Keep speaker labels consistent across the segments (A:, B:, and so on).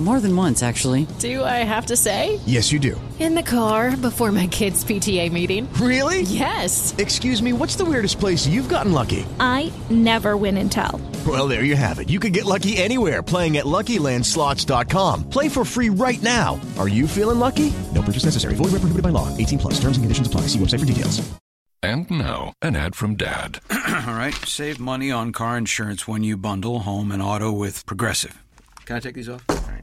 A: More than once, actually.
B: Do I have to say?
C: Yes, you do.
D: In the car before my kids' PTA meeting.
C: Really?
D: Yes.
C: Excuse me, what's the weirdest place you've gotten lucky?
E: I never win and tell.
C: Well, there you have it. You can get lucky anywhere playing at LuckyLandSlots.com. Play for free right now. Are you feeling lucky? No purchase necessary. Void where prohibited by law. 18 plus. Terms and conditions apply. See website for details.
F: And now, an ad from Dad.
G: All right, save money on car insurance when you bundle home and auto with Progressive. Can I take these off? All right.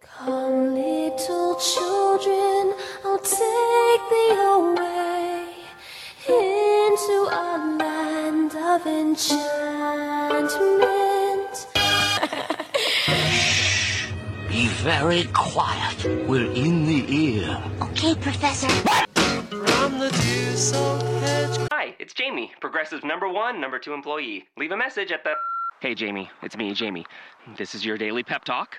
H: Come, little children, I'll take thee away into a land of enchantment.
I: Be very quiet. We're in the ear.
H: Okay, Professor.
J: From the Deersoft Hedge.
K: Hi, it's Jamie, Progressive number one, number two employee. Leave a message at the. Hey, Jamie, it's me, Jamie. This is your daily pep talk.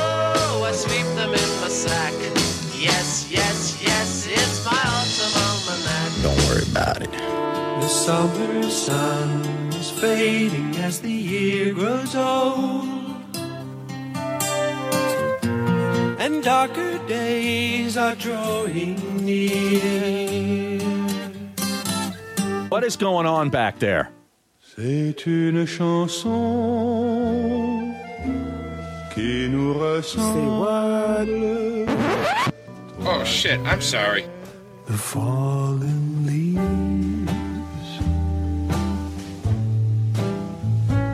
J: I sweep them in my sack. Yes, yes, yes, it's my autumn almanac.
L: Don't worry about it.
J: The summer sun is fading as the year grows old. And darker days are drawing near.
M: What is going on back there?
N: C'est une chanson qui nous ressemble.
O: Oh shit, I'm sorry.
N: The fallen leaves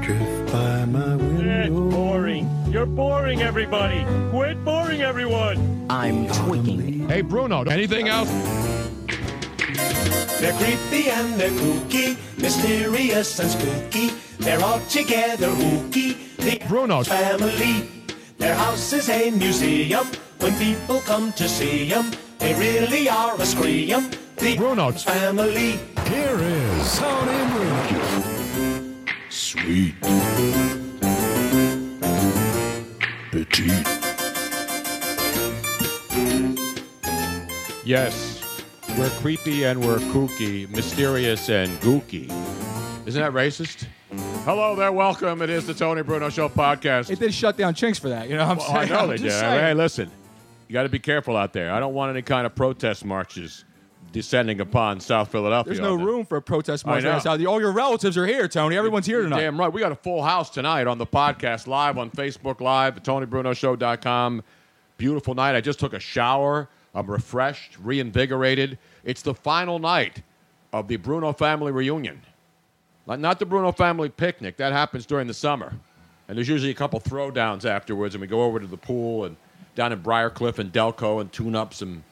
N: drift by my window.
D: boring. You're boring everybody. Quit boring everyone.
I: I'm tweaking.
B: Hey, Bruno, anything else?
J: They're creepy and they're kooky, mysterious and spooky. They're all together hooky. The
B: Bruno.
J: family. Their house is a museum. When people come to see 'em, they really are a scream. The
B: Bruno.
J: family.
N: Here is Tony Bruno. Sweet. Petite.
B: Yes. We're creepy and we're kooky, mysterious and gooky. Isn't that racist? Hello there, welcome. It is the Tony Bruno Show podcast.
P: It did shut down Chinks for that. You know what I'm
B: Well,
P: saying?
B: I know
P: I'm
B: they
P: just
B: did.
P: saying.
B: Hey, listen, you got to be careful out there. I don't want any kind of protest marches descending upon South Philadelphia.
P: There's no
B: on this.
P: room for a protest
B: I
P: march.
B: know.
P: outside. All your relatives are here, Tony. Everyone's here tonight.
B: Damn right. We got a full house tonight on the podcast, live on Facebook Live, at TonyBrunoShow.com. Beautiful night. I just took a shower. I'm refreshed, reinvigorated. It's the final night of the Bruno family reunion. Like, Not the Bruno family picnic. That happens during the summer. And there's usually a couple throwdowns afterwards, and we go over to the pool and down in Briarcliff and Delco and tune up some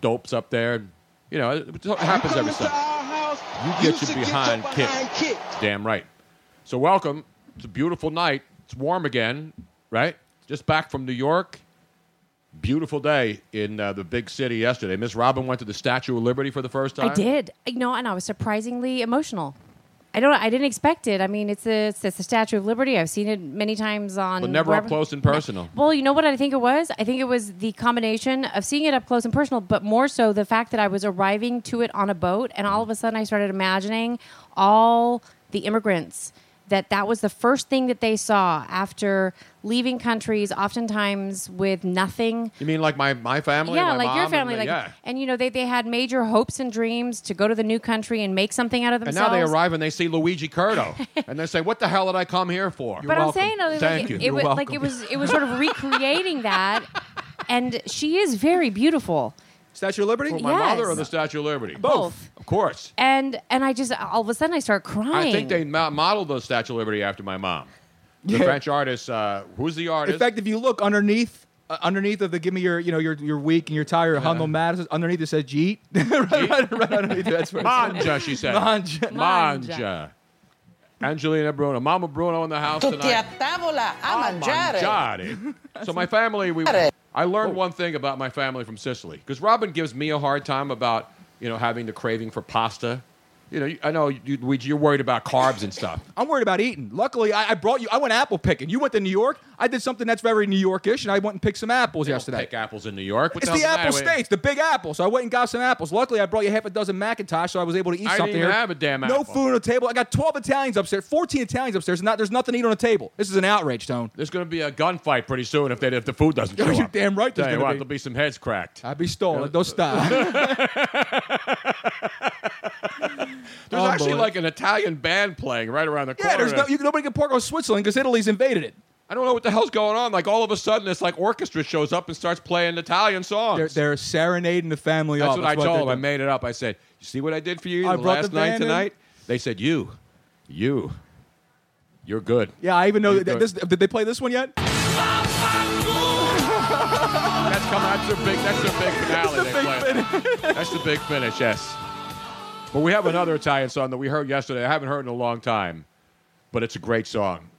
B: dopes up there. You know, it, it happens every summer. You get your behind, kicked. Damn right. So welcome. It's a beautiful night. It's warm again, right? Just back from New York. Beautiful day in uh, the big city yesterday. Miss Robin went to the Statue of Liberty for the first time.
Q: I did. You know, and I was surprisingly emotional. I don't. I didn't expect it. I mean, it's the it's, it's the Statue of Liberty. I've seen it many times on.
B: But never up
Q: wherever-
B: close and personal.
Q: Well, you know what I think it was? I think it was the combination of seeing it up close and personal, but more so the fact that I was arriving to it on a boat, and all of a sudden I started imagining all the immigrants that that was the first thing that they saw after leaving countries, oftentimes with nothing.
B: You mean like my, my family?
Q: Yeah,
B: my
Q: like your
B: mom
Q: family,
B: and,
Q: like,
B: the- yeah.
Q: and you know they, they had major hopes and dreams to go to the new country and make something out of
B: And
Q: themselves.
B: now they arrive and they see Luigi Curto, and they say, "What the hell did I come here for?"
Q: but I'm saying, though, like,
B: thank
Q: it,
B: you.
Q: It was, like it was, it was sort of recreating that, and she is very beautiful.
P: Statue of Liberty.
B: For my
Q: Yes.
B: mother or the Statue of Liberty?
Q: Both.
B: of course.
Q: And and I just all of a sudden I start crying.
B: I think they mo- modeled the Statue of Liberty after my mom. The
P: Yeah.
B: French artist, uh, who's the artist?
P: In fact, if you look underneath. Uh, underneath of the give me your you know your your week and your tire
B: Yeah.
P: Hondo Madison underneath it says Jeet
B: Manja, she said.
P: Manja.
B: Manja. Angelina Bruno. Mama Bruno in the house tonight. Mangiare. So my family, we. I
P: Oh.
B: learned one thing about my family from Sicily because Robin gives me a hard time about you know having the craving for pasta. You know, you- I know you, Luigi, you're worried about carbs and stuff.
P: I'm worried about eating. Luckily, I, I brought you. I went apple picking. You went to New York. I did something that's very New Yorkish, and I went and picked some apples yesterday.
B: Pick apples in New York. What
P: it's
B: hell's
P: the apple
B: matter with-
P: states, the big apple. So I went and got some apples. Luckily, I brought you half a dozen Macintosh, so I was able to eat
B: I didn't
P: something.
B: even
P: here.
B: have a damn
P: No
B: apple.
P: food on the table. I got 12 Italians upstairs, 14 Italians upstairs, and not, there's nothing to eat on the table. This is an outrage, Tone.
B: There's going to be a gunfight pretty soon if, they, if the food doesn't show
P: You're
B: up.
P: damn right there's
B: Tell you
P: gonna
B: what,
P: be.
B: there'll be some heads cracked.
P: I'd be stolen. Don't stop.
B: There's actually like an Italian band playing right around the corner.
P: yeah, there's no, you, nobody can park on Switzerland because Italy's invaded it.
B: I don't know what the hell's going on. Like all of a sudden, this like orchestra shows up and starts playing Italian songs.
P: They're, they're serenading the family
B: That's
P: off.
B: what I told them. I
P: they're
B: made it up. I said, "You see what I did for you
P: I
B: the
P: brought
B: last
P: the
B: night
P: band in.
B: tonight?" They said, "You, you, you're good."
P: Yeah, I even know.
B: You're
P: That
B: good.
P: this, did they play this one yet?
B: That's coming. That's their big. That's their big finale.
P: the
B: they
P: big
B: play. That's the big finish. Yes. But we have another Italian song that we heard yesterday. I haven't heard in a long time, but it's a great song.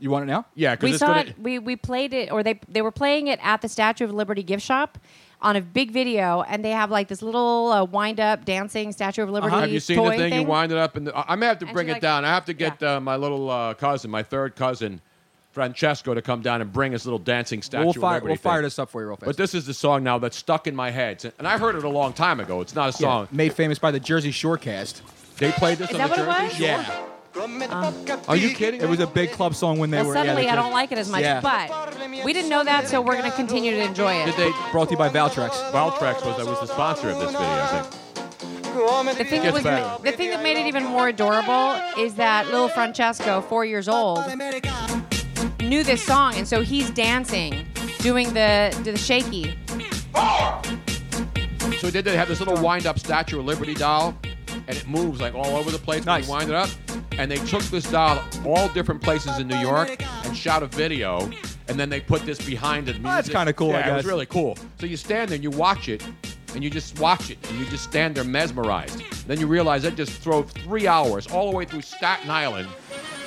P: You want it now?
B: Yeah, because
Q: we
B: it's
Q: saw
B: gonna,
Q: it. We we played it, or they they were playing it at the Statue of Liberty gift shop on a big video, and they have like this little uh, wind up dancing Statue of Liberty.
B: Uh-huh. Have you seen
Q: toy
B: the thing, you wind it up? And I I may have to
Q: And
B: bring
Q: she,
B: it
Q: like-
B: down. I have to get uh, my little uh, cousin, my third cousin, Francesco, to come down and bring his little dancing statue.
P: we'll
B: of
P: fire.
B: Liberty
P: We'll fire
B: thing.
P: this up for you real fast.
B: But this is the song now that's stuck in my head, It's- and I heard it a long time ago. It's not a
P: Yeah,
B: song.
P: made famous by the Jersey Shore cast.
B: They played this
Q: Is
B: on
Q: that
B: the
Q: what it
B: Jersey
Q: was?
B: Shore.
P: Yeah.
Q: Uh,
P: Are you kidding? It was a big club song when they
Q: well,
P: were.
Q: suddenly
P: yeah,
Q: I don't like it as much,
P: Yeah.
Q: but we didn't know that, so we're going to continue to enjoy it.
B: Did they
P: brought to you by Valtrex?
B: Valtrex was, was the sponsor of this video. I think.
Q: The thing, that
B: Gets
Q: was,
B: better.
Q: the thing that made it even more adorable is that little Francesco, four years old, knew this song, and so he's dancing, doing the the shaky.
B: So did they have this little wind-up Statue of Liberty doll, and it moves like all over the place when you wind it up. And they took this doll all different places in New York and shot a video, and then they put this behind the music.
P: that's kinda cool,
B: Yeah,
P: I
B: it was
P: guess.
B: really cool. So you stand there, and you watch it, and you just watch it, and you just stand there mesmerized. Then you realize I just drove three hours all the way through Staten Island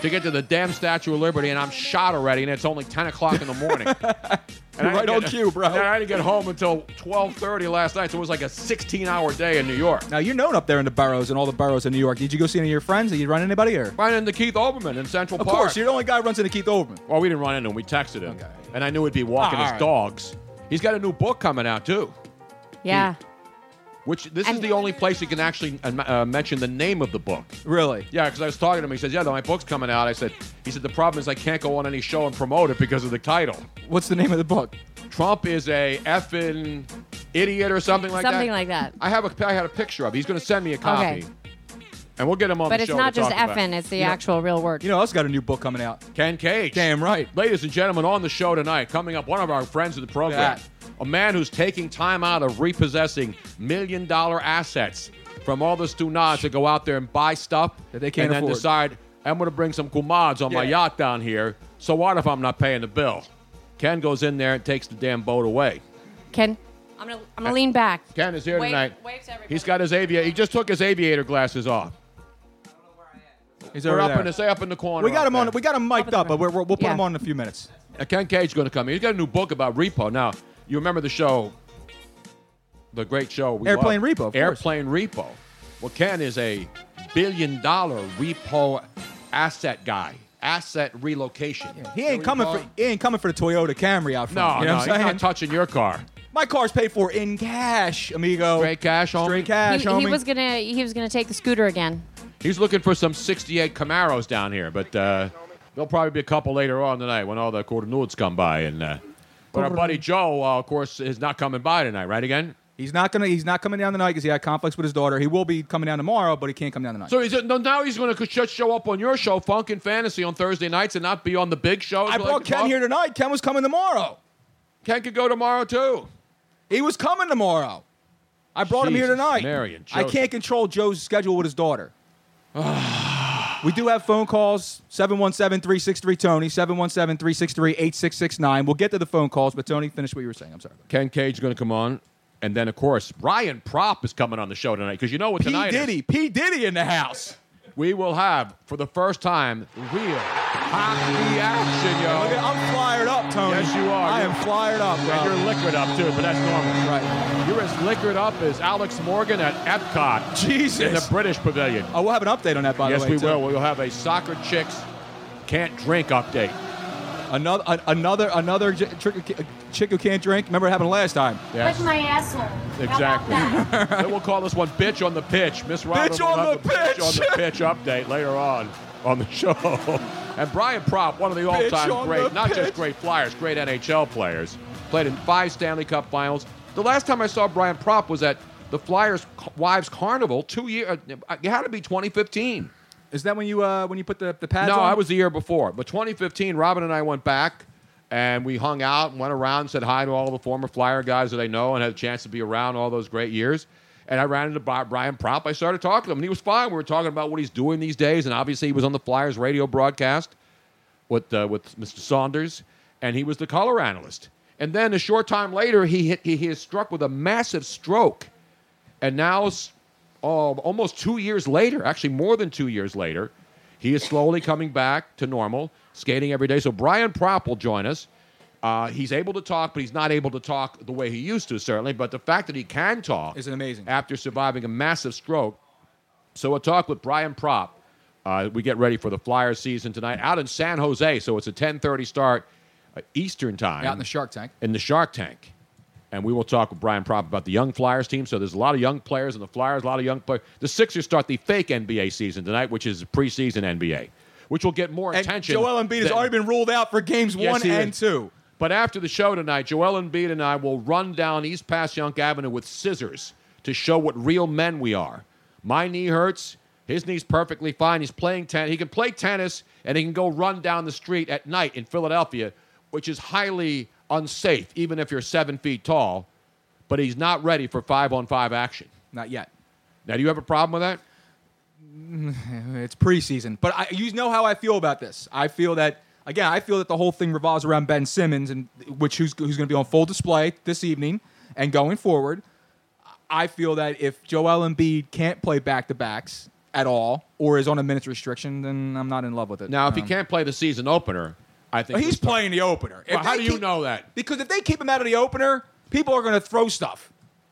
B: to get to the damn Statue of Liberty, and I'm shot already, and it's only 10 o'clock in the morning. And I
P: Right
B: didn't
P: on
B: get-
P: cue, bro.
B: and I didn't get home until 12:30 last night, so it was like a 16-hour day in New York.
P: Now you're known up there in the boroughs and all the boroughs in New York. Did you go see any of your friends? Did you run anybody or?
B: Ran into Keith Olbermann in Central
P: Of
B: Park.
P: course, you're the only guy who runs into Keith Olbermann.
B: Well, we didn't run into him. We texted him, and I knew he'd be walking
P: Ah,
B: his
P: all right.
B: dogs. He's got a new book coming out too.
Q: Yeah.
B: Which this is the only place you can actually uh, uh, mention the name of the book.
P: Really?
B: Yeah, because I was talking to him. He says, "Yeah, my book's coming out." I said, "He said the problem is I can't go on any show and promote it because of the title."
P: What's the name of the book?
B: Trump is a effing idiot or something like that.
Q: Something like that.
B: I have a I had a picture of. it. He's going to send me a copy,
Q: Okay.
B: and we'll get him on.
Q: But
B: the
Q: it's
B: show
Q: not
B: to
Q: just
B: talk about it.
Q: effing, it's the actual real word.
P: You know, else got a new book coming out.
B: Ken Cage. Damn
P: right.
B: Ladies and gentlemen, on the show tonight, coming up, one of our friends of the program,
P: That.
B: a man who's taking time out of repossessing million dollar assets from all the stunads that go out there and buy stuff that
P: they can't
B: and then
P: afford.
B: decide, I'm going to bring some kumads on my
P: Yeah.
B: yacht down here. So what if I'm not paying the bill? Ken goes in there and takes the damn boat away.
Q: Ken, I'm gonna I'm gonna lean back.
B: Ken is here
Q: Wave-
B: tonight.
Q: wave to everybody.
B: He's got his aviator. He just took his aviator glasses off.
P: He's
B: We're
P: over
B: up
P: there.
B: in the, say up in the corner.
P: We got
B: up
P: him on.
B: there.
P: We got him mic'd up, but we're, we'll put
B: Yeah.
P: him on in a few minutes.
B: Uh, Ken Cage's going to come in. He's got a new book about repo. Now, you remember the show, the great show. We
P: Airplane
B: love,
P: Repo, of course.
B: Airplane Repo. Well, Ken is a billion dollar repo asset guy, asset relocation.
P: He ain't coming for he ain't coming for the Toyota Camry out
B: No,
P: front. you know
B: no,
P: what
B: he's
P: I'm saying?
B: not touching your car.
P: My car's paid for in cash, amigo.
B: Straight cash, homie.
P: Straight cash,
Q: he,
P: homie.
Q: he was gonna he was gonna take the scooter again.
B: He's looking for some 68 Camaros down here, but uh, there'll probably be a couple later on tonight when all the quarter nudes come by. And uh, but our buddy Joe, uh, of course, is not coming by tonight, right? Again.
P: He's not gonna. He's not coming down tonight because he had conflicts with his daughter. He will be coming down tomorrow, but he can't come down tonight.
B: So he's, uh, no, now he's going to just show up on your show, Funk and Fantasy, on Thursday nights and not be on the big show.
P: I brought Ken here tonight. Ken was coming tomorrow.
B: Ken could go tomorrow too.
P: He was coming tomorrow. I brought him here
B: Jesus,
P: tonight.
B: Mary and
P: I
B: Joseph.
P: can't control Joe's schedule with his daughter. we do have phone calls 717 363 Tony, 717 363 8669. We'll get to the phone calls, but Tony, finish what you were saying. I'm sorry.
B: Ken Cage going to come on. And then, of course, Ryan Prop is coming on the show tonight because you know what
P: P.
B: tonight is.
P: Diddy, P. Diddy in the house.
B: We will have, for the first time, real hockey action, yo.
P: Look at- I'm fired up, Tony.
B: Yes, you are.
P: I am fired up, bro.
B: And you're liquored up, too, but that's normal.
P: Right.
B: You're as liquored up as Alex Morgan at Epcot.
P: Jesus.
B: In the British Pavilion.
P: Oh, we'll have an update on that, by
B: yes,
P: the way.
B: we
P: too.
B: will. We'll have a soccer chicks can't drink update.
P: Another, a- another, another j- trick, uh, chick who can't drink. Remember what happened last time?
B: Yes.
H: my asshole.
B: Exactly. then we'll call this one "Bitch on the Pitch." Miss Robin
P: Bitch
B: will
P: on
B: have
P: the
B: "Bitch on the Pitch" update later on on the show. and Brian Prop, one of the
P: Bitch
B: all-time
P: on
B: great,
P: the
B: not just
P: pitch.
B: great Flyers, great NHL players, played in five Stanley Cup Finals. The last time I saw Brian Prop was at the Flyers Wives Carnival two years. It had to be 2015.
P: Is that when you uh, when you put the, the pads
B: No,
P: on?
B: I was the year before. But 2015, Robin and I went back and we hung out and went around and said hi to all the former Flyer guys that I know and had a chance to be around all those great years. And I ran into Bri- Brian Prop. I started talking to him and he was fine. We were talking about what he's doing these days. And obviously, he was on the Flyers radio broadcast with, uh, with Mr. Saunders and he was the color analyst. And then a short time later, he, hit, he, he is struck with a massive stroke. And now, s- oh, almost two years later, actually more than two years later, he is slowly coming back to normal, skating every day. So Brian Prop will join us. Uh, he's able to talk, but he's not able to talk the way he used to, certainly. But the fact that he can talk
P: Isn't amazing.
B: after surviving a massive stroke. So a talk with Brian Prop. Uh, we get ready for the Flyers season tonight out in San Jose. So it's a 10:30 start uh, Eastern time
P: out in the Shark Tank.
B: in the Shark Tank. And we will talk with Brian Prop about the young Flyers team. So there's a lot of young players in the Flyers, a lot of young players. The Sixers start the fake NBA season tonight, which is preseason NBA, which will get more
P: And
B: attention.
P: Joel Embiid has
B: than-
P: already been ruled out for games
B: Yes,
P: one
B: he
P: and
B: is.
P: two.
B: But after the show tonight, Joel Embiid and I will run down East Passyunk Avenue with scissors to show what real men we are. My knee hurts. His knee's perfectly fine. He's playing tennis. He can play tennis and he can go run down the street at night in Philadelphia, which is highly unsafe, even if you're seven feet tall. But he's not ready for five on five action.
P: Not yet.
B: Now, do you have a problem with that?
P: It's preseason, but I, you know how I feel about this. I feel that again. I feel that the whole thing revolves around Ben Simmons, and which who's who's going to be on full display this evening and going forward. I feel that if Joel Embiid can't play back to backs at all or is on a minutes restriction, then I'm not in love with it.
B: Now, if he
P: Um,
B: can't play the season opener, I think
P: he's playing the opener.
B: Well,
P: If
B: how
P: they
B: do you
P: keep-
B: know that?
P: Because if they keep him out of the opener, people are going to throw stuff.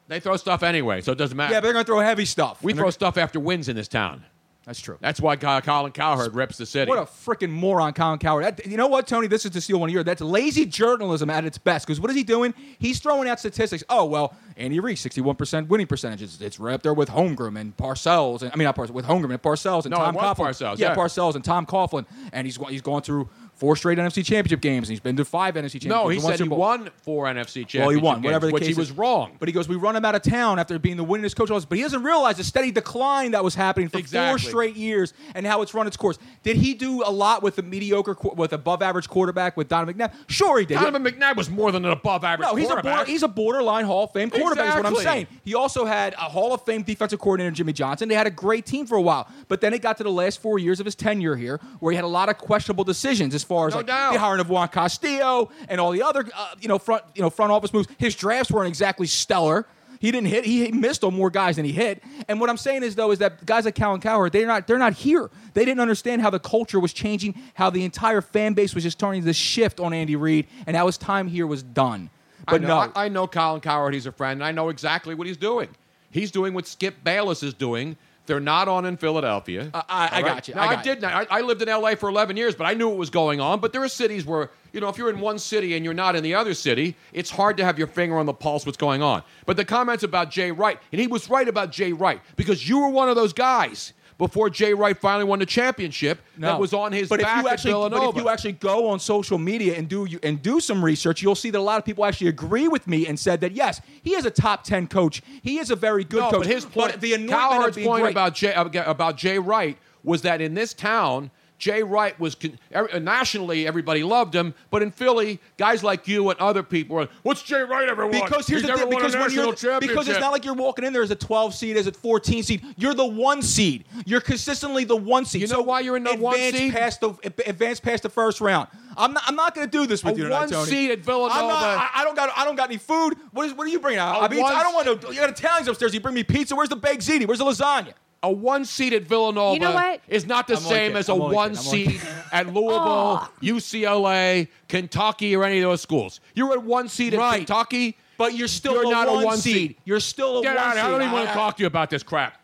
B: They throw stuff anyway, so it doesn't matter.
P: Yeah, but they're going to throw heavy stuff.
B: We
P: And
B: throw
P: they're-
B: stuff after wins in this town.
P: That's true.
B: That's why Guy- Colin Cowherd reps the city.
P: What a freaking moron, Colin Coward. That- you know what, Tony? This is to steal one of your. That's lazy journalism at its best. Because what is he doing? He's throwing out statistics. Oh, well, Andy Reid, 61% winning percentage. It's, it's right up there with Holmgren and Parcells. And, I mean, not Parcells, with Holmgren and Parcells and
B: No,
P: Tom
B: it was
P: Coughlin.
B: Parcells,
P: Yeah,
B: yeah.
P: Parcells and Tom Coughlin. And he's, go- he's gone through four straight NFC championship games. And he's been to five NFC championships.
B: no, he
P: and one
B: said he
P: Super Bowl.
B: won four NFC championships.
P: Well, he won, whatever the
B: which
P: case
B: he was
P: is.
B: wrong.
P: But he goes, we run him out of town after being the winningest coach. of all- But he doesn't realize the steady decline that was happening for
B: Exactly.
P: four straight years and how it's run its course. Did he do a lot with a mediocre, qu- with above average quarterback with Donovan McNabb? Sure, he did.
B: Donovan McNabb was more than an above average
P: no, he's a
B: quarterback.
P: border, he's a borderline Hall of Fame quarterback. Is what I'm
B: Exactly.
P: saying. He also had a Hall of Fame defensive coordinator, Jimmy Johnson. They had a great team for a while, but then it got to the last four years of his tenure here, where he had a lot of questionable decisions as far as like the hiring of Juan Castillo and all the other uh, you know front you know front office moves. His drafts weren't exactly stellar. He didn't hit. He missed on more guys than he hit. And what I'm saying is though is that guys like Colin Cowherd, they're not they're not here. They didn't understand how the culture was changing, how the entire fan base was just starting to shift on Andy Reid, and how his time here was done. But
B: I know,
P: no,
B: I, I know Colin Cowherd. He's a friend, and I know exactly what he's doing. He's doing what Skip Bayless is doing. They're not on in Philadelphia.
P: I- I
B: All
P: got you.
B: Now,
P: I
B: I,
P: got
B: did. Not, I, I lived in L.A. for 11 years, but I knew what was going on. But there are cities where, you know, if you're in one city and you're not in the other city, it's hard to have your finger on the pulse what's going on. But the comments about Jay Wright, and he was right about Jay Wright because you were one of those guys before Jay Wright finally won the championship
P: No.
B: that was on his
P: but
B: back
P: if you
B: at
P: actually,
B: Villanova.
P: But if you actually go on social media and do you and do some research, you'll see that a lot of people actually agree with me and said that yes, he is a top ten coach. He is a very good
B: no,
P: coach.
B: but his point,
P: the anointment of
B: Cowherd's
P: being
B: point
P: great-
B: about Jay about Jay Wright was that in this town, Jay Wright was con- every- uh, nationally everybody loved him, but in Philly, guys like you and other people were, "What's Jay Wright ever won?
P: Because
B: He's
P: here's the
B: never
P: thing.
B: won a
P: Because, when
B: national
P: you're, because it's
B: championship."
P: not like you're walking in there as a 12 seed, as a 14 seed. You're the one seed. You're consistently the one seed. You know so why you're in the
B: one seed?
P: Past the, ad- advance past the first round. I'm not. I'm not going to do this with
B: A
P: you tonight,
B: one
P: Tony.
B: seed at Villanova.
P: I'm not- I, I don't got. I don't got any food. What is? What are you bringing out?
B: A
P: I mean,
B: one-
P: I don't want to. You got Italians upstairs. You bring me pizza. Where's the baked ziti? Where's the lasagna?
B: A one seed at Villanova
P: You know what?
B: is not the
P: I'm only
B: same
P: kidding.
B: as a
P: I'm only
B: one
P: kidding. I'm only
B: seed at Louisville, UCLA, Kentucky, or any of those schools. You're at one seed at Kentucky,
P: but you're still
B: you're
P: a
B: not
P: one
B: a one
P: seed. You're still a
B: Get
P: one
B: out of here. I don't
P: seed.
B: even want to
P: I-
B: talk to you about this crap.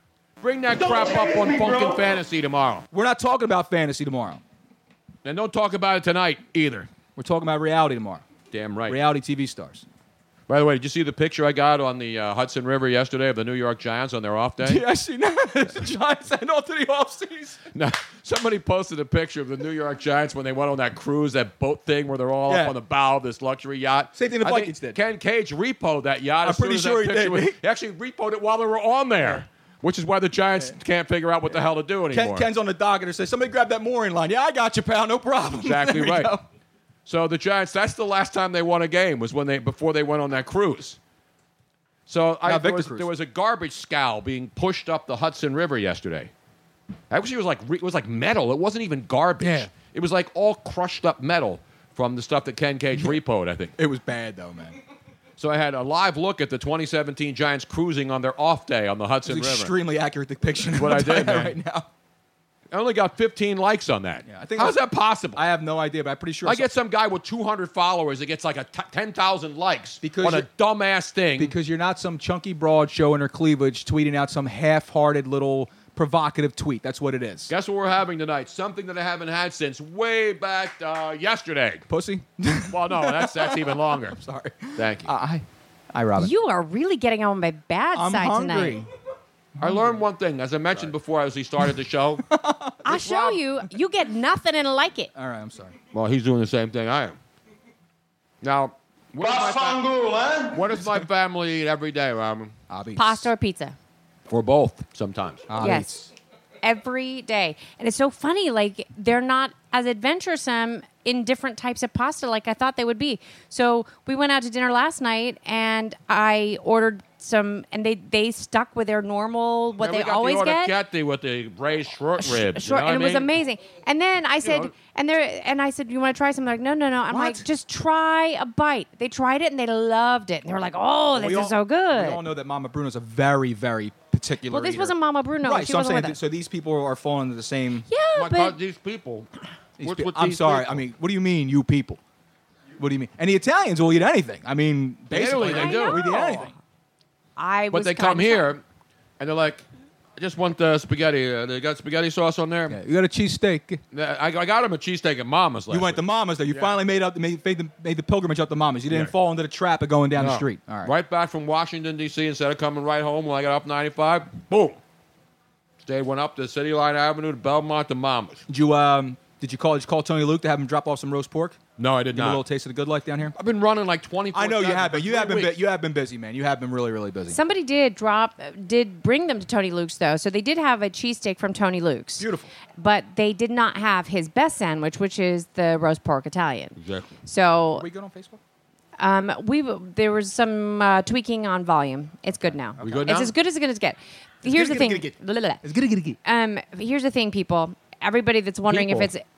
B: Bring that crap up on Funkin' Fantasy tomorrow.
P: We're not talking about fantasy tomorrow.
B: And don't talk about it tonight either.
P: We're talking about reality tomorrow.
B: Damn right.
P: Reality TV stars.
B: By the way, did you see the picture I got on the uh, Hudson River yesterday of the New York Giants on their off day?
P: Yeah, I see now. the Giants head on to the offseason.
B: No, somebody posted a picture of the New York Giants when they went on that cruise, that boat thing where they're all up
P: Yeah.
B: on the bow of this luxury yacht.
P: Same thing the
B: I think
P: Vikings did.
B: Ken Cage repoed that yacht.
P: I'm
B: as soon
P: pretty
B: as that
P: sure he
B: picture
P: did.
B: Was, he actually repoed it while they were on there, which is why the Giants can't figure out what the hell to do
P: Ken,
B: anymore.
P: Ken's on the docket and says, somebody grab that mooring line. Yeah, I got you, pal. No problem.
B: exactly
P: There we
B: right.
P: go.
B: So the Giants. That's the last time they won a game was when they before they went on that cruise. So I,
P: Now,
B: there,
P: Victor
B: was,
P: Cruz.
B: there was a garbage scow being pushed up the Hudson River yesterday. Actually, it was like re- it was like metal. It wasn't even garbage. It was like all crushed up metal from the stuff that Ken Cage repoed. I think
P: it was bad though, man.
B: So I had a live look at the 2017 Giants cruising on their off day on the
P: It's
B: Hudson
P: an
B: River.
P: extremely accurate depiction.
B: That's what I did, man.
P: Right now.
B: I only got 15 likes on that. Yeah, I
P: think
B: How's
P: that's-
B: that possible? I
P: have no idea, but I'm pretty sure.
B: I get some guy with 200 followers that gets like a t- 10,000 likes
P: Because
B: on a
P: you're-
B: dumbass thing.
P: Because you're not some chunky broad showing her cleavage, tweeting out some half hearted little provocative tweet. That's what it is.
B: Guess what we're having tonight? Something that I haven't had since way back uh, yesterday.
P: Pussy?
B: Well, no, that's that's even longer.
P: sorry.
B: Thank you.
P: I, I, Robin.
Q: You are really getting on my bad
P: I'm
Q: side
P: hungry.
Q: tonight.
B: I learned one thing, as I mentioned before as we started the show.
Q: I'll show you. You get nothing and like it.
P: All right, I'm sorry.
B: well, he's doing the same thing I am. Now, what, does my fa- what does my family eat every day, Robin?
Q: Pasta or pizza.
B: Or both, sometimes.
Q: Yes. Every day. And it's so funny, like they're not as adventuresome in different types of pasta like I thought they would be. So we went out to dinner last night and I ordered some and they they stuck with their normal what
B: And
Q: they
B: we got
Q: always
B: the
Q: get.
B: orecchiette with the braised short ribs.
Q: Sure,
B: you know
Q: and
B: what
Q: it was
B: I mean?
Q: amazing. And then I said,
B: know.
Q: and there, and I said, you want to try something? Like, no, no, no. I'm like, just try a bite. They tried it and they loved it. And they were like, oh, this
P: We
Q: is
P: all-
Q: so good.
P: We all know that Mama Bruno's a very, very particular.
Q: Well, this
P: eater.
Q: wasn't Mama Bruno.
P: Right,
Q: She
P: so I'm
Q: wasn't
P: saying,
Q: with
P: that-
Q: us.
P: so these people are falling into the same.
Q: Yeah,
B: My
Q: but
B: God, these people.
P: These
B: What's
P: pe-
B: with
P: I'm
B: these
P: sorry.
B: people?
P: I mean, what do you mean, you people? What do you mean? And the Italians will eat anything. I mean, basically,
B: Italy, they do.
P: We eat anything.
Q: I
B: But
Q: was.
B: they
Q: kinda
B: come here and they're like, I just want the spaghetti. Uh, they got spaghetti sauce on there.
P: You got a cheesesteak.
B: I, I got him a cheesesteak at Mama's. Last
P: You went to Mama's though. You
B: Yeah.
P: finally made up, made, made, the, made the pilgrimage up to Mama's. You didn't
B: Yeah.
P: fall into the trap of going down the
B: No.
P: street. All right.
B: Right back from Washington D.C. Instead of coming right home when I got up 95, boom. Stayed went up to City Line Avenue to Belmont to Mama's.
P: Did you um did you call did you call Tony Luke to have him drop off some roast pork?
B: No, I did
P: Give
B: not.
P: him a little taste of the good life down here.
B: I've been running like twenty.
P: I know you have been. You have been. bu-
B: weeks.
P: You have been busy, man. You have been really, really busy.
Q: Somebody did drop, did bring them to Tony Luke's though, so they did have a cheesesteak from Tony Luke's.
P: Beautiful.
Q: But they did not have his best sandwich, which is the roast pork Italian.
B: Exactly.
Q: So
P: Are we good on Facebook?
Q: Um, we there was some uh, tweaking on volume. It's good now.
P: We good
Q: It's
P: now?
Q: as good as it's gonna get.
P: It's
Q: here's
P: good,
Q: the
P: good,
Q: thing. Blah, blah, blah.
P: It's gonna get
Q: Um, here's the thing, people. Everybody that's wondering if
P: People.
Q: it's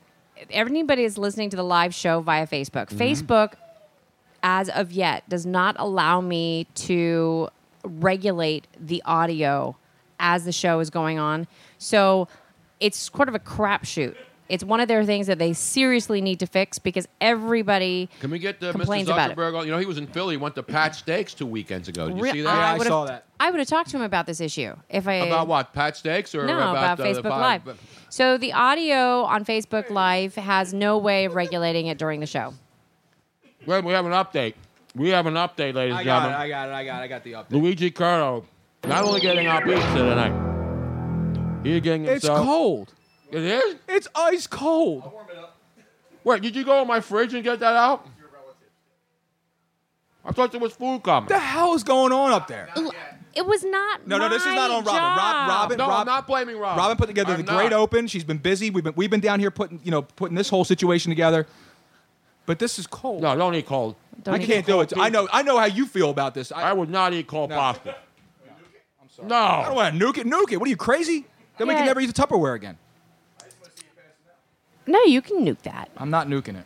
Q: everybody is listening to the live show via Facebook.
P: Mm-hmm.
Q: Facebook, as of yet, does not allow me to regulate the audio as the show is going on. So it's sort of a crapshoot. It's one of their things that they seriously need to fix because everybody
B: Can we get uh, Mr.
Q: complains about it.
B: Zuckerberg? On? You know, he was in Philly. Went to Pat Steaks two weekends ago. Did you
Q: Re-
B: see that?
Q: would've- I would have talked to him about this issue if I
B: About what? Pat Steaks or
Q: no
B: about,
Q: about,
B: uh, the
Q: Facebook
B: five-
Q: Live. So the audio on Facebook Live has no way of regulating it during the show.
B: Well, we have an update. We have an update, ladies
P: I
B: and
P: got it.
B: gentlemen.
P: I got it. I got it. I got the update.
B: Luigi Curto, not only getting our pizza tonight, he's getting
P: It's
B: himself.
P: cold.
B: It is.
P: It's ice cold. I'll
B: warm it up. Wait, did you go in my fridge and get that out? I thought there was food coming.
P: The hell is going on up there?
Q: It was not.
P: No, no, this is not on
Q: my
P: Robin. Rob,
Q: job.
P: Robin,
B: No,
P: Rob,
B: I'm not blaming Robin.
P: Robin put together
B: I'm
P: the great
B: not.
P: open. She's been busy. We've been we've been down here putting you know putting this whole situation together. But this is cold.
B: No, don't eat cold. Don't
P: I
B: eat
P: can't do
B: cold
P: it. I know. I know how you feel about this. I,
B: would not eat cold pasta.
P: I'm
B: sorry. No,
P: I don't want to nuke it. Nuke it. What are you crazy? Then we can
Q: Yeah.
P: never use a Tupperware again.
Q: No, you can nuke that.
P: I'm not nuking it.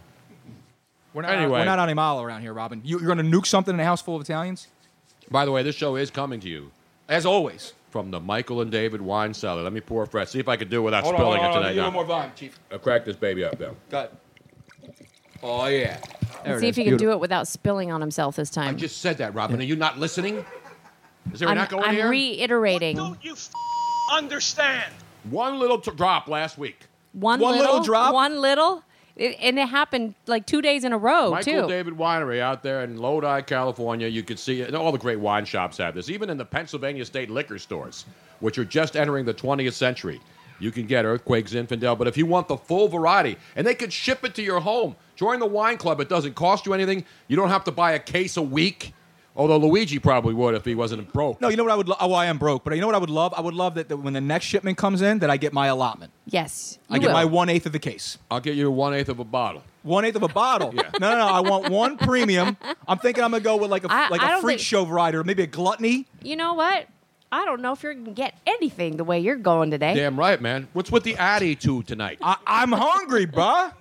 P: We're not,
B: Anyway.
P: we're not on a mile around here, Robin. You, you're going to nuke something in a house full of Italians?
B: By the way, this show is coming to you, as always, from the Michael and David Wine Cellar. Let me pour a fresh. See if I could do it without
P: Hold on,
B: spilling
P: hold on,
B: it tonight.
P: give me
B: No.
P: one more volume, Chief.
B: I'll crack this baby up, though.
P: Got Oh yeah.
B: There
Q: see if he can do it without spilling on himself this time.
B: I just said that, Robin. Are you not listening? Is there
Q: I'm,
B: not going
Q: I'm
B: here?
Q: reiterating.
B: understand. One little t- drop last week.
Q: one,
B: One little drop?
Q: One little. It, and it happened like two days in a row
B: Michael
Q: Oh, too.
B: David Winery out there in Lodi, California. You could see it. All the great wine shops have this, even in the Pennsylvania state liquor stores, which are just entering the 20th century. You can get Earthquakes Infidel, but if you want the full variety, and they could ship it to your home. Join the wine club. It doesn't cost you anything. You don't have to buy a case a week. Although Luigi probably would if he wasn't broke.
P: No, you know what I would. Lo- oh, I am broke, but you know what I would love? I would love that, that when the next shipment comes in, that I get my allotment.
Q: Yes,
P: I
Q: you
P: get
Q: will.
P: my one eighth of the case.
B: I'll get you one eighth of a bottle.
P: One eighth of a bottle. No, no, no. I want one premium. I'm thinking I'm gonna go with like a
Q: I-
P: like
Q: I
P: a
Q: don't
P: freak
Q: think-
P: show variety or maybe a gluttony.
Q: You know what? I don't know if you're gonna get anything the way you're going today.
B: Damn right, man. What's with the attitude tonight?
P: I, I'm hungry, bruh.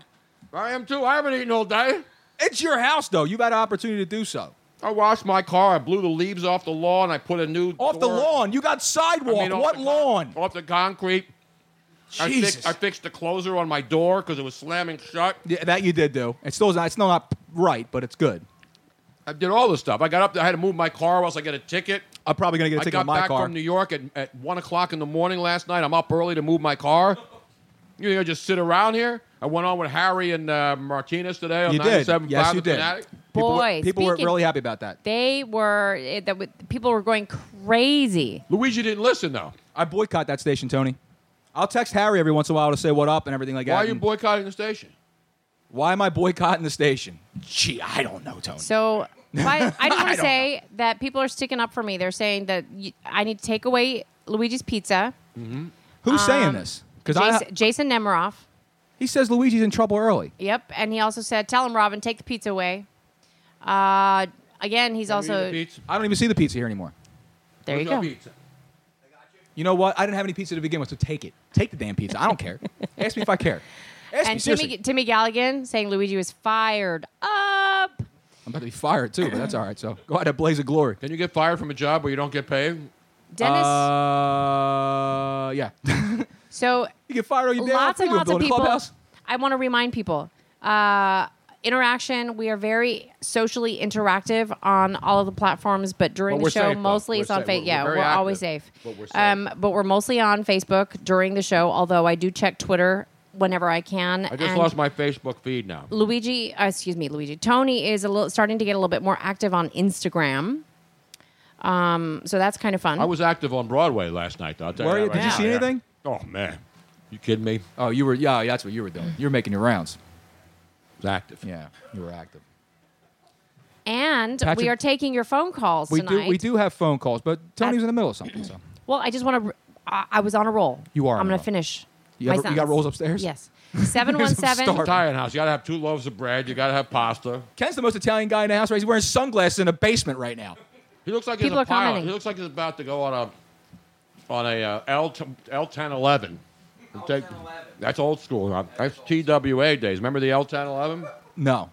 B: I am too. I haven't eaten all day.
P: It's your house, though. You've had an opportunity to do so.
B: I washed my car. I blew the leaves off the lawn. I put a new
P: Off the
B: door-
P: lawn. You got sidewalk.
B: I mean, off
P: what
B: the-
P: lawn?
B: Off the concrete. I,
P: Jesus.
B: fixed, I fixed the closer on my door because it was slamming shut.
P: Yeah, that you did do. It's still, it's still not right, but it's good.
B: I did all this stuff. I got up. There, I had to move my car, or else I got a ticket.
P: I'm probably gonna get a
B: I
P: ticket
B: got
P: on my
B: back
P: car.
B: from New York at, at one o'clock in the morning last night. I'm up early to move my car. You know, just sit around here. I went on with Harry and uh, Martinez today on
P: You did.
B: 97.5
P: Yes,
B: The
P: you did.
B: Fanatic.
P: People were-
Q: Boy,
P: people were
Q: speaking-
P: really happy about that.
Q: They were it, that would- people were going crazy.
B: Luigi didn't listen though.
P: I boycott that station, Tony. I'll text Harry every once in a while to say what up and everything like
B: Why
P: that.
B: are you
P: and-
B: boycotting the station?
P: why am I boycotting the station? Gee, I don't know, Tony.
Q: So why, I just
P: I
Q: want to
P: don't
Q: say that people are sticking up for me. They're saying that you, I need to take away Luigi's pizza.
P: Mm-hmm. Who's saying
Q: Um,
P: this?
Q: Jason,
P: I
Q: Jason Nemiroff.
P: he says Luigi's in trouble early.
Q: Yep, and he also said, "Tell him, Robin, take the pizza away." Uh, again, he's also
P: I don't even see the pizza here anymore.
Q: there. You
B: There's no
Q: go.
B: pizza.
P: You know what? I didn't have any pizza to begin with, so take it. Take the damn pizza. I don't care. Ask me if I care. Ask me
Q: And
P: seriously.
Q: Timmy, Timmy Galligan saying Luigi was fired up.
P: I'm about to be fired too, but that's all right. So go ahead, a blaze of glory.
B: Can you get fired from a job where you don't get paid?
Q: Dennis.
P: Uh, yeah.
Q: so
P: you get fired all you damn
Q: lots and
P: free to
Q: lots
P: go to
Q: of
P: the
Q: people.
P: clubhouse.
Q: I want to remind people. Uh, interaction. We are very socially interactive on all of the platforms, but during But the we're show, safe, though. mostly We're it's on safe. Facebook. We're Yeah, very we're active, always safe. but we're safe. Um, but we're mostly on Facebook during the show, although I do check Twitter whenever I can.
B: I just
Q: and
B: lost my Facebook feed now.
Q: Luigi, uh, excuse me, Luigi. Tony is a little starting to get a little bit more active on Instagram. Um, so that's kind of fun.
B: I was active on Broadway last night. Though. I'll tell
P: Were
B: you
P: you?
B: that
P: Did
B: right
P: you
B: now,
P: see
B: yeah.
P: anything?
B: Oh man, you kidding me?
P: Oh, you were yeah, that's what you were doing. You were making your rounds.
B: It's active.
P: Yeah, you were active.
Q: and we
P: Patrick-
Q: are taking your phone calls
P: We
Q: tonight.
P: do we do have phone calls, but Tony's in the middle of something. So
Q: Well, I just want to. I, I was on a roll.
P: You are on
Q: I'm
P: a roll.
Q: going to finish.
B: You
Q: my
B: have- you
Q: sentence.
B: got rolls upstairs?
Q: Yes. Seven one seven.
B: Italian house. You gotta have two loaves of bread. You gotta have pasta.
P: Ken's the most Italian guy in the house right. He's wearing sunglasses in a basement right now.
B: He looks like
P: People
B: he's
P: are
B: a pilot.
P: commenting.
B: He looks like he's about to go on a on a uh, L t- L ten eleven. Take, that's old school. huh? That's TWA days. Remember the L ten eleven?
P: No.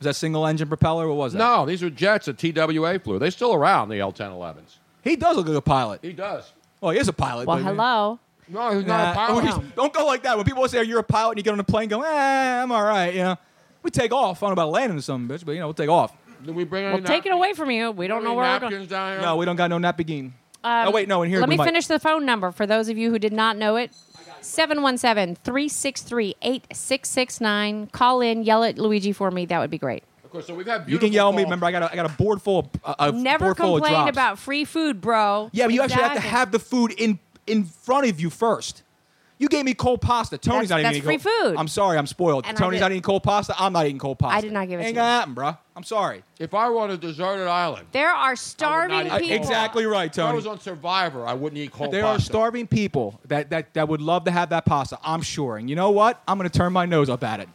P: Was that single engine propeller? What was that?
B: No, these are jets that TWA flew. They're still around. The L ten elevens.
P: He does look like a pilot.
B: He does.
P: Well, he is a pilot.
Q: Well,
P: but-
Q: hello.
B: No, he's
P: Nah, oh, he's- don't go like that. When people say you're a pilot and you get on a plane, go, eh, I'm all right. You know, we take off. I don't know about landing or something, bitch, but you know, we'll take off.
B: Did we bring
Q: Well, take it away from you. We don't know where we're going.
P: No, we don't got no napkin. oh wait, no. In here,
Q: Um, Let
P: we
Q: me
P: might.
Q: finish the phone number for those of you who did not know it. 717-363-8669. Call in, yell at Luigi for me. That would be great.
B: Of course. So we've had
P: You can yell at me. Remember, I got a, I got a board full of a, a
Q: Never
P: board full of
Q: complain
P: drops.
Q: about free food, bro.
P: Yeah, but you actually have to
Q: Exactly.
P: have the food in in front of you first. You gave me cold pasta. Tony's
Q: That's-
P: not even
Q: that's
P: eating
Q: free
P: cold-
Q: food.
P: I'm sorry, I'm spoiled.
Q: And I
P: Tony's
Q: did-
P: not eating cold pasta. I'm not eating cold pasta.
Q: did not give it
P: Ain't
Q: to you.
P: gonna happen, bro. I'm sorry.
B: If I were on a deserted island,
Q: There are starving
B: I-
Q: people.
P: Exactly right,
B: if I
P: Tony.
B: was on Survivor, I wouldn't eat cold
P: there are
B: pasta.
P: starving people that, that, that would love to have that pasta, I'm sure. And you know what? I'm going to turn my nose up at it.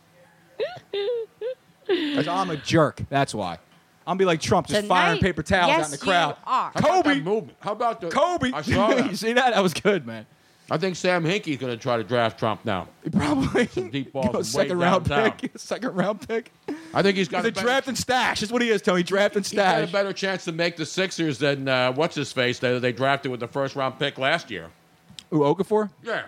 P: 'Cause I'm a jerk. That's why. I'm going to be like Trump, just firing
Q: Tonight,
P: paper towels out
Q: yes,
P: in the crowd.
Q: you are.
B: How about
P: Kobe!
B: that movement? How about the
P: Kobe!
B: I saw that.
P: you see that? That was good, man.
B: I think Sam Hinkie's going to try to draft Trump now.
P: Probably.
B: Some deep balls.
P: Go
B: way
P: second round
B: downtown.
P: pick. Second round pick.
B: I think he's got
P: He's a
B: better-
P: draft and stash. That's what he is, Tony. Draft and
B: He's got a
P: stash.
B: better chance to make the Sixers than uh, what's his face that they drafted with the first round pick last year.
P: Ooh, Okafor?
B: Yeah,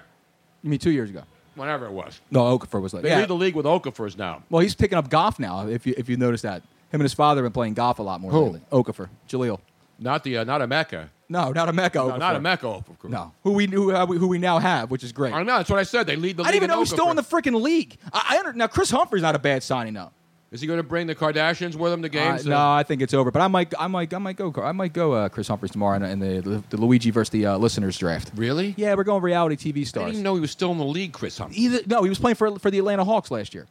P: You mean two years ago?
B: whenever it was.
P: No, Okafor was like.
B: They
P: Yeah.
B: lead the league with Okafers now.
P: Well, he's picking up golf now. If you if you notice that, him and his father have been playing golf a lot more
B: Who?
P: lately. Okafor, Jaleel.
B: Not the uh, not a Mecca.
P: No, not a Mecca.
B: No, not a
P: Okafor.
B: Mecca. Okafor.
P: No, who we knew uh, we- who we now have, which is great.
B: I
P: I,
B: know that's what I said. They lead the league.
P: didn't even
B: in
P: know he's still in
B: Okafor.
P: the freaking league. I, I under, now Chris Humphrey's not a bad signing though.
B: Is he going to bring the Kardashians with him to
P: Uh,
B: games?
P: no, I think it's over. But I might, I might, I might go. I might go. Uh, Chris Humphreys tomorrow in, in the the Luigi versus the uh, listeners draft.
B: Really?
P: Yeah, we're going reality TV
B: I didn't
P: stars.
B: even know he was still in the league, Chris Humphrey.
P: Either, no, he was playing for for the Atlanta Hawks last year.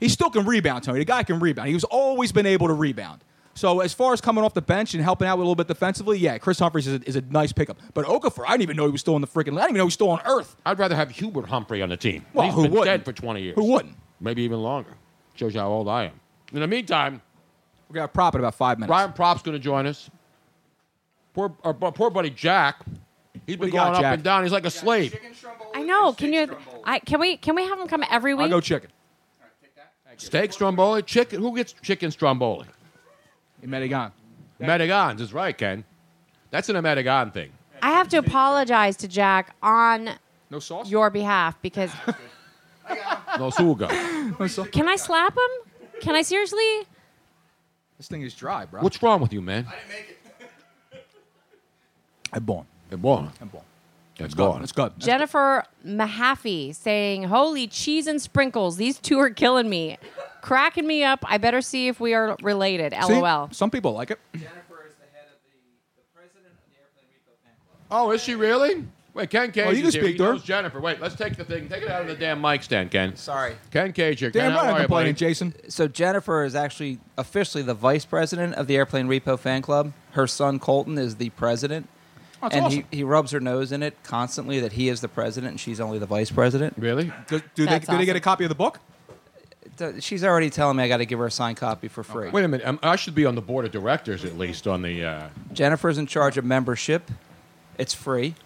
P: He still can rebound, Tony. The guy can rebound. He's always been able to rebound. So as far as coming off the bench and helping out a little bit defensively, yeah, Chris Humphreys is a, is a nice pickup. But Okafor, I didn't even know he was still in the freaking. I didn't even know he was still on Earth.
B: I'd rather have Hubert Humphrey on the team.
P: Well,
B: He's
P: who
B: been dead
P: wouldn't?
B: for 20 years.
P: Who wouldn't?
B: Maybe even longer. Shows you how old I am. In the meantime,
P: We're gonna prop in about five minutes.
B: Brian Prop's going to join us. Poor, our, bu- poor buddy Jack. He's
P: do
B: been
P: you
B: going
P: got,
B: up
P: Jack?
B: and down. He's like a slave.
Q: I know. Can you? I can we? Can we have him come every week?
P: I'll go chicken.
B: Steak stromboli, chicken. Who gets chicken stromboli?
P: Medigan.
B: Medigons is right, Ken. That's an Medigon thing.
Q: I have to apologize to Jack on
P: No sauce.
Q: your behalf because
B: No sugo.
P: No sauce.
Q: can I slap him? Can I seriously?
P: This thing is dry, bro.
B: What's wrong with you, man?
P: I'm born.
B: Good boy.
P: I'm born.
B: That's
P: Good.
B: gone.
P: It's good.
Q: Jennifer Mahaffey saying, "Holy cheese and sprinkles! These two are killing me, cracking me up. I better see if we are related."
P: See?
Q: LOL.
P: Some people like it.
B: Oh, is she really? Wait, Ken Cage.
P: Oh, you
B: is here.
P: can speak
B: He
P: to her.
B: knows Jennifer. Wait, let's take the thing. Take it out of the damn mic stand, Ken.
G: Sorry.
B: Ken Cage here. Ken,
P: Damn right
B: how are
P: I'm
B: you, buddy?
P: complaining, Jason.
G: So Jennifer is actually officially the vice president of the Airplane Repo Fan Club. Her son Colton is the president.
P: Oh, That's
G: and
P: awesome.
G: he, he rubs her nose in it constantly that he is the president and she's only the vice president.
B: Really?
P: Do, do they,
G: That's
P: do they get
G: awesome.
P: a copy of the book?
G: Th- Uh, She's already telling me I got to give her a signed copy for free.
B: Wait a minute. Um, I should be on the board of directors at least on the. Uh,
G: Jennifer's in charge of membership. It's free.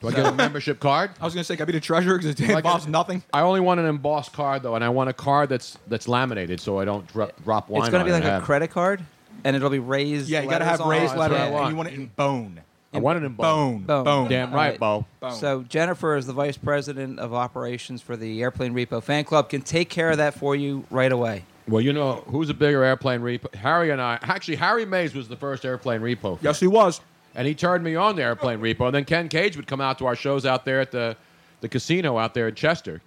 B: do I get a membership card?
P: I was gonna say, can I be the treasurer because it
B: I
P: involves
B: get-
P: nothing.
B: I only want an embossed card though, and I want a card that's that's laminated so I don't dro- drop wine.
G: it's going
B: on
G: to be
B: it.
G: like
B: I
G: a
B: have-
G: credit card and it'll be raised.
P: Yeah, you gotta
G: letters
P: have
G: on it.
P: raised
B: That's
P: letter,
B: what I
P: and
B: want.
P: you want it in bone.
B: I wanted him bone.
G: Bone.
B: Damn right, Bo.
G: So Jennifer is the vice president of operations for the Airplane Repo Fan Club. Can take care of that for you right away.
B: Well, you know who's a bigger airplane repo? Harry and I. Actually, Harry Mays was the first airplane repo. Yes,
P: he was.
B: And he turned me on to airplane repo. And then Ken Cage would come out to our shows out there at the, the casino out there in Chester,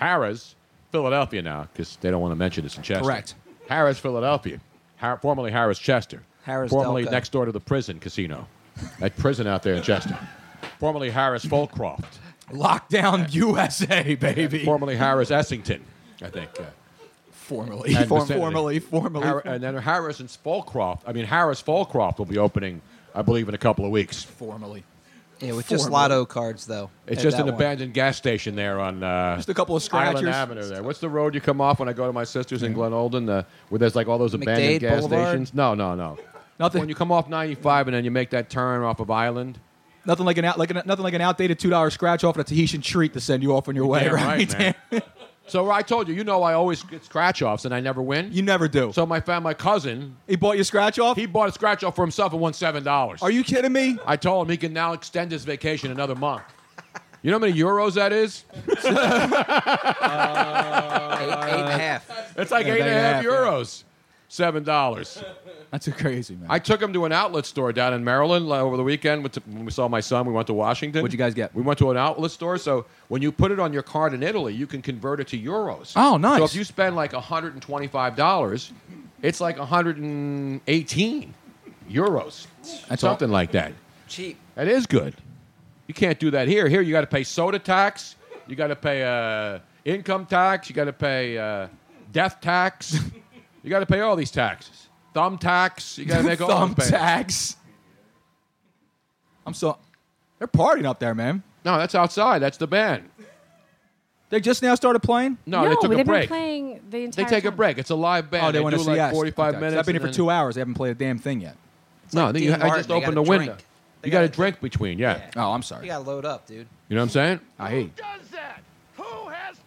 B: Harrah's, Philadelphia now, because they don't want to mention it's in Chester.
P: Correct.
B: Harrah's, Philadelphia. Har- formerly Harrah's, Chester.
G: Harrah's
B: Formerly
G: Delta.
B: next door to the prison casino. that prison out there in Chester. Formerly Harris Fulcroft.
P: Lockdown USA, baby.
B: Formerly Harris Essington, I think. uh,
P: Formally.
B: and
P: Form-
B: vicinity.
P: formally, formally.
B: Har- and then Harris and Fulcroft. I mean, Harris Fulcroft will be opening, I believe, in a couple of weeks.
P: Formally.
G: Yeah, with just
B: Formally.
G: lotto cards though.
B: It's
G: At
B: just
G: that
B: an
G: one.
B: abandoned gas station there on uh,
G: Just a couple of
B: Island
G: scratchers.
B: Avenue. There, what's the road you come off when I go to my sister's in Glen Olden? The, where there's like all those abandoned
P: McDade
B: gas
P: Boulevard?
B: stations. No, no, no.
P: Nothing.
B: When you come off 95 and then you make that turn off of Island.
P: Nothing like an out, like an, nothing like an outdated two dollar scratch off and a Tahitian treat to send you off on your way,
B: Damn
P: right?
B: right, man. so I told you, you know, I always get scratch offs and I never win. You
P: never do.
B: So my fa- my cousin,
P: he bought you a scratch off.
B: He bought a scratch off for himself and won seven dollars. Are
P: you kidding me?
B: I told him he can now extend his vacation another month. You know how many euros that is?
P: Uh,
G: eight and a half.
B: It's like
P: Yeah,
B: eight and a
P: eight
B: half euros, seven dollars.
P: That's too crazy, man.
B: I took him to an outlet store down in Maryland like, over the weekend. with- When we saw my son, we went to Washington. What'd you guys get? We went to an outlet store. So when you put it on your card in Italy, you can convert it to euros.
P: Oh, nice.
B: So if you spend like hundred and twenty-five dollars, it's like hundred and eighteen euros, something like that.
G: Cheap.
B: That is good. You can't do that here. Here you got to pay soda tax. You got to pay uh, income tax. You got to pay uh, death tax. you got to pay all these taxes. Thumb tax. You got to make all these
P: Thumbtacks. I'm so. They're partying up there, man.
B: No, that's outside. That's the band.
P: They just now started playing.
B: No, they took a
Q: have
B: break.
Q: been playing the
B: They
Q: entire.
B: take a
Q: time.
B: break. It's a live band.
P: Oh, they,
B: they
P: want
B: do
P: to see
B: like
P: us.
B: 45
P: Okay, 'cause
B: minutes.
P: I've been here
B: and
P: for two hours. They haven't played a damn thing yet.
B: No, then you, I just opened the window. You got to drink between. Yeah.
P: Oh, I'm
G: You
P: sorry.
G: gotta load up, dude.
B: You know what I'm saying?
P: I hate.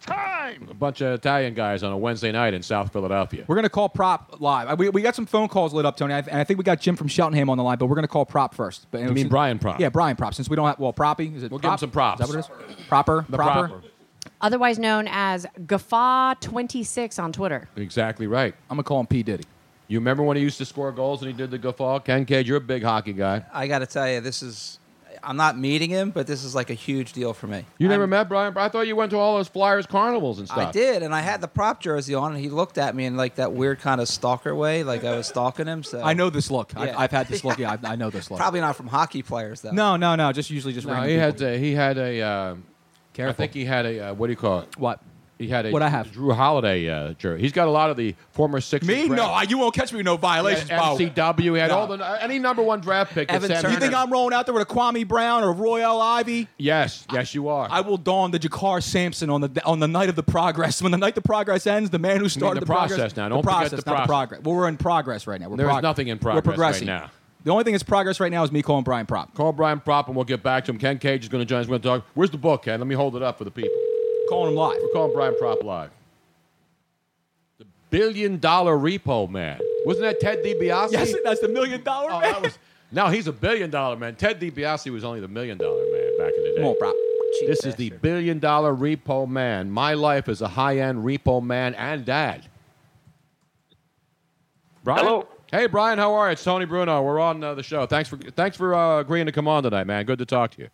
B: A bunch of Italian guys on a Wednesday night in South Philadelphia.
P: We're gonna call prop live. I- We, we got some phone calls lit up, Tony, I th- and I think we got Jim from Sheltonham on the line. But we're gonna call prop first. But
B: You mean Brian Prop?
P: Yeah, Brian prop. Since we don't have well, proppy is it?
B: We'll give him
P: prop?
B: some props.
P: Is that what it is? Proper.
B: The
P: proper.
B: proper.
Q: Otherwise known as Guffaw26 on Twitter.
B: Exactly right.
P: I'm gonna call him P Diddy.
B: You remember when he used to score goals and he did the guffaw? Ken Cage, you're a big hockey guy.
G: I gotta tell you, this is. I'm not meeting him, but this is like a huge deal for me.
B: You never met Brian? I thought you went to all those Flyers carnivals and stuff.
G: I did, and I had the prop jersey on, and he looked at me in like that weird kind of stalker way, like I was stalking him. So
P: I know this look. I've,
G: Yeah.
P: I've had this look. Yeah, I, I know this look.
G: Probably not from hockey players though.
P: No, no, no. Just usually just
B: No,
P: random
B: he
P: people.
B: had a, uh, he had a. Um, I
P: Careful.
B: think he had a uh, what do you call it?
P: What
B: he had a
P: What'd I have?
B: Drew Holiday uh, jersey. He's got a lot of the former Sixers.
P: Me?
B: draft-
P: No, I- you won't catch me with no violations,
B: He had
P: Bo.
B: MCW. He had
P: No.
B: all the any number one draft pick.
P: Evan
B: except-
P: Turner. You think I'm rolling out there with a Kwame Brown or Royale Ivy?
B: Yes, yes, you are.
P: I will don the Jakar Sampson on the on the night of the progress. When the night the progress ends, the man who started
B: the
P: the, progress-
B: process now.
P: the
B: Don't forget
P: process,
B: the
P: not
B: process.
P: progress. Well, we're in progress right now. We're
B: There is
P: prog-
B: nothing in
P: We're
B: progress right
P: progressing
B: now.
P: The only thing that's progress right now is me calling Brian Prop.
B: Call Brian Prop and we'll get back to him. Ken Cage is going to join us. We're going to talk. Where's the book, Ken? Let me hold it up for the people.
P: Calling him live.
B: We're calling Brian Prop live. The billion dollar repo man. Wasn't that Ted DiBiase? Oh,
P: Yes, that's the million dollar man.
B: Now he's a billion dollar man. Ted DiBiase was only the million dollar man back in the day.
P: Come on, Prop.
B: This is the billion dollar repo man. My life is a high end repo man and dad. Brian? Hello. Hey, Brian, how are you? It's Tony Bruno. We're on uh, the show. Thanks for thanks for uh, agreeing to come on tonight, man. Good to talk to you.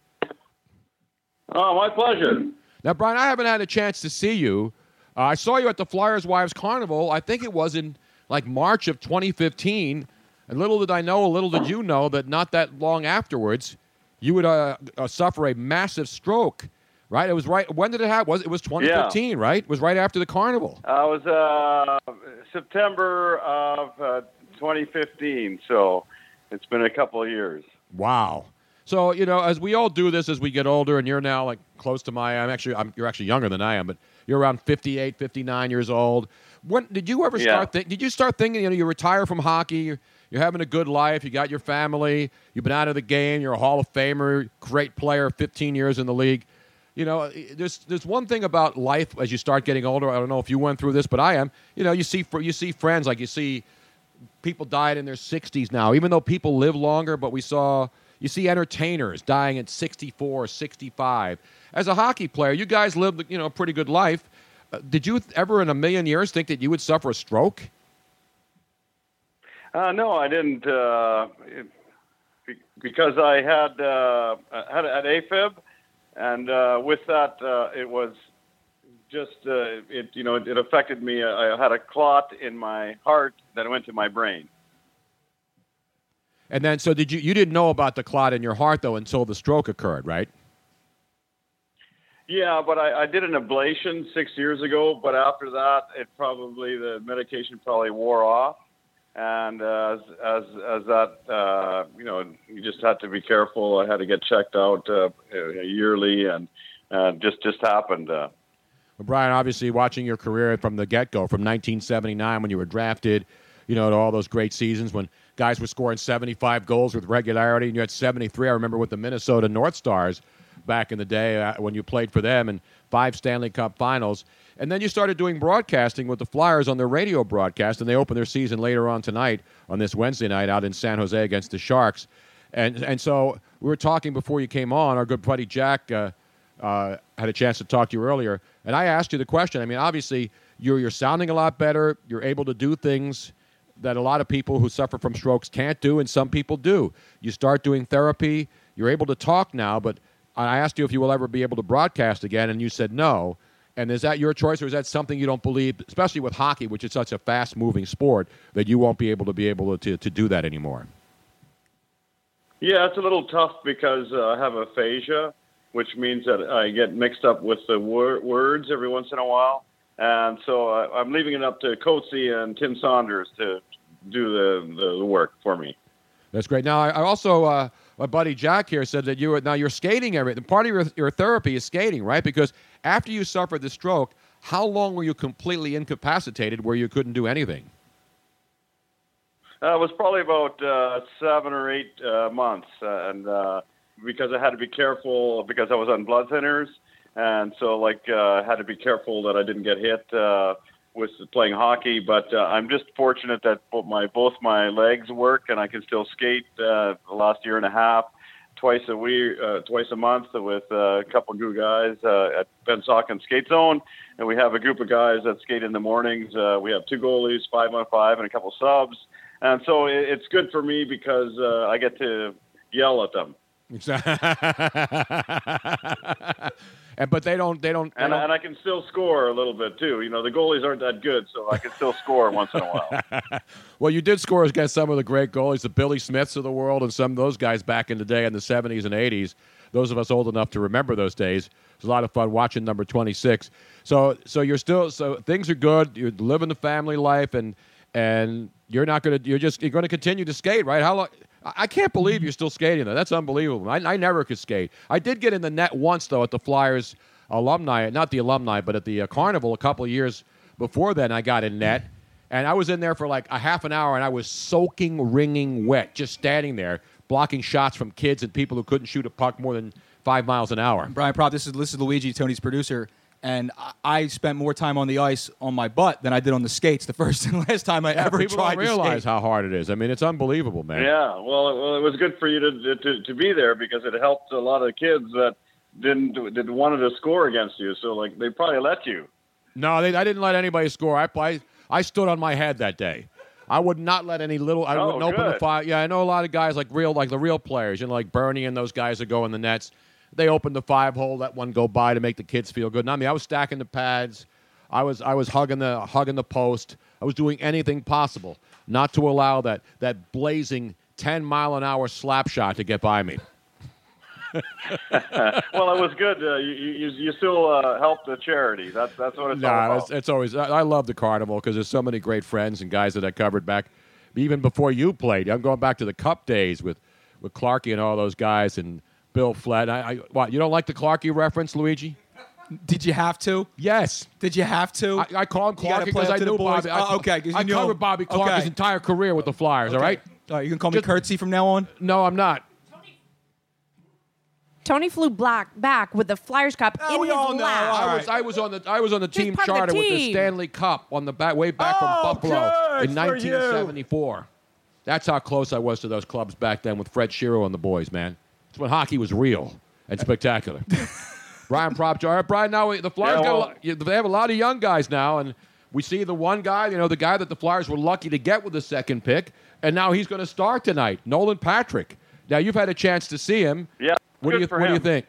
R: Oh, my pleasure.
B: Now, Brian, I haven't had a chance to see you. Uh, I saw you at the Flyers Wives Carnival. I think it was in like March of 2015. And little did I know, little did you know, that not that long afterwards, you would uh, uh, suffer a massive stroke. Right? It was right. When did it happen? Was it was 2015? Right? It was right after the carnival.
R: Uh, it was uh, September of uh, 2015, so it's been a couple of years.
B: Wow. So you know, as we all do this as we get older, and you're now like close to my. I'm actually. I'm, you're actually younger than I am, but you're around 58, 59 years old. When did you ever
R: Yeah.
B: start? Think, did you start thinking? You know, you retire from hockey. You're, you're having a good life. You got your family. You've been out of the game. You're a Hall of Famer, great player, 15 years in the league. You know, eh, there's there's one thing about life as you start getting older. I don't know if you went through this, but I am. You know, you see fr- you see friends like you see people died in their 60s now, even though people live longer. But we saw, You see entertainers dying at 64, 65. As a hockey player, you guys lived, you know, a pretty good life. Uh, did you ever in a million years think that you would suffer a stroke?
R: Uh, no, I didn't, uh, it- be- because I had uh, I had an AFib, and uh, with that, uh, it was just uh, it you know it, it affected me. I had a clot in my heart that went to my brain.
B: And then, so did you? You didn't know about the clot in your heart though until the stroke occurred, right?
R: Yeah, but I, I did an ablation six years ago. But after that, it probably the medication probably wore off, and uh, as as as that uh, you know, you just had to be careful. I had to get checked out uh, yearly, and uh, just just happened. Uh,
B: Well, Brian, obviously watching your career from the get go, from 1979 when you were drafted, you know, to all those great seasons when guys were scoring 75 goals with regularity, and you had 73. I remember with the Minnesota North Stars back in the day uh, when you played for them and five Stanley Cup finals. And then you started doing broadcasting with the Flyers on their radio broadcast, and they open their season later on tonight, on this Wednesday night, out in San Jose against the Sharks. And and so we were talking before you came on. Our good buddy Jack uh, uh, had a chance to talk to you earlier, and I asked you the question. I mean, obviously you're you're sounding a lot better. You're able to do things that a lot of people who suffer from strokes can't do, and some people do. You start doing therapy. You're able to talk now, but I asked you if you will ever be able to broadcast again, and you said no. And is that your choice, or is that something you don't believe, especially with hockey, which is such a fast-moving sport, that you won't be able to be able to, to do that anymore?
R: Yeah, it's a little tough because uh, I have aphasia, which means that I get mixed up with the wor- words every once in a while. And so I, I'm leaving it up to Coetzee and Tim Saunders to do the, the, the work for me.
B: That's great. Now, I, I also, uh, my buddy Jack here said that you were, now you're skating every, part of your, your therapy is skating, right? Because after you suffered the stroke, how long were you completely incapacitated where you couldn't do anything?
R: Uh, it was probably about uh, seven or eight uh, months, uh, and uh, because I had to be careful because I was on blood thinners, and so like uh, I had to be careful that I didn't get hit uh, with playing hockey. But uh, I'm just fortunate that bo- my both my legs work, and I can still skate. Uh, the last year and a half, twice a week, uh, twice a month, with uh, a couple of good guys uh, at Pensacola Skate Zone, and we have a group of guys that skate in the mornings. Uh, we have two goalies, five on five, and a couple subs. And so it, it's good for me because uh, I get to yell at them.
B: and, but they don't, they don't, they
R: And,
B: don't-
R: and I can still score a little bit too. You know, the goalies aren't that good, so I can still score once in a while.
B: well, you did score against some of the great goalies, the Billy Smiths of the world, and some of those guys back in the day in the 70s and 80s. Those of us old enough to remember those days. It was a lot of fun watching number 26. So, so you're still so things are good. You're living the family life, and and you're not gonna you're just you're gonna continue to skate, right? How long? I I can't believe you're still skating though. That's unbelievable. I, I never could skate. I did get in the net once though at the Flyers alumni, not the alumni, but at the uh, carnival a couple of years before then. I got in net, and I was in there for like a half an hour, and I was soaking, wringing wet, just standing there blocking shots from kids and people who couldn't shoot a puck more than five miles an hour.
P: Brian Prop, this is this is Luigi, Tony's producer, and I, I spent more time on the ice on my butt than I did on the skates the first and last time I ever
B: People
P: tried
B: don't realize
P: to skate.
B: how hard it is. I mean, it's unbelievable, man.
R: Yeah, well, it- well, it was good for you to, to to be there because it helped a lot of kids that didn't did wanted to score against you. So like they probably let you.
B: No, they, I didn't let anybody score. I, I I stood on my head that day. I would not let any little. I
R: Oh,
B: wouldn't open the
R: good.
B: fire. Yeah, I know a lot of guys like real, like the real players, you know, like Bernie and those guys that go in the nets. They opened the five hole, let one go by to make the kids feel good. Not me. I was stacking the pads. I was I was hugging the hugging the post. I was doing anything possible not to allow that that blazing ten mile an hour slap shot to get by me.
R: well, it was good. Uh, you, you you still uh, helped the charity. That's that's what it's all
B: Nah,
R: about.
B: it's, it's always. I, I love the carnival because there's so many great friends and guys that I covered back, even before you played. I'm going back to the Cup days with, with Clarkey and all those guys and Bill Flett. I, I what you don't like the Clarkey reference, Luigi?
P: Did you have to?
B: Yes.
P: Did you have to?
B: I, I called
P: You gotta
B: Clarkey
P: play
B: because
P: up
B: I
P: to the
B: knew
P: boys.
B: Bobby. I,
P: Oh, okay, 'cause you
B: I
P: knew
B: covered
P: him.
B: Bobby Clarkey's
P: Okay.
B: entire career with the Flyers. All right.
P: All right, you can call me Curtsy from now on.
B: No, I'm not.
Q: Tony flew black back with the Flyers Cup in his lap.
B: I was I was on the I was on the team
Q: part of the
B: charter with the
Q: team.
B: Stanley Cup on the back way back from Buffalo
P: Oh, good
B: in
P: for you.
B: 1974. That's how close I was to those clubs back then with Fred Shiro and the boys, man. It's when hockey was real and spectacular. Brian Propjar. All right, Brian, now we- the Flyers
R: Yeah,
B: got a
R: well-
B: lot, yeah, they have a lot of young guys now, and we see the one guy, you know, the guy that the Flyers were lucky to get with the second pick, and now he's going to start tonight, Nolan Patrick. Now you've had a chance to see him.
R: Yeah,
B: What do
R: good
B: you
R: for
B: What do you
R: him.
B: think?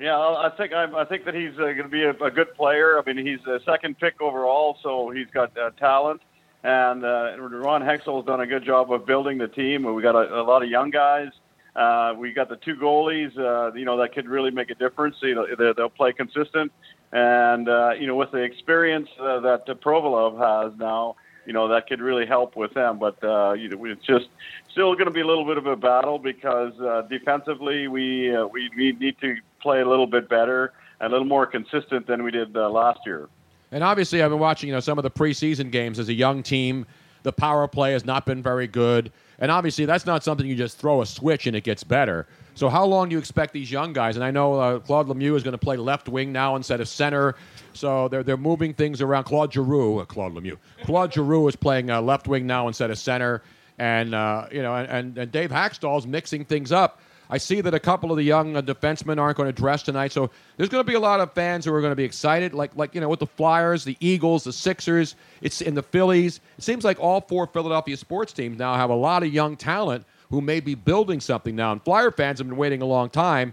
R: Yeah, I I think I'm, I think that he's uh, going to be a, a good player. I mean, he's a second pick overall, so he's got uh, talent. And uh, Ron Hexel's done a good job of building the team. We got a, a lot of young guys. Uh, we got the two goalies. Uh, you know that could really make a difference. You know, they- they'll play consistent, and uh, you know with the experience uh, that uh, Provolov has now, you know that could really help with them. But uh, you know, it's just still going to be a little bit of a battle because uh, defensively we uh, we we need to play a little bit better and a little more consistent than we did uh, last year.
B: And obviously, I've been watching, you know, some of the preseason games as a young team. The power play has not been very good, and obviously, that's not something you just throw a switch and it gets better. So, how long do you expect these young guys? And I know uh, Claude Lemieux is going to play left wing now instead of center, so they're they're moving things around. Claude Giroux, uh, Claude Lemieux, Claude Giroux is playing uh, left wing now instead of center, and uh, you know, and, and, and Dave Hackstall's mixing things up. I see that a couple of the young uh, defensemen aren't going to dress tonight, so there's going to be a lot of fans who are going to be excited, like like you know with the Flyers, the Eagles, the Sixers, it's in the Phillies. It seems like all four Philadelphia sports teams now have a lot of young talent who may be building something now. And Flyer fans have been waiting a long time.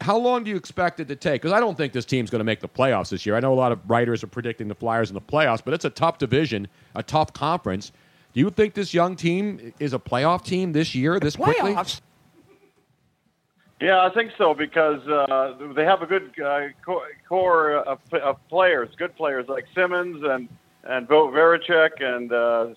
B: How long do you expect it to take? Because I don't think this team's going to make the playoffs this year. I know a lot of writers are predicting the Flyers in the playoffs, but it's a tough division, a tough conference. Do you think this young team is a playoff team this year, this quickly?
R: Yeah, I think so because uh, they have a good uh, co- core of, of players, good players like Simmons and and Bo Verichek and uh,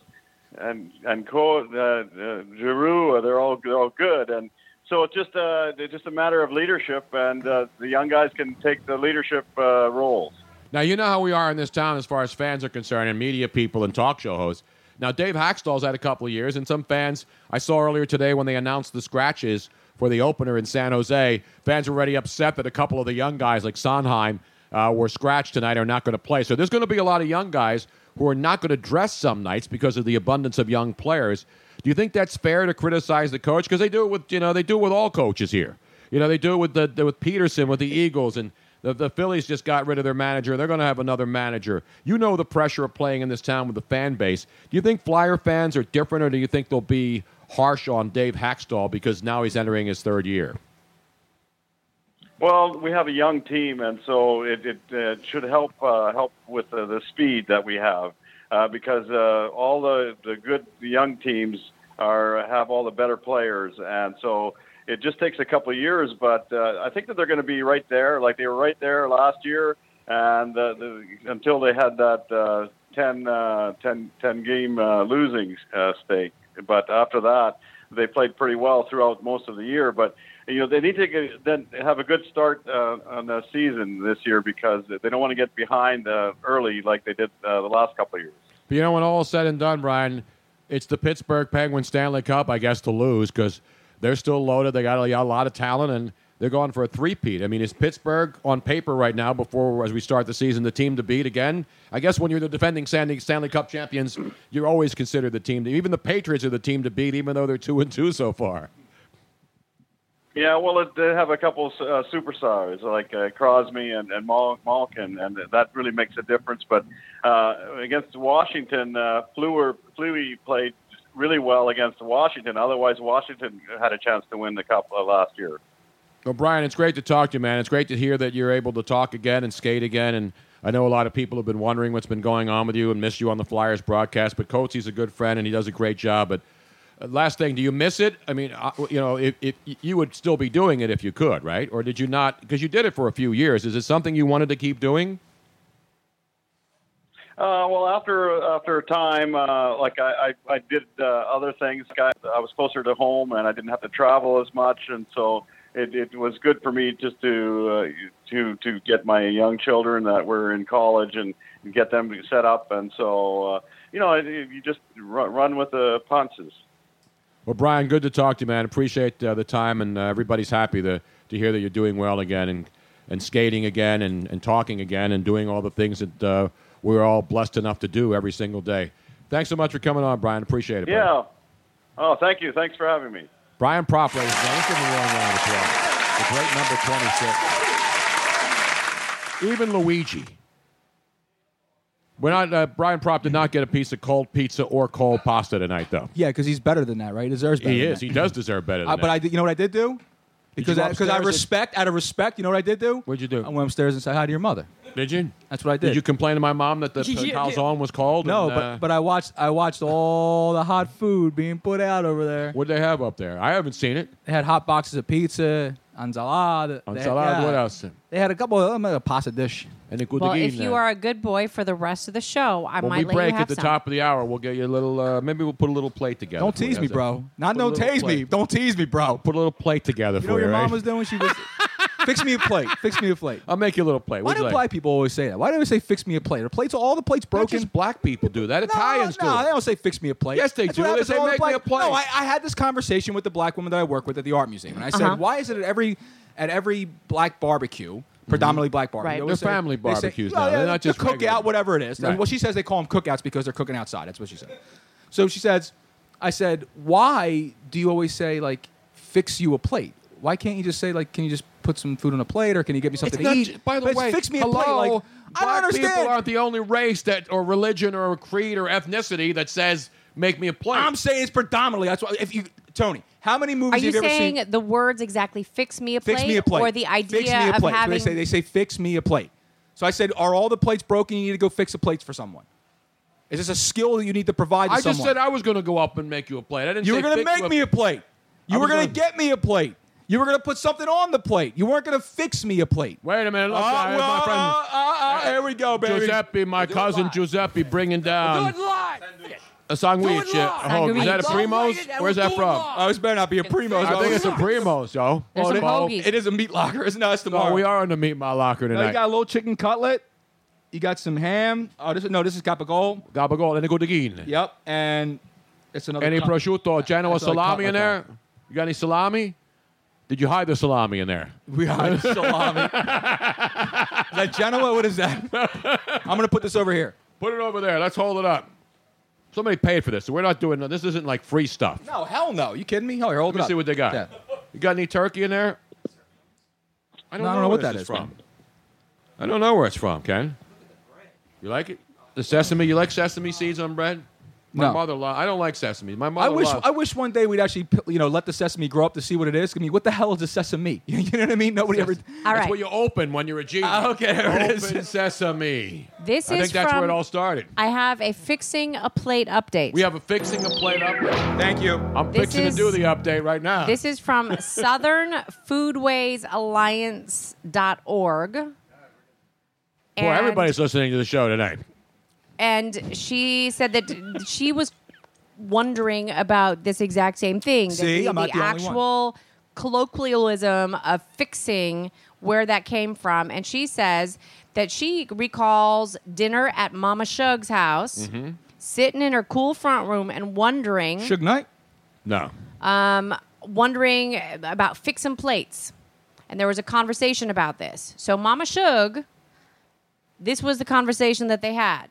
R: and and Co- uh, uh, Giroux. They're all they're all good, and so it's just uh, it's just a matter of leadership, and uh, the young guys can take the leadership uh, roles.
B: Now you know how we are in this town as far as fans are concerned, and media people and talk show hosts. Now Dave Hackstall's had a couple of years, and some fans I saw earlier today when they announced the scratches for the opener in San Jose, fans were already upset that a couple of the young guys like Sondheim uh, were scratched tonight are not going to play. So there's going to be a lot of young guys who are not going to dress some nights because of the abundance of young players. Do you think that's fair to criticize the coach because they do it with you know they do it with all coaches here. You know they do it with the, the with Peterson with the Eagles and the, the Phillies just got rid of their manager. They're going to have another manager. You know the pressure of playing in this town with the fan base. Do you think Flyer fans are different, or do you think they'll be harsh on Dave Hackstall because now he's entering his third year?
R: Well, we have a young team, and so it, it uh, should help uh, help with uh, the speed that we have, uh, because uh, all the the good young teams are have all the better players, and so it just takes a couple of years. But uh, I think that they're going to be right there, like they were right there last year, and uh, the, until they had that uh, 10, uh, 10, 10 game uh, losing uh, stake. But after that, they played pretty well throughout most of the year, but you know they need to get, then have a good start uh, on the season this year because they don't want to get behind uh, early like they did uh, the last couple of years.
B: But you know, when all is said and done, Brian, it's the Pittsburgh Penguins Stanley Cup, I guess, to lose because they're still loaded. They got a a lot of talent, and they're going for a three-peat. I mean, is Pittsburgh on paper right now, before as we start the season, the team to beat again? I guess when you're the defending Stanley, Stanley Cup champions, you're always considered the team. To, even the Patriots are the team to beat, even though they're two and two so far.
R: Yeah, well, it, they have a couple uh, superstars like uh, Crosby and, and Mal- Malkin, and that really makes a difference. But uh, against Washington, uh, Fleur, Fleury played really well against Washington. Otherwise, Washington had a chance to win the cup uh, last year.
B: Well, Brian, it's great to talk to you, man. It's great to hear that you're able to talk again and skate again. And I know a lot of people have been wondering what's been going on with you and miss you on the Flyers broadcast. But Coates, a good friend, and he does a great job. But uh, last thing, do you miss it? I mean, uh, you know, if, if you would still be doing it if you could, right? Or did you not? Because you did it for a few years. Is it something you wanted to keep doing?
R: Uh, well, after after a time, uh, like I, I, I did uh, other things. I, I was closer to home, and I didn't have to travel as much, and so it, it was good for me just to uh, to to get my young children that were in college and get them set up, and so uh, you know it, it- you just run, run with the punches.
B: Well, Brian, good to talk to you, man. Appreciate uh, the time, and uh, everybody's happy to, to hear that you're doing well again and, and skating again and, and talking again and doing all the things that uh, we're all blessed enough to do every single day. Thanks so much for coming on, Brian. Appreciate it. buddy.
R: Yeah. Oh, thank you. Thanks for having me.
B: Brian Propp, ladies and gentlemen, give him a warm round of applause. The great number 26. Even Luigi. We're not, uh, Brian Propp did not get a piece of cold pizza or cold pasta tonight, though.
P: Yeah, because he's better than that, right? He deserves better.
B: He
P: than
B: is.
P: that.
B: He does deserve better than
P: Uh, but
B: that.
P: I, did- you know what I did do?
B: Did
P: Because
B: you go
P: I, because I
B: upstairs and-
P: respect, out of respect, you know what I did do? What'd you do? I went upstairs and said hi to your mother.
B: Did you?
P: That's what I did.
B: Did you complain to my mom that the
P: Yeah.
B: calzone was cold?
P: No,
B: and, uh,
P: but but I watched I watched all the hot food being put out over there.
B: What'd they have up there? I haven't seen it.
P: They had hot boxes of pizza, ensalada. they had-
B: Ensalada, what else?
P: They had a couple of them, a pasta dish.
B: And
Q: Well, if you are a good boy for the rest of the show, I
B: when
Q: might
B: we
Q: let
B: break
Q: you have
B: at the
Q: some.
B: top of the hour, we'll get you a little. Uh, maybe we'll put a little plate together.
P: Don't
B: for you
P: tease me,
B: guys.
P: bro.
B: Put
P: Not
B: a
P: no
B: little
P: tease me.
B: plate.
P: Don't tease me, bro.
B: Put a little plate together
P: You
B: for
P: know what
B: you. eh?
P: your
B: right?
P: mom was doing? She was fix me a plate. Fix me a plate.
B: I'll make you a little plate.
P: Why
B: What'd
P: do
B: you like?
P: black people always say that? Why do they say fix me a plate? Are plates all the plates broken?
B: just black people do that. Italians do
P: no,
B: it.
P: they don't say fix me a plate.
B: Yes, they
P: That's
B: do.
P: what
B: They
P: happens
B: say,
P: to all the
B: "Make me a plate."
P: No, I, I had this conversation with the black woman that I work with at the art museum, and I said,
B: Uh-huh.
P: why is it at every at every black barbecue? Predominantly black barbecue.
B: Right.
P: they always
B: Mm-hmm. They're
P: say-
B: family
P: they say-
B: barbecues
P: well,
B: now. They're
P: yeah,
B: not just
P: the cookout,
B: regular.
P: whatever it is.
B: Right.
P: Well, she says they call them cookouts because they're cooking outside. That's what she said. So she says, I said, why do you always say like fix you a plate? Why can't you just say like, can you just put some food on a plate, or can you get me something
B: It's not
P: to
B: ju-
P: eat?
B: by the
P: But it's
B: way,
P: fix me a
B: hello,
P: plate. Like, I don't
B: black
P: understand.
B: People aren't the only race that, or religion, or creed, or ethnicity that says "make me a plate." I'm
P: saying it's predominantly. That's why. If you, Tony, how many movies have
Q: Are you
P: you ever seen?
Q: saying the words exactly fix me a plate,
P: fix me a plate
Q: or the idea
P: fix me a
Q: of
P: plate.
Q: having
P: So they say they say fix me a plate. So I said, are all the plates broken? You need to go fix the plates for someone. Is this a skill that you need to provide to
B: I
P: someone?
B: just said I was going to go up and make you a plate. I didn't.
P: you
B: say
P: were going to
B: fix you
P: make me a plate.
B: I
P: You were
B: was
P: going to
B: gonna-
P: get me a plate. You were going to put something on the plate. You weren't going to fix me a plate.
B: Wait a minute.
P: Oh,
B: Look, I- my
P: well,
B: friend-
P: uh, uh, uh, here we go, baby.
B: Giuseppe, my cousin Giuseppe, bringing down a sandwich at home. Is that a Primos? Where's that from?
P: Oh, it's better not be a Primos.
B: I think it's a Primos, yo.
P: There's
B: Oh,
P: some
B: it-
P: hoagies. It is a meat locker. It's not. It's
B: No,
P: tomorrow.
B: we are on the meat my locker
P: No, you
B: tonight.
P: got a little chicken cutlet. You got some ham. Oh, this is no, this is capagol.
B: Gabagol and a godigin.
P: Yep, and it's another.
B: Any
P: cut-
B: prosciutto, Genoa
P: That's another
B: salami in
P: cutlet
B: there? You got any salami? Did you hide the salami in there?
P: We hide salami. is that Genoa? What is that? I'm gonna put this over here.
B: Put it over there. Let's hold it up. Somebody paid for this, so we're not doing. This isn't like free stuff.
P: No, hell no. You kidding me? Hell, here,
B: Let
P: hold
B: me
P: it up.
B: see what they got. You got any turkey in there? I
P: No, I don't know what
B: where
P: that
B: this
P: is,
B: from. I don't know where it's from, Ken. You like it? The sesame. You like sesame seeds on bread? My
P: No.
B: mother lo- I don't like sesame. My mother
P: I wish
B: loves-
P: I wish one day we'd actually you know let the sesame grow up to see what it is. I mean, what the hell is a sesame? You know what I mean? Nobody ever.
B: That's what you open when you're a genius.
P: Ah, okay, there
B: open
P: it is.
B: sesame.
Q: This
B: I
Q: is
B: think that's where
Q: from-
B: it all started.
Q: I have a fixing a plate update.
B: We have a fixing a plate update.
P: Thank you.
B: I'm
Q: This
B: fixing
Q: is-
B: to do the update right
P: uh,
B: now.
Q: This is from southernfoodwaysalliance.org.
B: Boy, everybody's listening to the show tonight.
Q: And she said that she was wondering about this exact same thing. that
B: See,
Q: the,
B: I'm not the only one.
Q: actual colloquialism of fixing where that came from. And she says that she recalls dinner at Mama Shug's house,
B: Mm-hmm.
Q: sitting in her cool front room and wondering
P: Suge Knight.
B: No.
Q: um, wondering about fixing plates. And there was a conversation about this. So, Mama Shug, this was the conversation that they had.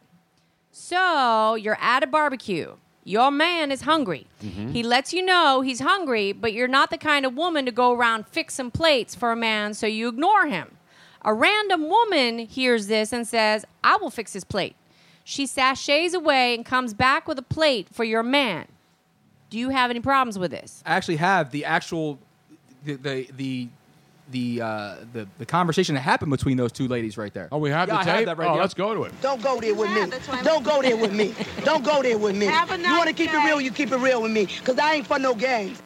Q: So, you're at a barbecue. Your man is hungry. He lets you know he's hungry, but you're not the kind of woman to go around fixing plates for a man, so you ignore him. A random woman hears this and says, I will fix his plate. She sashays away and comes back with a plate for your man. Do you have any problems with this?
P: I actually have the actual the the the the, uh, the the conversation that happened between those two ladies right there. Oh,
B: we have
P: yeah,
B: the
P: I
B: tape?
P: Have that right
B: Oh,
P: here.
B: let's go to it.
A: Don't go there with me. Don't go there with me. Don't go there with me.
S: Have a
A: you
S: nice
A: want to keep it real, you keep it real with me. Because I ain't for no games.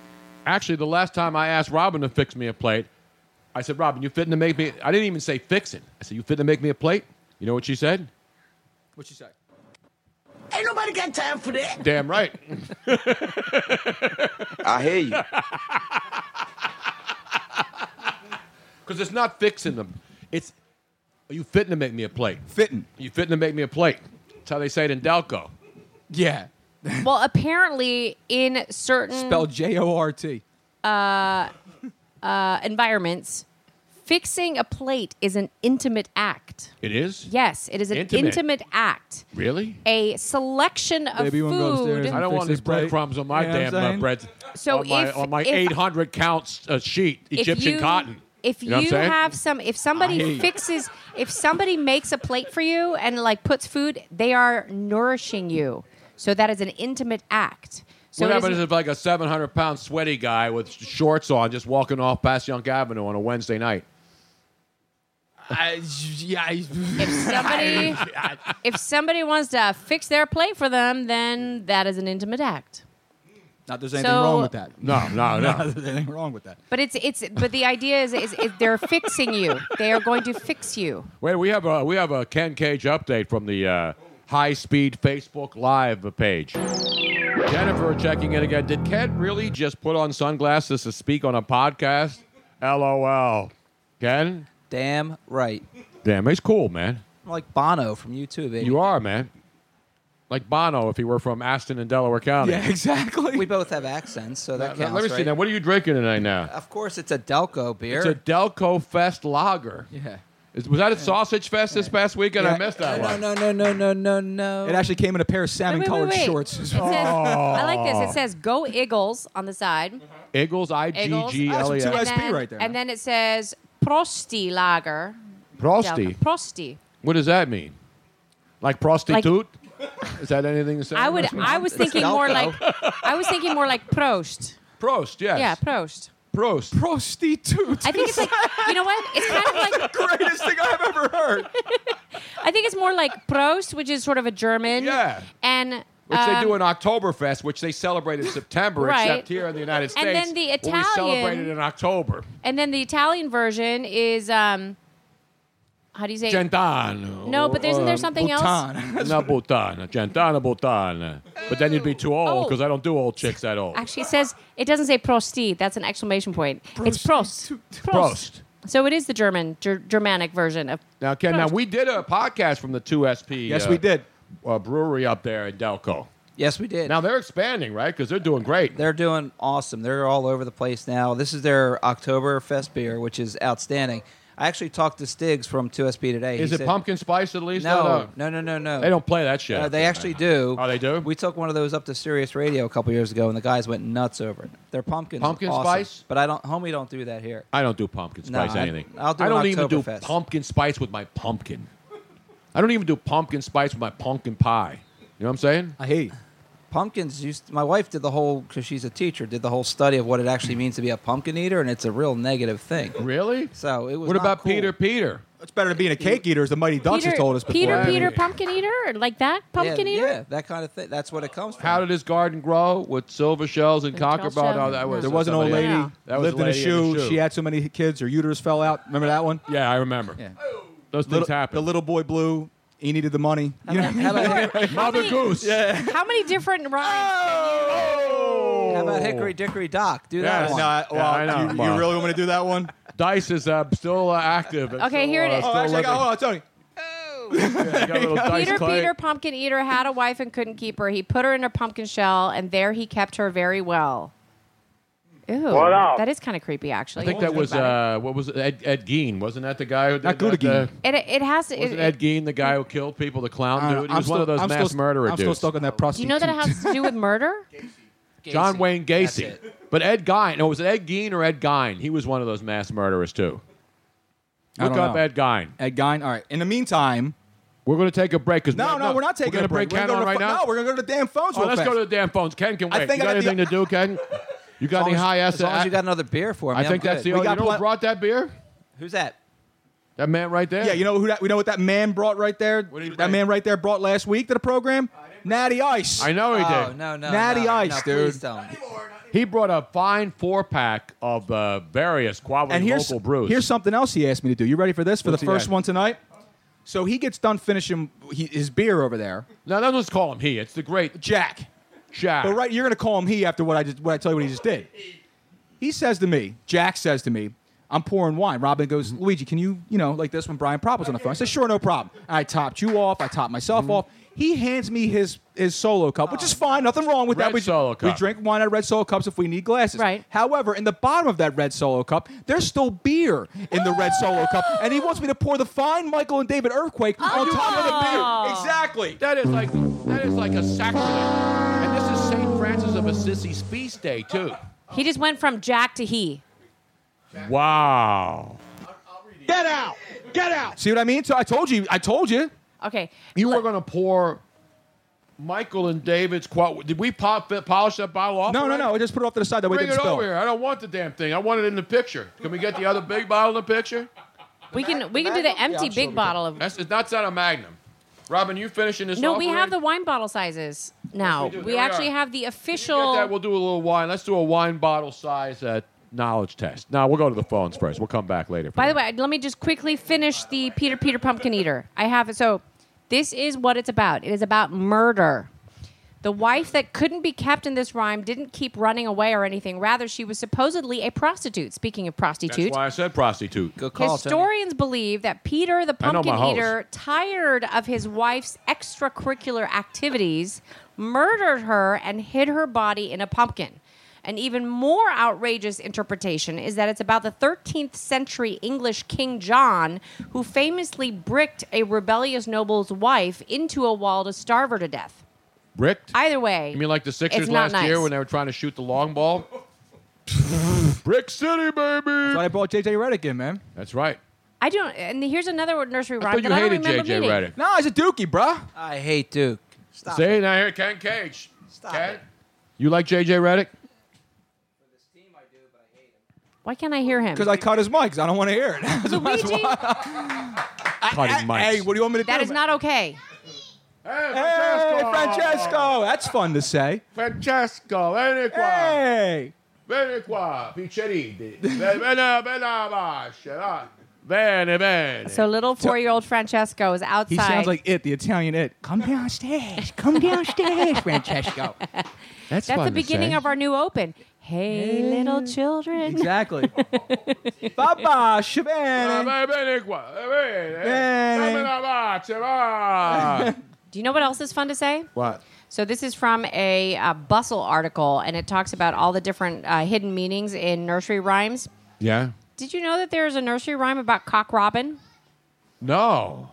B: Actually, the last time I asked Robin to fix me a plate, I said, Robin, you fitting to make me. I didn't even say fixing. I said, you fitting to make me a plate? You know what she said?
P: What you say?
A: Ain't nobody got time for that.
B: Damn right. I hear you. Because it's not fixing them. It's, are you fitting to make me a plate?
P: Fitting.
B: You fitting to make me a plate. That's how they say it in Delco.
P: Yeah.
Q: well, apparently, in certain
P: Spelled J O R T.
Q: uh, uh, environments, Fixing a plate is an intimate act.
B: It is?
Q: Yes, it is an
B: Intimate.
Q: intimate, act.
B: Really?
Q: A selection of
B: Maybe
Q: food.
B: I don't want these breadcrumbs on my
Q: You know what I'm
B: damn uh,
Q: saying?
B: bread.
Q: So
B: on my,
Q: if-
B: on my
Q: if-
B: 800 counts uh, sheet,
Q: If
B: Egyptian
Q: you-
B: cotton.
Q: If
B: You
Q: you,
B: know what I'm saying?
Q: have some,
B: I
Q: if
B: hate
Q: somebody
B: you.
Q: fixes, if somebody makes a plate for you and like puts food, they are nourishing you. So that is an intimate act. So
B: what
Q: it
B: happens
Q: isn't-
B: if like a 700 pound sweaty guy with sh- shorts on just walking off past Yonk Avenue on a Wednesday night?
P: I, yeah.
Q: If somebody, if somebody wants to fix their plate for them, then that is an intimate act.
P: Not there's anything
Q: So-
P: wrong with that.
B: No, no, no.
P: Not there's anything wrong with that.
Q: But it's it's but the idea is is, is they're fixing you. They are going to fix you.
B: Wait, we have a we have a Ken Cage update from the uh, high speed Facebook Live page. Jennifer checking in again. Did Ken really just put on sunglasses to speak on a podcast? LOL. Ken?
G: Damn right.
B: Damn, he's cool, man.
G: I'm like Bono from YouTube. Baby.
B: You are, man. Like Bono if he were from Aston in Delaware County.
G: exactly. We both have accents, so that
B: Now,
G: counts.
B: let me see
G: right?
B: now. What are you drinking tonight now?
G: Of course, it's a Delco beer.
B: It's a Delco Fest lager.
G: Yeah.
B: Is, was that at Sausage Fest this past weekend? I
P: Yeah.
B: missed that
P: No,
B: one.
G: No, no, no, no, no, no.
P: It actually came in a pair of salmon
Q: Wait, wait,
P: colored
Q: wait, wait.
P: shorts.
Q: It says, I like
B: Oh.
Q: this. It says "Go Eagles" on the side.
B: Eagles, I G
Q: Eagles.
B: G L E S.
P: That's two SP
Q: And-
P: right there.
Q: And then it says "Prosti Lager."
B: Prosti?
Q: Delco. Prosti.
B: What does that mean? Like prostitute? Is that anything to say?
Q: I would. I was thinking more like. I was thinking more like Prost.
B: Prost, yes.
Q: Yeah, Prost.
B: Prost.
P: Prostitute.
Q: I think it's like you know what? It's kind of like
P: greatest thing I've ever heard.
Q: I think it's more like Prost, which is sort of a German. Yeah. And
B: Which they do in
Q: um,
B: Oktoberfest, which they celebrate in September,
Q: Right.
B: except here in the United States.
Q: And then the
B: where We celebrate it
Q: Italian-
B: in October.
Q: And then the Italian version is um, how do you say? it?
B: Gentano.
Q: No, but isn't there something else?
B: else? Not Bhutan. Gentana Bhutan. But then you'd be too
Q: Oh.
B: old because I don't do old chicks at all.
Q: Actually, it says it doesn't say Prosti. That's an exclamation point. It's Prost.
B: Prost.
Q: So it is the German, ger- Germanic version of.
B: Now, Ken, now we did a podcast from the 2SP.
P: Yes, we did.
B: Uh, brewery up there in Delco.
G: Yes, we did.
B: Now they're expanding, right? Because they're doing great.
G: They're doing awesome. They're all over the place now. This is their October Fest beer, which is outstanding. I actually talked to Stiggs from 2SB today.
B: Is
G: He
B: it
G: said-
B: pumpkin spice at least?
G: No, no, no, no, no.
B: They don't play that shit.
G: Uh,
B: up
G: they
B: there,
G: actually
B: man.
G: do.
B: Oh, they do.
G: We took one of those up to Sirius Radio a couple years ago, and the guys went nuts over it. They're pumpkins.
B: Pumpkin
G: awesome,
B: spice?
G: but I don't. Homie, don't do that here.
B: I don't do pumpkin
G: No,
B: spice
G: Uh, I-
B: anything.
G: I'll do
B: I
G: an
B: don't even do
G: Oktoberfest.
B: pumpkin spice with my pumpkin. I don't even do pumpkin spice with my pumpkin pie. You know what I'm saying?
P: I hate
G: pumpkins. Used my wife did the whole because she's a teacher did the whole study of what it actually means to be a pumpkin eater, and it's a real negative thing.
B: Really?
G: So it was.
P: What
G: not
P: about
G: cool.
P: Peter
B: Peter?
P: It's better than being a cake eater, as the Mighty Ducks has told us before.
Q: Peter, Peter, pumpkin eater, or like that pumpkin
G: yeah,
Q: eater.
G: Yeah, that kind of thing. That's what it comes from.
B: How did his garden grow with silver shells and
G: And
B: cocker
G: Charles
B: bell? No,
G: Chaplin.
B: that was
P: There was an old
B: somebody
P: lady
B: else. That was
P: lived in a,
B: lady
P: shoe. She had so many kids, her uterus fell out. Remember that one?
B: Yeah, I remember. Those things
P: Little-
B: happen.
P: The little boy blue. He needed the money. You know-
B: Mother Goose.
P: Yeah.
Q: How many different rhymes?
G: How about Hickory Dickory Dock? Do that
B: Yes.
G: one.
B: No, I-
P: Oh. well, you- you really want me to do that one?
B: Dice is uh, still uh, active. and
Q: Okay,
B: still,
Q: here it
B: uh,
Q: is.
P: Oh,
B: still
P: actually, I
B: living.
P: got, hold on, Tony.
B: Yeah, you got a little Dice
Q: Peter,
B: Clay.
Q: Peter, pumpkin eater had a wife and couldn't keep her. He put her in a pumpkin shell, and there he kept her very well. Ew,
B: What up?
Q: that is kind of creepy, actually.
B: I think that was
Q: about
B: uh, what was it? Ed, Ed Gein, wasn't that the guy who did
P: Not
B: that?
P: Gutagin.
B: uh,
Q: it. it. It has to.
B: wasn't
Q: It,
B: Ed Gein the guy who killed people, the
P: I
B: clown
P: don't know.
B: dude? He was
P: still-
B: one of those
P: Uh, I'm
B: mass
P: still,
B: murderer
P: I'm still
B: dudes.
P: stuck on that
Q: do
P: prostitute.
Q: you know that it has to do with murder?
B: John Wayne Gacy. But Ed Gein, no, was it Ed Gein or Ed Gein? He was one of those mass murderers too.
P: I
B: Look
P: don't
B: up
P: know.
B: Ed Gein.
P: Ed Gein. All right. In the meantime,
B: We're going to take a break because
P: no, no, we're not taking
B: we're
P: a break.
B: Ken
P: we're
B: on
P: gonna
B: right
P: go to,
B: now.
P: No, we're going to go to the damn phones.
B: Oh,
P: real
B: let's
P: fast.
B: go to the damn phones. Ken can
P: I
B: wait.
P: think
B: you
P: I
B: got
P: got the-
B: anything to do, Ken? You got
G: As long
B: any
G: as-
B: high ass?
G: As long as you got another beer for me,
B: I
G: I'm
B: think that's
G: good.
B: the. only- You know who brought that beer?
G: Who's that?
B: That man right there.
P: Yeah, you know who that? We know what that man brought right there. That man right there brought last week to the program. Natty Ice.
B: I know he
G: oh,
B: did.
G: no, no.
P: Natty
G: no,
P: Ice,
G: no,
P: dude.
G: Please don't.
B: He brought a fine four pack of uh, various quality
P: and here's
B: local brews.
P: here's something else he asked me to do. You ready for this? For
B: What's
P: the
B: he
P: first
B: asked?
P: one tonight. So he gets done finishing he, his beer over there.
B: now, don't just call him he. It's the great
P: Jack.
B: Jack.
P: But right, you're gonna call him he after what I just what I tell you what he just did. He says to me, Jack says to me, I'm pouring wine. Robin goes,
B: Mm-hmm. Mm-hmm.
P: Luigi, can you, you know, like this when Brian Propp was on the phone. I said, sure, no problem. I topped you off, I topped myself off. He hands me his his solo cup, which is fine. Nothing wrong with that. We, solo we
B: cup.
P: drink wine out of red solo cups if we need glasses. Right. However, in the bottom of that red solo cup, there's still beer in the red solo cup, and he wants me to pour the fine Michael and David Earthquake Oh,
Q: Oh,
P: on top of the
B: Exactly.
P: beer.
B: That is like that is like a sacrament. And this is St. Francis of Assisi's feast day too.
Q: He just went from Jack to he.
B: Wow.
P: Get out! Get out! See what I mean? So I told you. I told you.
Q: Okay.
B: You were going to pour Michael and David's quote. Did we pop polish that bottle off?
P: No, no, no. I just put it off to the side. That way it
B: Bring it
P: didn't spill.
B: over here. I don't want the damn thing. I want it in the picture. Can we get the other big bottle in the picture?
Q: We can we can do the empty big bottle of.
B: That's, it's not that a magnum. Robin, you finishing this?
Q: No,
B: off
Q: we
B: already?
Q: have the wine bottle sizes now.
B: Yes, we do.
Q: we
B: Here we
Q: actually
B: are.
Q: have the
B: Get that.
Q: official.
B: We'll do a little wine. Let's do a wine bottle size uh, knowledge test. Now we'll go to the phones first. We'll come back later.
Q: By the way, let me just quickly finish the Peter Peter Pumpkin Eater. I have it. So this is what it's about. It is about murder. The wife that couldn't be kept in this rhyme didn't keep running away or anything. Rather, she was supposedly a prostitute. Speaking of prostitute,
B: That's why I said prostitute. Good
Q: Historians believe that Peter the
B: I know my
Q: Pumpkin
B: host.
Q: Eater, tired of his wife's extracurricular activities, murdered her and hid her body in a pumpkin. An even more outrageous interpretation is that it's about the 13th century English King John, who famously bricked a rebellious noble's wife into a wall to starve her to death.
B: Bricked?
Q: Either way,
B: You mean like the Sixers
Q: it's not
B: last year
Q: nice.
B: when they were trying to shoot the long ball? Brick City, baby. That's
P: why I brought JJ Redick in, man.
B: That's right.
Q: I don't. And here's another nursery
B: I
Q: rhyme
B: thought
Q: that
B: you
Q: I don't
B: hated
Q: remember
B: JJ
Q: meeting.
B: Redick.
P: No, he's a dookie, bruh.
G: I hate Duke. Stop
B: See, now here, Ken Cage. Stop
G: it.
B: You like JJ Redick?
Q: Why can't I hear him?
P: Because I cut his mic. Because I don't want to hear it. That's
Q: Luigi,
B: Cut his mic.
P: Hey, what do you want me to
Q: that
P: do?
Q: is not okay.
P: Hey, Francesco. That's fun to say.
B: Francesco, vieni qua.
P: Hey.
B: Vieni qua, Picceridi. Bene, bene, bene, bascia. Bene, bene.
Q: So little four-year-old Francesco is outside.
P: He sounds like it, the Italian it. Come downstairs. Come downstairs, Francesco.
B: That's,
Q: That's the beginning of our new open. Hey, little children.
P: Exactly. Baba, Shabane.
B: Bene, bene qua. Bene.
Q: Bene.
B: Bene, bascia, va.
Q: Do you know what else is fun to say?
B: What?
Q: So this is from a uh, Bustle article, and it talks about all the different uh, hidden meanings in nursery rhymes.
B: Yeah?
Q: Did you know that there is a nursery rhyme about cock robin?
B: No.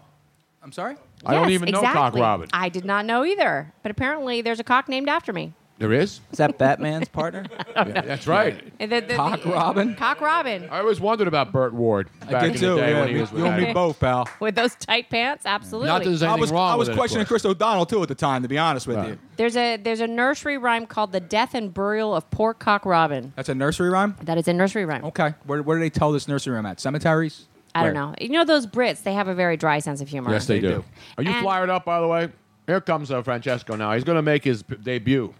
P: I'm sorry?
B: I don't
Q: Yes,
B: even know
Q: exactly.
B: Cock Robin.
Q: I did not know either, but apparently there's a cock named after me.
B: There is?
G: Is that Batman's partner?
B: Yeah, that's right.
Q: And the- the-
B: Cock
Q: the-
B: Robin?
Q: Cock robin.
B: I always wondered about Burt Ward back
P: did
B: in the
P: too,
B: day
P: yeah,
B: when he
P: we-
B: was with
P: you and me
B: Adam.
P: both, pal.
Q: With those tight pants, absolutely.
P: I was, I was questioning Chris O'Donnell, too, at the time, to be honest with you.
Q: There's a there's a nursery rhyme called "The Death and Burial of Poor Cock Robin."
P: That's a nursery rhyme?
Q: That is a nursery rhyme.
P: Okay. Where, where do they tell this nursery rhyme at? Cemeteries?
Q: I don't
P: Where?
Q: know. You know those Brits? They have a very dry sense of humor.
B: Yes, they, do. Are you
Q: And-
B: flyered up, by the way? Here comes uh, Francesco now. He's going to make his p- debut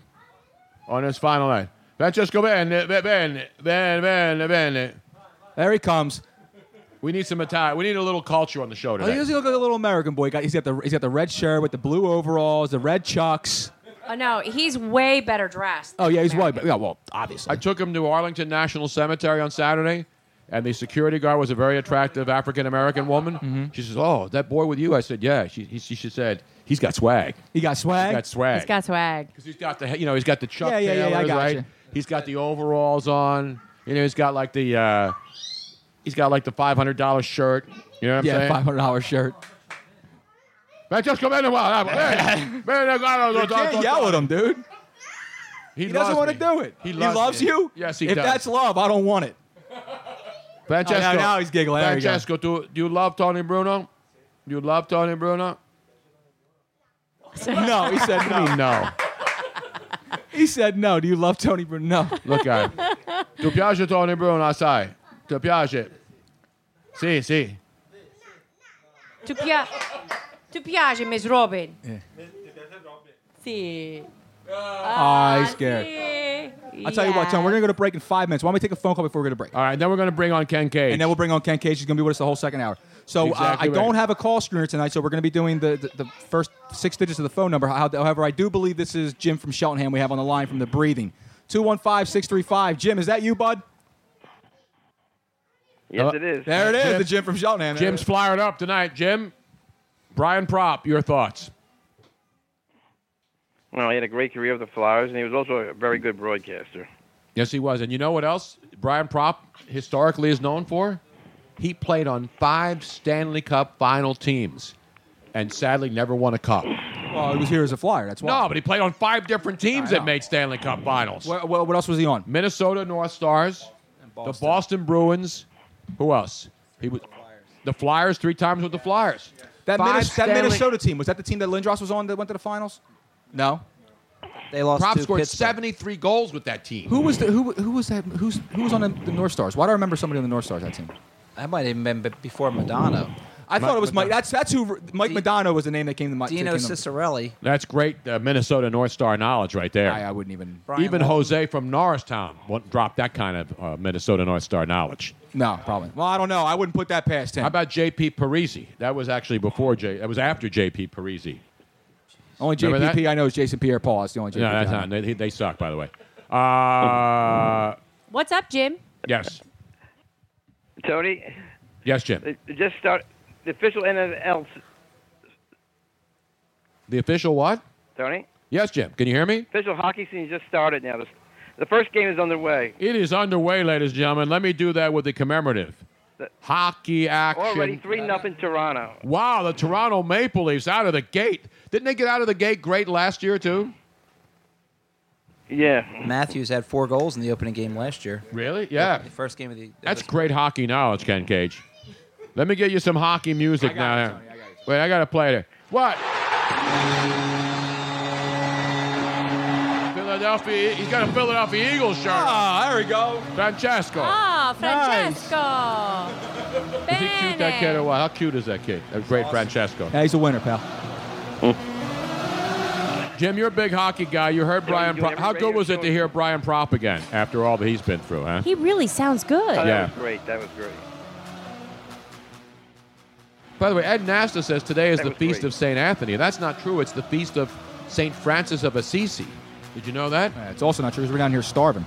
B: on his final night. Francesco, bene, be- bene, bene, bene, bene.
P: There he comes.
B: We need some Italian. We need a little culture on the show
P: Oh, he
B: today.
P: doesn't look like a little American boy. He got- He's got the he's got the red shirt with the blue overalls, the red chucks.
Q: Oh no, he's way better dressed.
P: Oh yeah, he's white. but- Yeah, well, obviously.
B: I took him to Arlington National Cemetery on Saturday, and the security guard was a very attractive African American woman.
P: Mm-hmm.
B: She says, "Oh, is that boy with you?" I said, "Yeah." She, he, she, she said, "He's got swag."
P: He got swag.
B: He's got swag.
Q: He's got swag.
B: Because he's got the you know he's got the Chuck
P: Yeah, yeah, yeah, yeah, I
B: Taylors,
P: gotcha.
B: right? He's got the overalls on. You know he's got like the uh, he's got like the five hundred dollar shirt. You know what I'm
P: yeah,
B: saying?
P: five hundred dollar shirt.
B: Man, just come in a while. Man, man, I got-
P: You can't yell at him, dude.
B: He,
P: He doesn't want to
B: loves me.
P: do it.
B: He loves, me.
P: you.
B: Yes, he
P: if
B: does.
P: that's love, I don't want it.
B: Francesco,
P: Oh, now- now he's giggling. There we go.
B: Francesco, do, do you love Tony Bruno? Do you love Tony Bruno?
P: No, he said
B: I
P: no.
B: mean, no.
P: He said no. Do you love Tony Bruno? No.
B: Look at him. Ti piace Tony Bruno assai? Ti piace? Sì, sì.
Q: Tu, pia- tu piace, Miss Robin?
P: Yeah.
Q: Si.
P: Ah, he's scared.
Q: si.
P: I'll tell you what, Tom. We're gonna go to break in five minutes. Why don't we take a phone call before we go to break?
B: All right, then we're gonna bring on Ken Cage,
P: and then we'll bring on Ken Cage. He's gonna be with us the whole second hour. So uh, I
B: Exactly right.
P: don't have a call screener tonight, so we're gonna be doing the, the, the first six digits of the phone number. How- However, I do believe this is Jim from Sheltonham. We have on the line from the breathing 215-635. Jim, is that you, bud?
B: Yes,
P: it is. There it is, the Jim from Sheltonham.
B: Jim's flyered up tonight. Jim, Brian Prop, your thoughts?
T: Well, he had a great career with the Flyers, and he was also a very good broadcaster.
B: Yes, he was. And you know what else Brian Prop historically is known for? He played on five Stanley Cup final teams and sadly never won a cup.
P: Well, Oh, he was here as a flyer. That's why.
B: No, but he played on five different teams that made Stanley Cup finals.
P: What, what else was he on?
B: Minnesota North Stars, the Boston Bruins. Who else? He was the Flyers three times with the Flyers.
P: That,
B: Five
P: Minnes- that
B: Stanley-
P: Minnesota team was that the team that Lindros was on that went to the finals? No,
G: they lost.
B: Prop
P: to
B: scored
P: Pittsburgh.
B: seventy-three goals with that team.
P: Who was the who who was that who's who was on the, the North Stars? Why do I remember somebody on the North Stars that team?
G: That might have been b- before Madonna.
P: I thought it was Mike.
G: Madonna.
P: That's that's who Mike Madonna was the name that came to my.
G: Dino Cicerelli.
B: That's great uh, Minnesota North Star knowledge right there.
P: I, uh, I wouldn't even.
B: Even Jose from Norristown won't drop that kind of uh, Minnesota North Star knowledge.
P: No, probably. Well, I don't know. I wouldn't put that past him.
B: How about J.P. Parisi? That was actually before J. That was after J.P. Parisi.
P: Only
B: Remember that?
P: JPP I know is Jason Pierre-Paul. That's the only JPP.
B: No,
P: I
B: that's
P: know.
B: not. They, they suck, by the way. Uh,
Q: What's up, Jim?
B: yes,
T: Tony,
B: yes, Jim.
T: it- it just start the official NL.
B: The official what?
T: Tony,
B: Yes, Jim. Can you hear me?
T: official hockey season just started now. The, the first game is underway.
B: It is underway, ladies and gentlemen. Let me do that with the commemorative hockey action.
T: Already three nothing Toronto.
B: Wow, the Toronto Maple Leafs out of the gate. Didn't they get out of the gate great last year too?
T: Yeah.
G: Matthews had four goals in the opening game last year.
B: Really? Yeah.
G: The first game of the.
B: That's great hockey knowledge, Ken Cage. Let me get you some hockey music now. here. Wait, I gotta play it. What? Philadelphia. E, He's got a Philadelphia Eagles shirt.
P: Ah, there we go.
B: Francesco.
Q: Ah, Francesco.
B: Is he cute, that kid, or what? How cute is that kid? That great Francesco.
P: Yeah, he's a winner, pal.
B: Jim, you're a big hockey guy. You heard Brian.
T: doing
B: Pro- how
T: everybody
B: good was it
T: else
B: to hear Brian Prop again after all that he's been through, huh?
Q: He really sounds good.
T: Oh, that
B: Yeah.
T: was great. That was great.
B: By the way, Ed Nasta says today is
T: That
B: the
T: was
B: feast
T: great.
B: of St. Anthony. That's not true. It's the feast of St. Francis of Assisi. Did you know that?
P: It's also not true because we're down here starving.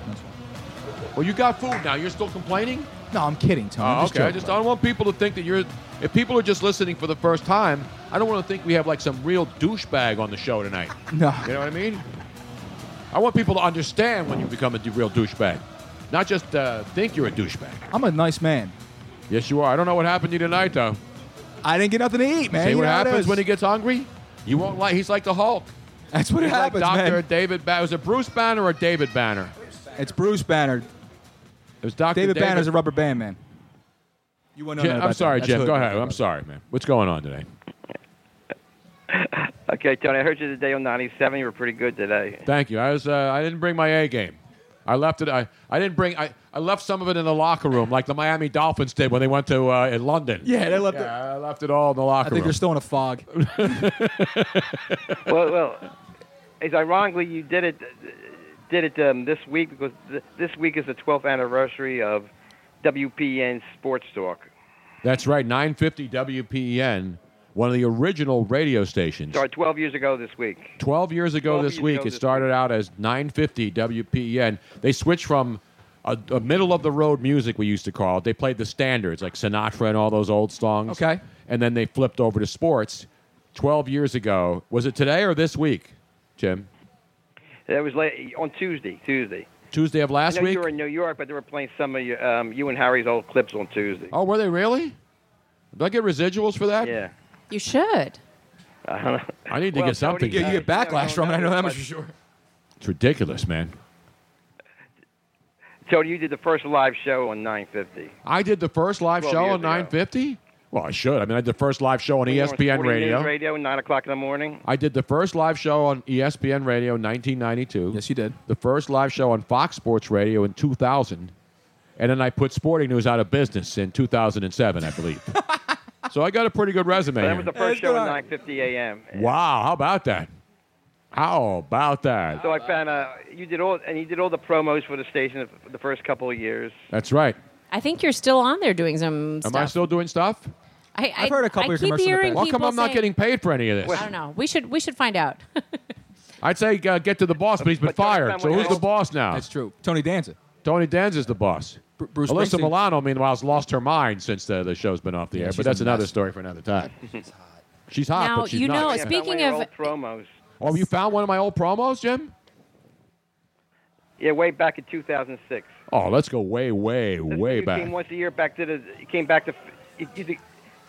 B: Well, you got food now. You're still complaining?
P: No, I'm kidding, Tony. I'm
B: Oh,
P: just
B: okay. I
P: joking,
B: just I
P: bro.
B: don't want people to think that you're. If people are just listening for the first time, I don't want to think we have like some real douchebag on the show tonight.
P: No.
B: You know what I mean? I want people to understand when you become a d- real douchebag, not just uh, think you're a douchebag.
P: I'm a nice man.
B: Yes, you are. I don't know what happened to you tonight, though.
P: I didn't get nothing to eat, man.
B: See
P: You
B: what
P: know how it
B: happens
P: is.
B: when he gets hungry? You won't like. He's like the Hulk.
P: That's what
B: he's
P: happens,
B: Like Doctor
P: man.
B: David. Ba- was it Bruce Banner or David Banner?
P: It's Bruce Banner.
B: It was Doctor
P: David, Banner's a rubber band man. You want to know?
B: Jim, I'm sorry, Jim. Go ahead. I'm sorry, man. What's going on today?
T: Okay, Tony, I heard you today on 97. You were pretty good today.
B: Thank you. I was. Uh, I didn't bring my A game. I left it. I, I didn't bring. I, I left some of it in the locker room, like the Miami Dolphins did when they went to uh, in London.
P: Yeah, they left it.
B: I left it all in the
P: I
B: locker
P: think
B: room.
P: they're still in a fog.
T: well, well, it's ironically you did it did it um, this week because th- this week is the 12th anniversary of WPN Sports Talk.
B: That's right. 950 WPEN, one of the original radio stations.
T: Started 12 years ago this week.
B: 12 years ago
T: 12
B: this
T: years
B: week,
T: ago
B: it
T: this
B: started out as 950 WPEN. E They switched from a, a middle of the road music, we used to call it. They played the standards, like Sinatra and all those old songs.
P: Okay.
B: And then they flipped over to sports 12 years ago. Was it today or this week, Jim?
T: That was late, on Tuesday. Tuesday.
B: Tuesday of last
T: I know
B: week?
T: you were in New York, but they were playing some of your, um, you and Harry's old clips on Tuesday.
B: Oh, were they really? Do I get residuals for that?
T: Yeah.
Q: You should.
B: I need to
T: Well,
B: get something.
T: Tony,
P: You get backlash from it. I know that much for sure.
B: It's ridiculous, man.
T: Tony, you did the first live show on 950.
B: I did the first live
T: 12
B: show
T: years
B: on
T: ago.
B: 950. Well, I should. I mean, I did the first live show on
P: E
B: E
T: We were on
B: ESPN
T: 40 News
B: Radio.
T: Radio, 9 o'clock in the morning.
B: I did the first live show on E ESPN Radio in 1992. Yes,
P: you did.
B: The first live show on Fox Sports Radio in 2000. And then I put Sporting News out of business in 2007, I believe. so I got a pretty good resume.
T: That was
B: here.
T: the first show at 9:50 a.m.
B: wow, how about that? How about that?
T: So I found uh, you did all, and you did all the promos for the station for the first couple of years.
B: That's right.
Q: I think you're still on there doing some
B: Am
Q: stuff.
B: I still doing stuff?
Q: I, I,
P: I've heard a couple of your
Q: I
P: commercials
Q: keep
P: in the
Q: hearing
B: Well, come
Q: people
B: I'm not
Q: say-
B: getting paid for any of
Q: I
B: this.
Q: don't know. We should we should find out.
B: I'd say uh, get to the boss, but he's been fired. So who's the boss now?
P: That's true. Tony Danza.
B: Tony Danza's the boss.
P: Bruce
B: Alyssa
P: Springsteen.
B: Milano, meanwhile, has lost her mind since the, the show's been off the air,
P: she's
B: but that's
P: a
B: another
P: mess. Ah,
B: story for another time. she's hot. She's hot,
Q: Now,
B: but she's
Q: you
B: not.
Q: know, speaking
T: One of your
Q: of
T: old promos.
B: Oh, you found one of my old promos, Jim?
T: Yeah, way back in 2006.
B: Oh, let's go way, way, way
T: You Came
B: back.
T: once a year back to the. You came back to. You, you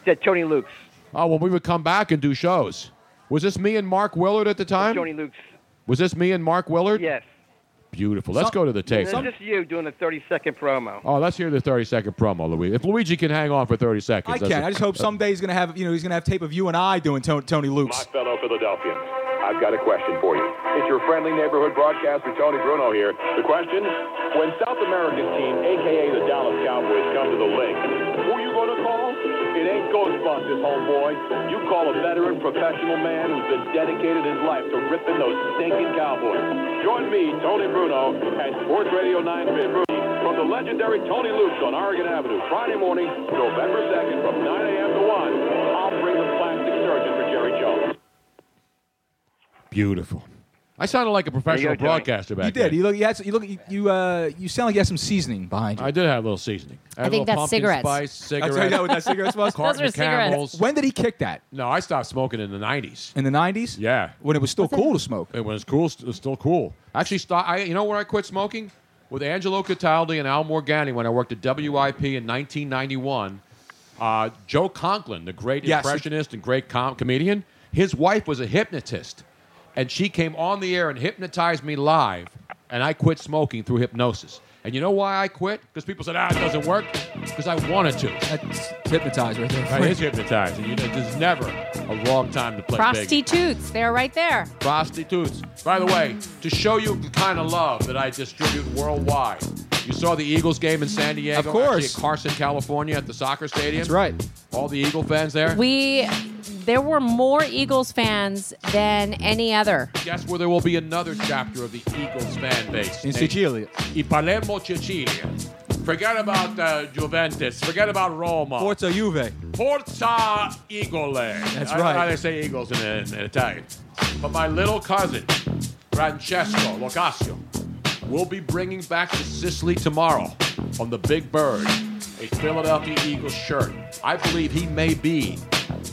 T: said Tony Luke's.
B: Oh, when we would come back and do shows. Was this me and Mark Willard at the time?
T: Tony Luke's.
B: Was this me and Mark Willard?
T: Yes.
B: Beautiful. Let's go to the tape.
T: It's just you doing a 30 second promo.
B: Oh, let's hear the 30 second promo, Luigi. If Luigi can hang on for 30 seconds.
P: I
B: that's
P: can.
B: it. Uh,
P: I just hope someday he's gonna have you know he's gonna have tape of you and I doing Tony, Tony Luke's.
C: fellow Philadelphians, I've got a question for you. It's your friendly neighborhood broadcaster, Tony Bruno here. The question, when South America's team, a.k.a. the Dallas Cowboys, come to the lake, who you going to call? It ain't Ghostbusters, homeboy. You call a veteran professional man who's been dedicated his life to ripping those stinking Cowboys. Join me, Tony Bruno, at Sports Radio 950 from the legendary Tony Luke's on Oregon Avenue, Friday morning, November 2nd, from 9 a.m. to 1. I'll bring the plastic surgeon for Jerry Jones.
B: Beautiful. I sounded like a professional
P: Tony.
B: broadcaster back
P: You
B: then.
P: did. You look. You, had, you look. You you, uh, you sound like you have some seasoning behind you.
B: I did have a little seasoning.
P: I
B: had a
P: think
B: little
P: that's
B: pumpkin
P: cigarettes.
B: Spice,
P: I'll tell you
B: cigarettes.
P: that what that cigarettes was? Those
B: Carton
P: were
B: of Camels.
P: When did he kick that?
B: No, I stopped smoking in the '90s.
P: In the '90s?
B: Yeah,
P: when it was still cool to smoke.
B: It was cool. It was still cool. Actually, stop. I, you know where I quit smoking? With Angelo Cataldi and Al Morgani when I worked at WIP in 1991. Uh, Joe Conklin, the great
P: Yes.
B: impressionist and great com- comedian, his wife was a hypnotist, and she came on the air and hypnotized me live, and I quit smoking through hypnosis. And you know why I quit? Because people said, ah, it doesn't work. Because I wanted to.
P: That's hypnotized right there.
B: That is hypnotized. You know, there's never a wrong time to play big.
Q: Prostitutes. They're right there.
B: Prostitutes. By the way, to show you the kind of love that I distribute worldwide, you saw the Eagles game in San Diego,
P: Of course.
B: actually at Carson, California, at the soccer stadium. That's right. All the Eagle fans there.
Q: We there were more Eagles fans than any other.
B: Guess where there will be another chapter of the Eagles fan base
P: In
B: Named
P: Sicilia.
B: I Palermo, Sicilia. Forget about uh, Juventus. Forget about Roma.
P: Forza Juve.
B: Forza Eagle. That's I
P: right.
B: don't know how they say Eagles in, in, in Italian. But my little cousin, Francesco Locascio, will be bringing back to Sicily tomorrow on the Big Bird a Philadelphia Eagles shirt. I believe he may be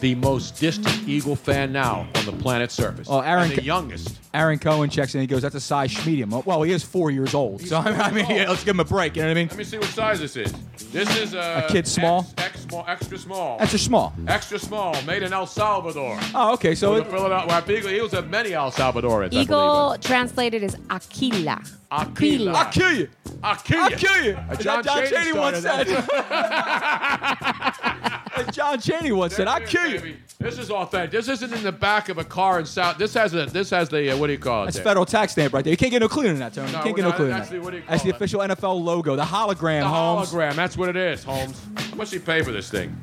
B: the most distant Eagle fan now on the planet's surface.
P: Oh, Aaron
B: And the
P: Co-
B: youngest.
P: Aaron Cohen checks in. He goes, "That's a size medium." Oh, Well, he is four years old, so I mean, I mean, yeah, let's give him a break. You know what I mean?
B: Let me see what size this is. This is uh,
P: A kid small?
B: Ex, ex small, extra small.
P: That's a small.
B: Extra small, made in El Salvador.
P: Oh, okay. So
B: Well,
P: it-
B: the Philadelphia well, the Eagle- Eagles have many El Salvadorans. I
Q: Eagle translated is Aquila.
B: believe. Aquila.
P: I'll kill you.
B: I'll kill you.
P: I'll kill you.
B: Uh, John,
P: John
B: Cheney,
P: Chaney once
B: started
P: said.
B: that.
P: As John Cheney once said, "I kill you."
B: Baby, This is authentic. This isn't in the back of a car in South. This has a. This has the. Uh, what do you call it?
P: That's
B: there?
P: federal tax stamp right there. You can't get no cleaner than that, Tony.
B: No,
P: you can't get
B: no,
P: no cleaner
B: that's
P: than
B: the- what do you
P: that. That's the official NFL logo, the hologram,
B: The
P: Holmes.
B: hologram. That's what it is, Holmes. How much did he pay for this thing?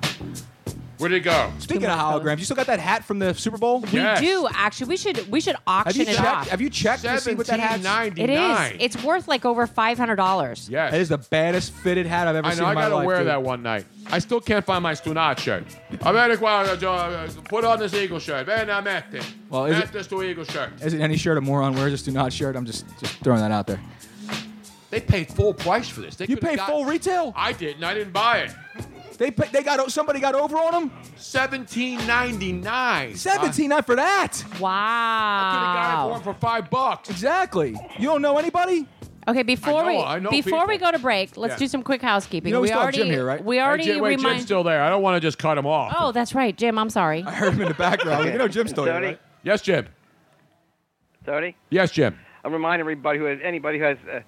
B: Where did it go?
P: Speaking of holograms, you still got that hat from the Super Bowl?
Q: We do actually. We should we should
P: Have
Q: auction
P: you
Q: it
P: checked?
Q: off.
P: Have you checked to see what that hat's?
Q: It is. It's worth like over five hundred dollars.
B: Yes.
P: It is the baddest fitted hat I've ever
B: I
P: seen
B: know. I
P: in my
B: gotta
P: life.
B: wear
P: dude.
B: that one night. I still can't find my Stunat shirt. I'm gonna go out, uh, uh, put on this Eagle shirt. Ven a mette.
P: Well, is it-
B: Mette sto Eagle shirt.
P: Isn't any shirt a moron wears? Just do not shirt. I'm just just throwing that out there.
B: They paid full price for this. They
P: You
B: could've
P: paid
B: got-
P: full retail?
B: I didn't. I didn't buy it.
P: They pay, they got o- somebody got over on them.
B: Seventeen ninety nine.
P: Seventeen nine for that.
Q: Wow.
B: I could have got it for him for five bucks.
P: Exactly. You don't know anybody.
Q: Okay, before
B: know-
Q: we
B: I know
Q: before we
B: people.
Q: go to break, let's
B: Yeah.
Q: do some quick housekeeping.
B: You know we
Q: we
B: still have
Q: already
B: Jim here, right?
Q: we already
B: Hey, Jim, wait, Jim's
Q: remind.
B: still there. I don't want to just cut him off.
Q: Oh, that's right, Jim. I'm sorry.
P: I heard him in the background.
T: You know Jim's still here, Tony? right?
B: Yes, Jim.
T: Tony?
B: Yes, Jim.
T: I'm reminding everybody who has, anybody who has uh,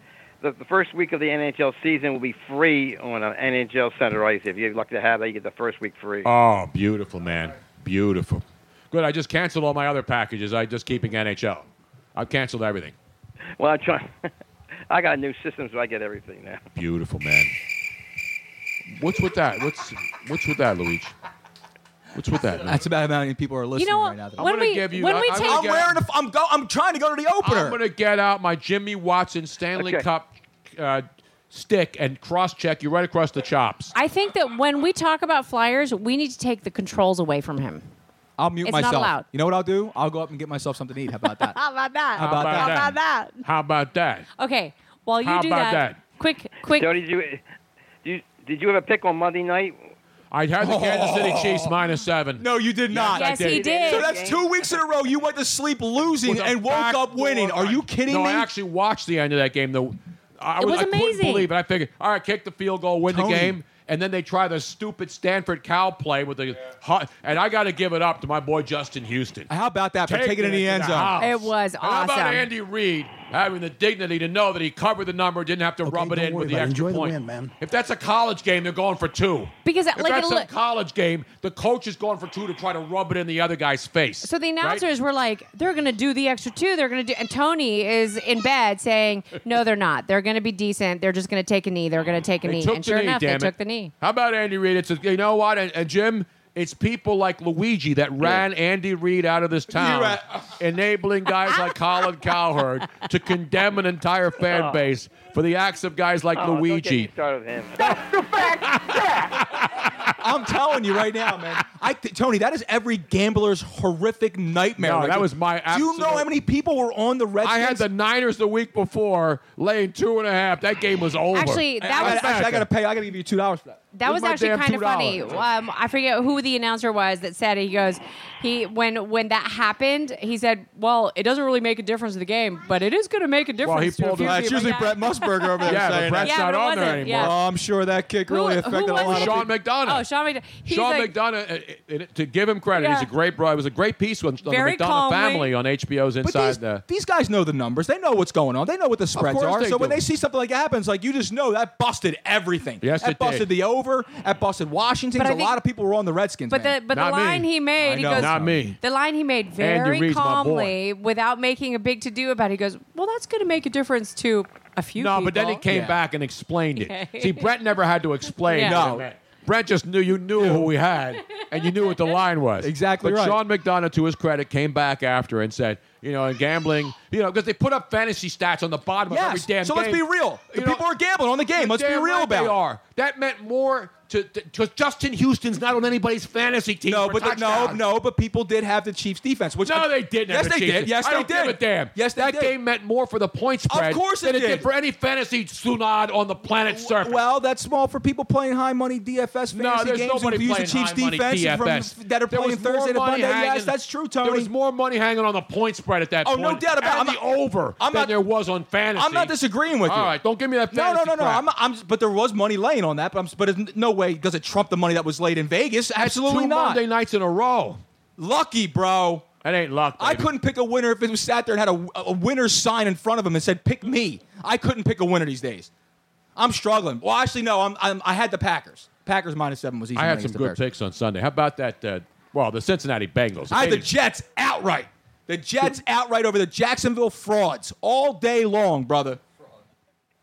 T: the, the first week of the NHL season will be free on uh, NHL Center Ice. If you're lucky to have that, you get the first week free.
B: Oh, beautiful, man. Beautiful. Good. I just canceled all my other packages. I just keeping NHL. I've canceled everything.
T: Well, I'm trying. I got a new system, so I get everything now.
B: Beautiful, man. What's with that? What's what's with that, Luigi? What's with that?
P: That's about how many people are listening
Q: You know
P: right now.
Q: what? When we when we take
P: I'm wearing. A, I'm go. I'm trying to go to the opener.
B: I'm gonna get out my Jimmy Watson Stanley
Q: Okay.
B: Cup uh, stick and cross check you right across the chops.
Q: I think that when we talk about flyers, we need to take the controls away from him.
P: I'll mute
Q: It's not
P: myself.
Q: allowed.
P: You know what I'll do? I'll go up and get myself something to eat. How about that?
Q: How about that?
P: How about How about that?
Q: that?
B: How about that?
Q: Okay. While you
T: How
Q: do
T: about that?
Q: Quick, quick.
T: Tony, did you, did you did you have a pick on Monday night?
B: I had the Kansas City Chiefs minus seven.
P: Oh. No, you did not.
B: I did.
P: So that's two weeks in a row you went to sleep losing
B: With a
P: and woke
B: back
P: up winning.
B: door-
P: Are you kidding
B: no,
P: me?
B: I actually watched the end of that game. though. I
P: It was
B: I couldn't
P: amazing.
B: believe it. I figured, all right, kick the field goal, win
P: Tony.
B: the game, and then they try the stupid Stanford cow play with the hu- and I got to give it up to my boy Justin Houston.
P: How about that for
B: Take
P: taking it in
B: it
P: the
B: to
P: end
B: the
P: zone?
B: house.
Q: It was
B: And How about
Q: awesome.
B: Andy Reid having the dignity to know that he covered the number, didn't have to rub it in
Q: worry
B: with the
Q: about it.
B: extra
Q: Enjoy the
B: point?
Q: win, man.
B: If that's a college game, they're going for two.
Q: Because,
B: if
Q: like,
B: that's
Q: it'll-
B: a college game, the coach is going for two to try to rub it in the other guy's face.
Q: So the
B: right?
Q: announcers were like, they're going to do the extra two. They're going to do. And Tony is in bed saying, no, they're not. They're going to be decent. They're just going to take a knee. They're going to take a
B: They
Q: knee.
B: took
Q: and
B: the
Q: sure
B: knee,
Q: enough,
B: damn
Q: they
B: it.
Q: took the knee.
B: How about Andy Reid? It's a, you know what, and, and Jim, it's people like Luigi that ran Andy Reid out of this town,
P: right.
B: enabling guys like Colin Cowherd to condemn an entire fan
T: Oh.
B: base for the acts of guys like
T: Oh, don't get me
B: Luigi.
T: started with him.
P: I'm telling you right now, man. I th- Tony, that is every gambler's horrific nightmare.
B: No,
P: right
B: that
P: there.
B: was my
P: Do you know
B: absolute-
P: how many people were on the Redskins?
B: I had the Niners the week before, laying two and a half. That game was over.
Q: Actually, that
P: I,
Q: was-
P: gotta- actually, I gotta pay. I gotta give you two dollars for that.
Q: That was actually kind of funny. Um, I forget who the announcer was that said it. He goes, he when when that happened, he said, "Well, it doesn't really make a difference to the game, but it is going to make a difference."
B: he
Q: to a
B: pulled
Q: few
B: it. That's
Q: people."
P: usually
Q: Yeah.
P: Brett Musburger over there
B: Yeah, but
P: saying that.
B: Brett's Yeah, not but it on there wasn't, anymore. yeah.
P: Oh, I'm sure that kick really
Q: Who- who
P: affected
Q: was
P: a lot
Q: it?
P: of
B: Sean
P: people.
B: McDonough.
Q: Oh, Sean McDonough. He's
B: Sean
Q: like,
B: McDonough, uh, uh, uh, to give him credit, he's
Q: Yeah.
B: a great bro. It was a great piece on, on the
Q: Very
B: McDonough
Q: calmly.
B: family on HBO's
P: But
B: Inside
P: these,
B: the.
P: these guys know the numbers. They know what's going on. They know what the spreads
B: course
P: are.
B: they
P: So when
B: do.
P: they see something like that happens, like you just know that busted everything.
B: Yes,
P: that
B: it did.
P: busted the over. That busted Washington.
Q: But I
P: A
Q: think-
P: lot of people were on the Redskins.
Q: But
P: man.
Q: the but the line he made,
P: I
Q: he
P: know.
Q: goes,
P: Not me.
Q: The line he made very
P: Reid's my boy.
Q: calmly, without making a big to do about. it. He goes, "Well, that's going to make a difference to a few."
B: No, but then he
Q: people."
B: came back and explained
Q: Yeah.
B: it. See, Brett never had to explain.
Q: Yeah.
B: what it
P: No.
B: meant. Brett just knew you knew who we had and you knew what the line was.
P: Exactly
B: But
P: right.
B: Sean McDonough, to his credit, came back after and said, you know, in gambling, you know, because they put up fantasy stats on the bottom of every
P: Yes.
B: damn
P: so
B: game.
P: let's be real. The
B: You know,
P: people are gambling on the game.
B: You're
P: Let's be
B: damn
P: real
B: right
P: about
B: they
P: it.
B: are. That meant more to, to, to Justin Houston's not on anybody's fantasy team.
P: No,
B: for
P: but the- no,
B: touchdowns.
P: no, but people did have the Chiefs defense. Which
B: No, they didn't.
P: Yes,
B: have a
P: they
B: Chiefs
P: did.
B: team.
P: Yes,
B: I
P: they
B: don't
P: did.
B: Give a damn.
P: Yes, they
B: that
P: did.
B: game meant more for the point spread.
P: course it
B: than
P: did.
B: for any fantasy tsunad on the planet surface.
P: Well, that's small for people playing high money DFS fantasy
B: no, there's
P: games
B: nobody
P: who use the
B: playing
P: Chiefs
B: high money
P: defense and
B: DFS.
P: from, that are
B: There
P: playing
B: was more
P: Thursday to
B: money
P: Monday.
B: hanging-
P: Yes, that's true, Tony.
B: There was more money hanging on the point spread at that
P: Oh,
B: point.
P: no doubt about it.
B: and
P: I'm
B: the
P: not-
B: over
P: I'm
B: than
P: not-
B: there was on fantasy.
P: I'm not disagreeing with you.
B: All right, don't give me that
P: No,
B: fantasy
P: no, no, no.
B: crap.
P: I'm, I'm, but there was money laying on that. But I'm, but it's, no way does it trump the money that was laid in Vegas. Absolutely
B: Two
P: not.
B: Monday nights in a row.
P: Lucky, bro.
B: That ain't luck.
P: I
B: baby.
P: couldn't pick a winner if it was sat there and had a, a winner's sign in front of him and said, "Pick me." I couldn't pick a winner these days. I'm struggling. Well, actually, no. I'm, I'm I had the Packers. Packers minus seven was easy.
B: I had
P: money
B: some
P: against the
B: good
P: Bears.
B: picks on Sunday. How about that? Uh, well, the Cincinnati Bengals.
P: I had the
B: They-
P: Jets outright. The Jets outright over the Jacksonville frauds all day long, brother.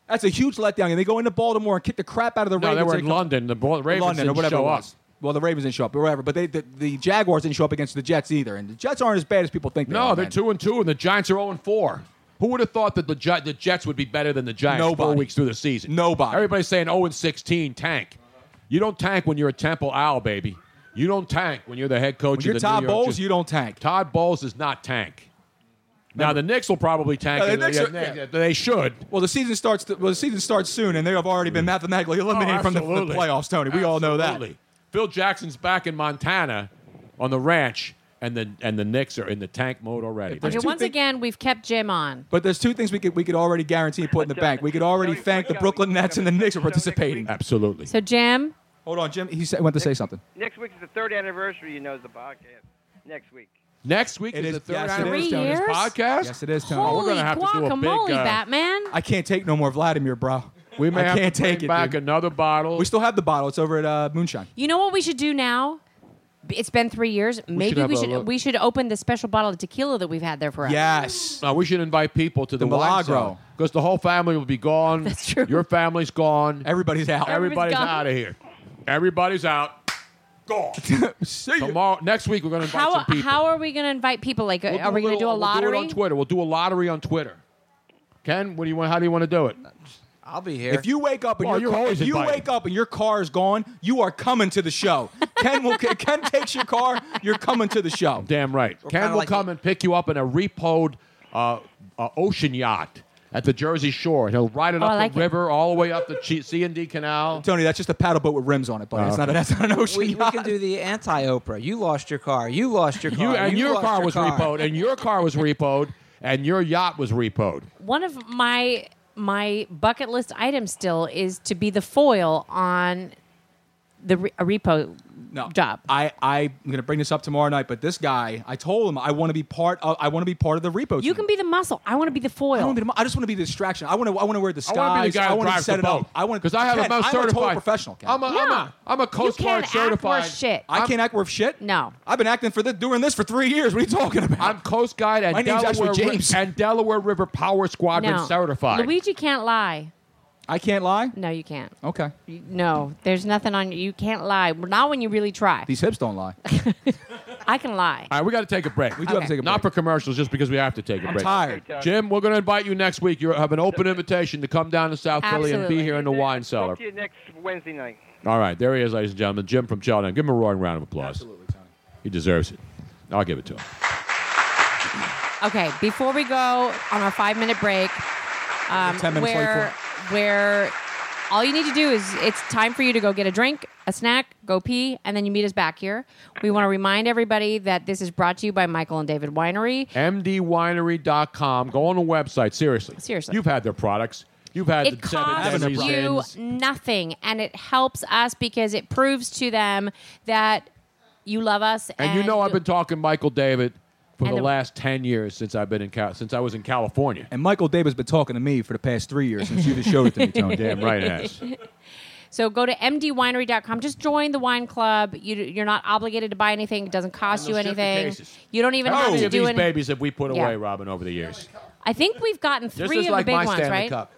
P: That's a huge letdown. And they go into Baltimore and kick the crap out of the
B: No,
P: Ravens.
B: they were
P: They
B: in
P: come-
B: London. The Bo- Ravens
P: London
B: didn't
P: or whatever
B: show
P: it
B: up.
P: was. Well, the Ravens didn't show up or whatever, but they, the, the Jaguars didn't show up against the Jets either. And the Jets aren't as bad as people think they
B: No,
P: are.
B: they're
P: man.
B: two and two, and the Giants are zero and four. Who would have thought that the, Gi- the Jets would be better than the Giants four
P: Nobody.
B: weeks through the season?
P: Nobody.
B: Everybody's saying zero and sixteen tank. You don't tank when you're a Temple Owl, baby. You don't tank when you're the head coach.
P: When you're
B: of the
P: Todd
B: New York
P: Bowles,
B: Gi-
P: you don't tank.
B: Todd Bowles does not tank. Now the Knicks will probably tank.
P: No, the
B: and
P: Knicks are-
B: they-
P: yeah.
B: They should. Mm.
P: Well, the season starts. well, the season starts soon, and they have already been mathematically eliminated from the, the
B: Oh, absolutely.
P: playoffs. Tony, we all know that.
B: Absolutely. Phil Jackson's back in Montana on the ranch, and the and the Knicks are in the tank mode already.
P: there's
B: They-
Q: Okay,
P: two
Q: once
P: things-
Q: again, we've kept Jim on.
P: But there's two things we could we could already guarantee and put in the bank. We could already thank the Brooklyn Nets and the Knicks for participating.
B: Absolutely.
Q: So Jim,
P: Hold on, Jim. He sa- went to say something.
T: Next week is the third anniversary. You know, is the podcast. Next week.
B: Next week
P: It
B: is
P: is-
B: the third
P: yes, it is,
B: anniversary
P: Tony.
B: of this podcast.
P: Yes, it is, Tony.
B: Oh, we're
Q: holy
B: gonna have to do a big,
Q: guacamole,
B: uh,
Q: Batman!
P: I can't take no more Vladimir, bro.
B: We may
P: I
B: have
P: can't
B: to
P: take
B: bring
P: it.
B: back
P: dude.
B: another bottle.
P: We still have the bottle. It's over at uh, Moonshine.
Q: You know what we should do now? B- It's been three years. Maybe
B: have
Q: we
B: a
Q: should
B: look.
Q: we should open the special bottle of tequila that we've had there for us.
P: Yes.
B: Uh, we should invite people to the,
P: The
B: wine
P: Milagro.
B: because the whole family will be gone. That's true. Your family's gone.
P: Everybody's out.
B: Everybody's,
Q: Everybody's gone.
B: out of here. Everybody's out. Gone. Tomorrow, next week, we're going to invite
Q: How
B: some people.
Q: how are we going to invite people? Like, uh,
B: We'll
Q: are we going to do a
B: little- We'll
Q: lottery?
B: do it on Twitter. We'll do a lottery on Twitter. Ken, what do you want? How do you want to do it?
G: I'll be here.
P: If you wake up and
B: Well,
P: your
B: Oh, you're
P: car,
B: always
P: if you
B: invited.
P: wake up and your car is gone, you are coming to the show. Ken will Ken takes your car. You're coming to the show.
B: Damn right. Ken
G: kinda
B: will
G: like-
B: come and pick you up in a repoed uh, uh, ocean yacht at the Jersey Shore. He'll ride it
P: Oh,
B: up
P: I
B: the
P: like it.
B: river all the way up the Ch- C and D Canal.
P: Tony, that's just a paddle boat with rims on it, buddy.
B: Oh,
P: That's not
B: okay.
P: that's not an ocean.
G: We, we can do the anti Oprah. You lost your car. You lost your car.
B: You and your
G: lost
B: car was repoed, and your car was repoed, and your yacht was repoed.
Q: One of my my bucket list items still is to be the foil on the re- a repo
P: no.
Q: job.
P: I I'm gonna bring this up tomorrow night, but this guy, I told him I want to be part of I want to be part of the repo.
Q: You
P: team.
Q: can be the muscle. I want to be
P: I,
Q: the foil.
P: wanna be the mo- I just want to be the distraction. I want to I want to wear the
B: I
P: skies.
B: want to be the guy who
P: wanna
B: drives
P: set
B: the
P: it
B: boat.
P: up. I want
B: because I have
P: Ken,
B: a most
P: I'm
B: certified
P: a total professional. Ken.
B: I'm a, I'm a, I'm a Coast Guard certified.
P: I can't act worth shit. No, I've been acting for this doing this for three years. What are you talking about?
B: I'm Coast Guard and
P: My name's
B: Delaware
P: actually
B: Ri-
P: James.
B: and Delaware River Power Squadron
Q: No.
B: certified.
Q: Luigi can't lie.
P: I can't lie.
Q: No, you can't.
P: Okay.
Q: You- No, there's nothing on you. You can't lie. Well, Not when you really try.
P: These hips don't lie.
Q: I can lie.
B: All right, we got to take a break. We
Q: do have to Okay. take a
B: Not for commercials, just because we have to take a
P: I'm
B: break.
P: tired.
B: Jim, we're going to invite you next week. You have an open invitation to come down to South Philly and
Q: Absolutely.
B: be here in the wine cellar.
T: See you next Wednesday night.
B: All right, there he is, ladies and gentlemen. Jim from Cheltenham. Give him a roaring round of applause. Absolutely, Tony. He deserves it. I'll give it to him.
Q: Okay, before we go on our five minute break, um,
B: 10 minutes late
Q: where, where all you need to do is it's time for you to go get a drink, a snack, go pee, and then you meet us back here. We want to remind everybody that this is brought to you by Michael and David Winery.
B: MDWinery.com. Go on the website. Seriously.
Q: Seriously.
B: You've had their products. You've had
Q: It
B: the seven
Q: costs
B: Deadly
Q: you
B: Sins.
Q: nothing, and it helps us because it proves to them that you love us. And,
B: And you know I've been talking Michael David for
Q: And
B: the
Q: the-
B: last ten years since I've been in Cal- since I was in California.
P: And Michael Davis been talking to me for the past three years since you just showed it to me, Tony.
B: Damn right it has.
Q: So go to mdwinery.com. Just join the wine club. You, you're not obligated to buy anything. It doesn't cost
B: And
Q: you
B: they'll ship you
Q: anything.
B: cases.
Q: You don't even
B: How
Q: have
B: many
Q: to
B: of
Q: do
B: these
Q: any-
B: babies have we put
Q: Yeah.
B: away, Robin, over the years?
Q: I think we've gotten
B: This
Q: three
B: is
Q: of
B: like
Q: the big
B: my
Q: ones,
B: Stanley
Q: right?
B: Cup.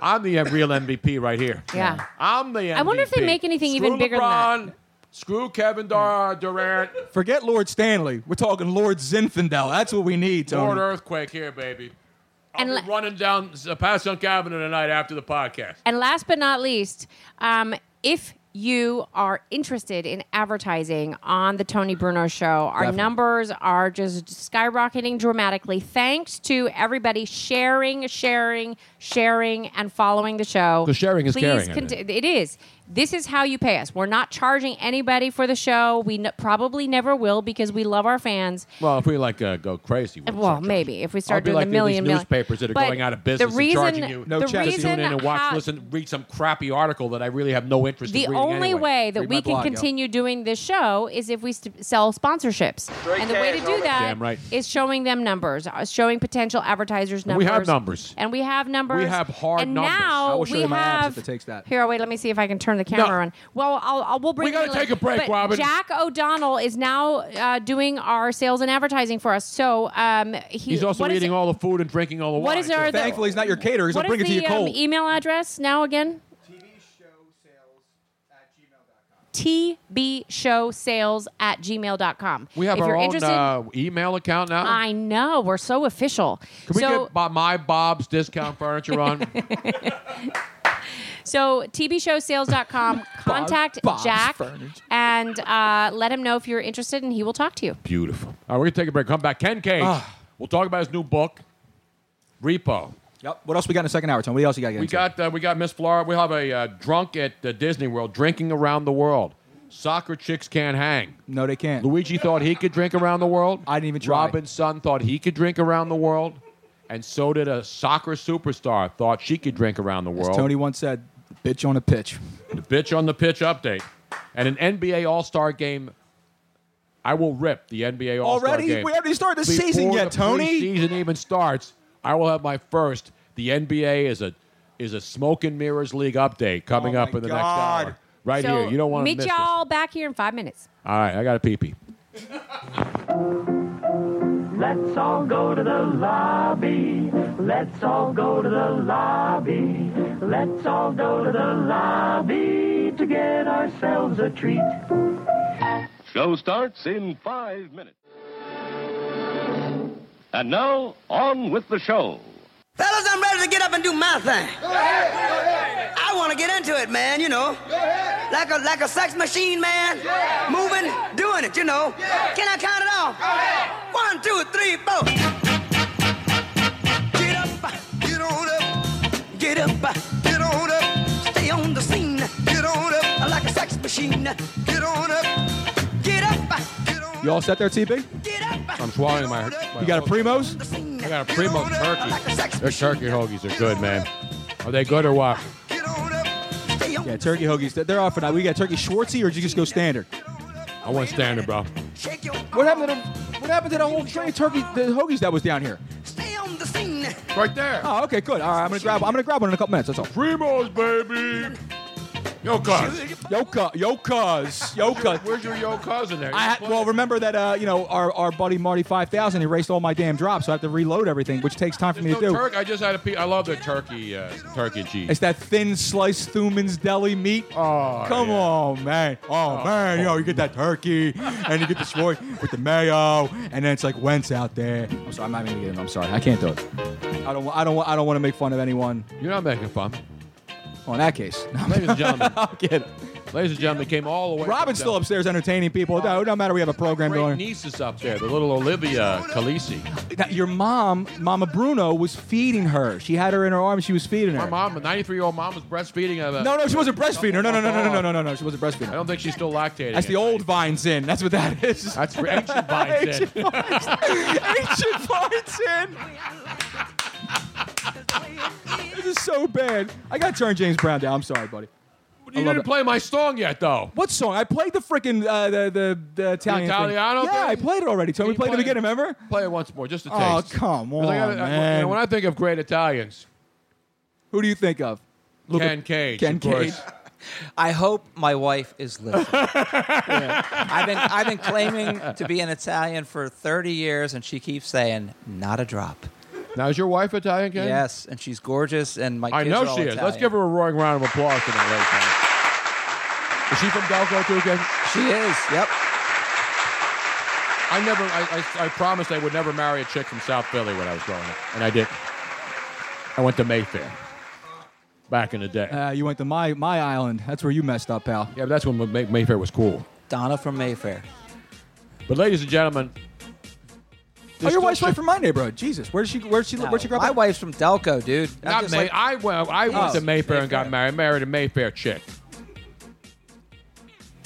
B: I'm the real MVP right here.
Q: Yeah.
B: I'm the MVP.
Q: I wonder if they make anything
B: Screw
Q: even bigger than
B: LeBron,
Q: that.
B: Screw Kevin Dar- Durant.
P: Forget Lord Stanley. We're talking Lord Zinfandel. That's what we need, Tony.
B: Lord Earthquake here, baby. I'll
Q: And
B: be
Q: le-
B: running down uh, past on Avenue tonight after the podcast.
Q: And last but not least, um, if you are interested in advertising on the Tony Bruno show, our
S: Definitely.
Q: numbers are just skyrocketing dramatically thanks to everybody sharing, sharing, sharing, and following the show.
B: The sharing is
Q: Please
B: caring, I
Q: conti- it is. This is how you pay us. We're not charging anybody for the show. We n- probably never will because we love our fans.
B: Well, if we like uh, go crazy, we'll
Q: Well, maybe if we
B: I'll
Q: start
B: be
Q: doing
B: like
Q: the
B: these
Q: million million-
B: newspapers that are
Q: But
B: going out of business
Q: The reason,
B: and charging you
Q: the
B: to
Q: reason
B: tune in and watch,
Q: how-
B: listen, read some crappy article that I really have no interest
Q: the
B: in reading.
Q: only
B: anyway.
Q: way that we can continue doing this show is if we st- sell sponsorships. and the way to
B: cash,
Q: do
B: homie.
Q: that is
B: Damn right.
Q: showing them numbers, uh, showing potential advertisers
B: And
Q: numbers.
B: we have numbers.
Q: And we have numbers.
B: We have hard
Q: and
B: numbers.
Q: Now
B: I will show
Q: we
B: you my abs
Q: have,
B: if it takes that.
Q: Here, wait, let me see if I can turn the camera on. Well, I'll, I'll, we'll bring
B: gotta
Q: you in.
B: take a break,
Q: But
B: Robin.
Q: Jack O'Donnell is now uh, doing our sales and advertising for us. So um, he,
B: He's also
Q: what is
B: eating
Q: it-
B: all the food and drinking all the
Q: What
B: wine.
Q: is our-
B: so-
Q: the- Thankfully, he's
P: not your caterer.
Q: what is the um, email address now again? tbshowsales at gmail.com.
B: we have
Q: if
B: our
Q: you're
B: own
Q: interested,
B: uh, email account now.
Q: I know. We're so official.
B: can we
Q: so,
B: get Bo- my Bob's discount furniture on?
Q: so tbshowsales.com, contact
B: Bob's
Q: Jack
B: Furniture.
Q: and uh, let him know if you're interested and he will talk to you.
B: Beautiful. All right, we're gonna take a break. Come back, Ken Cage. we'll talk about his new book, Repo.
P: Yep. What else we got in the second hour, Tony? What else you got? to Get
B: We
P: into?
B: got uh, we got Miss Flora. We have a uh, drunk at uh, Disney World drinking around the world. Soccer chicks can't hang.
P: No, they can't.
B: Luigi thought he could drink around the world. I
P: didn't even
B: try. Robin's son thought he could drink around the world, and so did a soccer superstar thought she could drink around the
P: As
B: world.
P: Tony once said, "Bitch on a pitch."
B: The bitch on the pitch update, and an NBA All Star game. I will rip the NBA All Star
P: Already?
B: game.
P: We haven't started the
B: Before
P: season yet,
B: the
P: Tony.
B: Season even starts. I will have my first. The NBA is a is a smoke and mirrors league update coming
P: Oh
B: up in the
Q: God.
B: next hour. Right
Q: So
B: here. You don't want to
Q: meet
B: miss this.
Q: y'all back here in five minutes.
B: All right, I got a pee pee.
U: Let's all go to the lobby. Let's all go to the lobby. Let's all go to the lobby to get ourselves a treat.
V: Show starts in five minutes. And now, on with the show.
J: Fellas, I'm ready to get up and do my thing. I want to get into it, man, you know. Like a like a sex machine, man. Moving, doing it, you know. Can I count it off? One, two, three, four. Get up, get on up. machine. Get on up, get up,
P: You all set there, TB?
B: I'm swallowing my. my
P: You got a Primos?
B: I got a Primo turkey. Their turkey hoagies are good, man. Are they good or what?
P: Yeah, turkey hoagies. They're- They're off and We got turkey Schwartzy, or did you just go standard?
B: I went standard, bro.
P: What happened to the, What happened to the whole tray of turkey the hoagies that was down here?
J: stay on the scene.
B: Right there.
P: Oh, okay, good. All right, I'm gonna grab. I'm gonna grab one in a couple minutes. That's all.
B: Primos, baby. Yo, cuz.
P: Yo, cuz. Yo, cuz. Yo, cuz.
B: Where's your yo cousin there?
P: I had, well, remember that uh, you know our, our buddy Marty Five Thousand erased all my damn drops, so I have to reload everything, which takes time for me
B: no
P: to do.
B: turkey. I just had a piece. I love the turkey, uh, turkey and cheese.
P: It's that thin sliced Thuman's deli meat. Oh, come on, man! Oh, man, yo, you get that turkey and you get the sword with the mayo, and then it's like Wentz out there. I'm sorry, I'm not even getting. I'm sorry, I can't do it. I don't. wa- I don't. wa- I don't want to make fun of anyone.
B: You're not making fun.
P: Well, in that case,
B: ladies and gentlemen,
P: I'm kidding.
B: Ladies and gentlemen, came all the way.
P: Robin's
B: from
P: still upstairs entertaining people. No, no matter we have a program
B: Great
P: going.
B: nieces up there, the little Olivia Khaleesi.
P: Now, your mom, Mama Bruno, was feeding her. She had her in her arms. She was feeding
B: My
P: her.
B: mom, a 93 year old mom, was breastfeeding. A,
P: No, no, she wasn't breastfeeding her. No, no, no, no, no, no, no, no, no. She wasn't breastfeeding.
B: I don't think she's still lactating.
P: That's the old vines in. That's what that is.
B: That's for ancient vines in.
P: Ancient vines. Ancient vines in. This is so bad. I got to turn James Brown down. I'm sorry, buddy.
B: You didn't play my song yet, though.
P: What song? I played the freaking uh, the, the the Italian. thing.
B: Italiano
P: Yeah,
B: thing?
P: I played it already. Tony, we played it again. Remember?
B: Play it once more, just a taste.
P: Oh, come
B: 'Cause I gotta-
P: on,
B: I-
P: man.
B: you know, when I think of great Italians,
P: Who do you think of? Look
B: Ken
P: at-
B: Cage.
P: Ken
B: of course.
P: Cage.
G: I hope my wife is listening. Yeah. I've been I've been claiming to be an Italian for 30 years, and she keeps saying not a drop.
B: Now is your wife Italian? Ken?
G: Yes, and she's gorgeous, and my
B: I
G: kids
B: know
G: are all
B: she is. Let's
G: Italian.
B: give her a roaring round of applause for that lady. Is she from Delco too, Ken?
G: She is. Yep.
B: I never. I, I, I promised I would never marry a chick from South Philly when I was growing up, and I did. I went to Mayfair back in the day.
P: Uh, you went to my my island. That's where you messed up, pal.
B: Yeah, but that's when May- Mayfair was cool.
G: Donna from Mayfair.
B: But ladies and gentlemen,
P: Oh, your wife's right from my neighborhood. Jesus, where did she? Where did she? Where she grow up?
G: my
P: at?
G: wife's from Delco, dude. I'm
B: not
G: just
B: May-
G: like-
B: I went. I went
G: Oh,
B: to Mayfair, and got married. Married a Mayfair chick.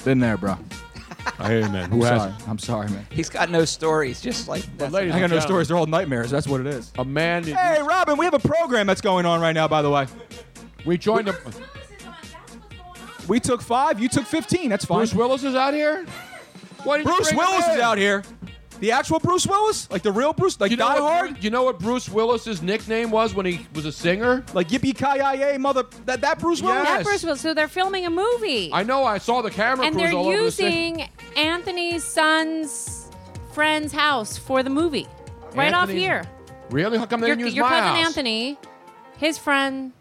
P: Been there, bro.
B: Amen.
P: I'm
B: Who
P: sorry.
B: has?
P: I'm sorry, man.
G: He's got no stories, just like that's
B: ladies
P: I got
B: and
P: no
B: gentlemen,
P: stories. They're all nightmares. That's what it is.
B: A man.
P: Hey, Robin, we have a program that's going on right now. By the way,
B: We joined a.
P: we took five. You took fifteen. That's fine.
B: Bruce Willis is out here. Why did you
P: Bruce
B: bring him
P: Willis is
B: in?
P: out here. The actual Bruce Willis, like the real Bruce, like
B: You know,
P: Die
B: what,
P: Hard,
B: Bru- you know what Bruce Willis's nickname was when he was a singer?
P: like Yippee Ki Yay, mother. That that Bruce Willis.
B: Yes.
Q: That Bruce Willis. So they're filming a movie,
B: I know. I saw the camera
Q: and
B: crews
Q: they're
B: all over the city.
Q: using Anthony's son's friend's house for the movie, right off
B: Anthony's-
Q: here.
B: Really? How come they
Q: Your,
B: didn't use
Q: your
B: my
Q: cousin
B: house?
Q: Anthony, his friend.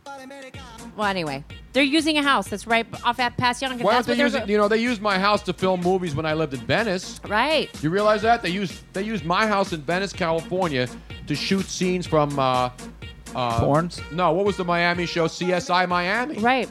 Q: Well, anyway, they're using a house that's right off at Pass Young.
B: Why
Q: that's
B: don't they
Q: what
B: use
Q: they're
B: it? You know, they used my house to film movies when I lived in Venice.
Q: right.
B: You realize that they used they used my house in Venice, California, to shoot scenes from. Uh, uh,
G: Porns?
B: No, what was the Miami show? CSI Miami.
Q: Right.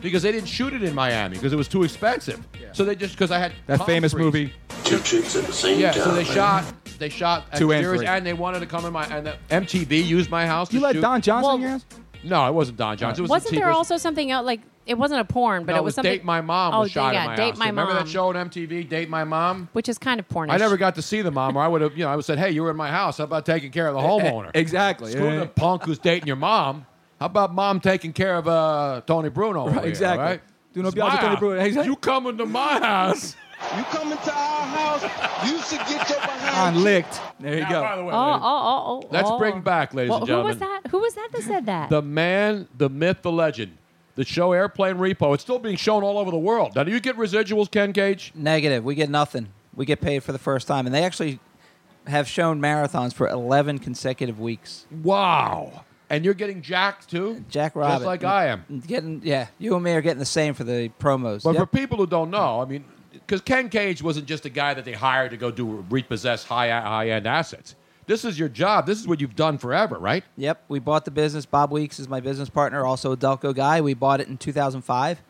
B: Because they didn't shoot it in Miami because it was too expensive. So they just because I had
P: That
B: palm
P: famous
B: trees.
P: movie.
N: Two chicks at the same
B: Yeah, so they shot. They shot at
P: Two and
B: series,
P: three.
B: and they wanted to come in my and the MTV used my house.
P: You
B: to
P: let
B: shoot.
P: Don Johnson in your house?
B: No, it wasn't Don Johnson. It was
Q: Wasn't
B: the
Q: there
B: TV
Q: also something else? Like it wasn't a porn, but
B: no,
Q: it was something.
B: Date My Mom
Q: Oh,
B: was shot
Q: yeah,
B: in my
Q: Date
B: house.
Q: My
B: Remember
Q: Mom.
B: that show on MTV, Date My Mom?
Q: which is kind of pornish.
B: I never got to see the mom, or I would have, you know, I would have said, hey, you were in my house. How about taking care of the homeowner?
P: E-, Exactly.
B: Screw
P: Yeah.
B: the punk who's dating your mom. How about mom taking care of uh, Tony Bruno? over
P: Right,
B: here,
P: exactly.
B: all right?
P: Do not
B: It's
P: be out
B: my
P: with Tony
B: house.
P: Bruno. Exactly.
B: You coming to my house?
S: You come into our house, you should get your
B: Ah,
S: behind.
P: On licked. There you
B: Now,
P: go.
B: by the way,
Q: Oh, oh,
B: ladies-
Q: oh, oh.
B: Let's
Q: oh.
B: bring back, ladies
Q: Well,
B: and
Q: who
B: gentlemen.
Q: was that? Who was that that said that?
B: The man, the myth, the legend. The show Airplane Repo. It's still being shown all over the world. Now, do you get residuals, Ken Cage?
G: Negative. We get nothing. We get paid for the first time, and they actually have shown marathons for 11 consecutive weeks.
B: Wow. And you're getting jacked too?
G: Jack Robin,
B: Just like I am.
G: getting yeah. You and me are getting the same for the promos.
B: But
G: Yep.
B: for people who don't know, I mean, because Ken Cage wasn't just a guy that they hired to go do repossess high high end assets. This is your job. This is what you've done forever, right?
G: Yep, we bought the business. Bob Weeks is my business partner, also a Delco guy. We bought it in 2005.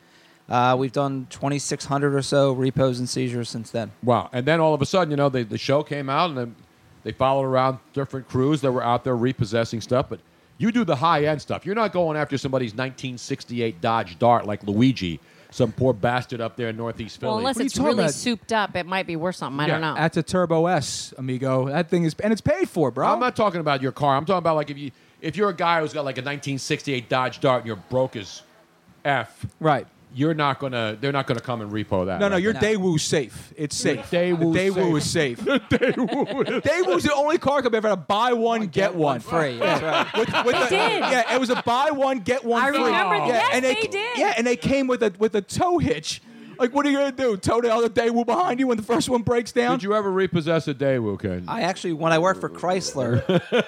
G: Uh, we've done 2,600 or so repos and seizures since then.
B: Wow. And then all of a sudden, you know, they, the show came out and then they followed around different crews that were out there repossessing stuff. But you do the high end stuff. You're not going after somebody's 1968 Dodge Dart like Luigi some poor bastard up there in Northeast Philly.
Q: Well, unless
P: What are you
Q: it's
P: talking
Q: really
P: about?
Q: souped up, it might be worth something. I don't know.
P: That's a Turbo S, amigo. That thing is, and it's paid for, bro.
B: I'm not talking about your car. I'm talking about like if you if you're a guy who's got like a 1968 Dodge Dart and you're broke as f,
P: right?
B: You're not gonna. They're not gonna come and repo that.
P: No, no, your Daewoo's safe. It's safe.
B: Daewoo's
P: the Daewoo is safe.
B: Daewoo.
P: Daewoo's the only car company I've ever had a buy one get, one free.
G: That's
P: right. With, with
G: They
P: a-
G: did.
P: Yeah, it was a buy one get one
G: I
P: free.
G: remember-
P: yeah,
G: yes,
P: and they,
G: they did.
P: Yeah, and they came with a with a tow hitch. Like, what are you gonna do? Tow the other Daewoo behind you when the first one breaks down?
B: Did you ever repossess a Daewoo, Ken?
G: I actually, when I worked for Chrysler,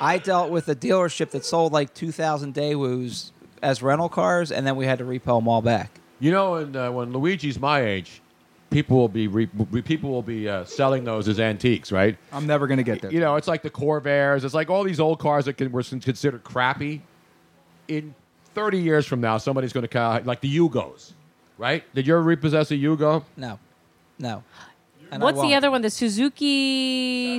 G: I dealt with a dealership that sold like 2,000 Daewoos as rental cars, and then we had to repo them all back.
B: You know, and uh, when Luigi's my age, people will be re- re- people will be uh, selling those as antiques, right?
P: I'm never gonna get there.
B: You know, it's like the Corvairs. It's like all these old cars that can, were considered crappy. In 30 years from now, somebody's going to kind of, like the Yugos, right? Did you ever repossess a Yugo?
G: No, no. And I
Q: What's the
G: won't.
Q: other one? The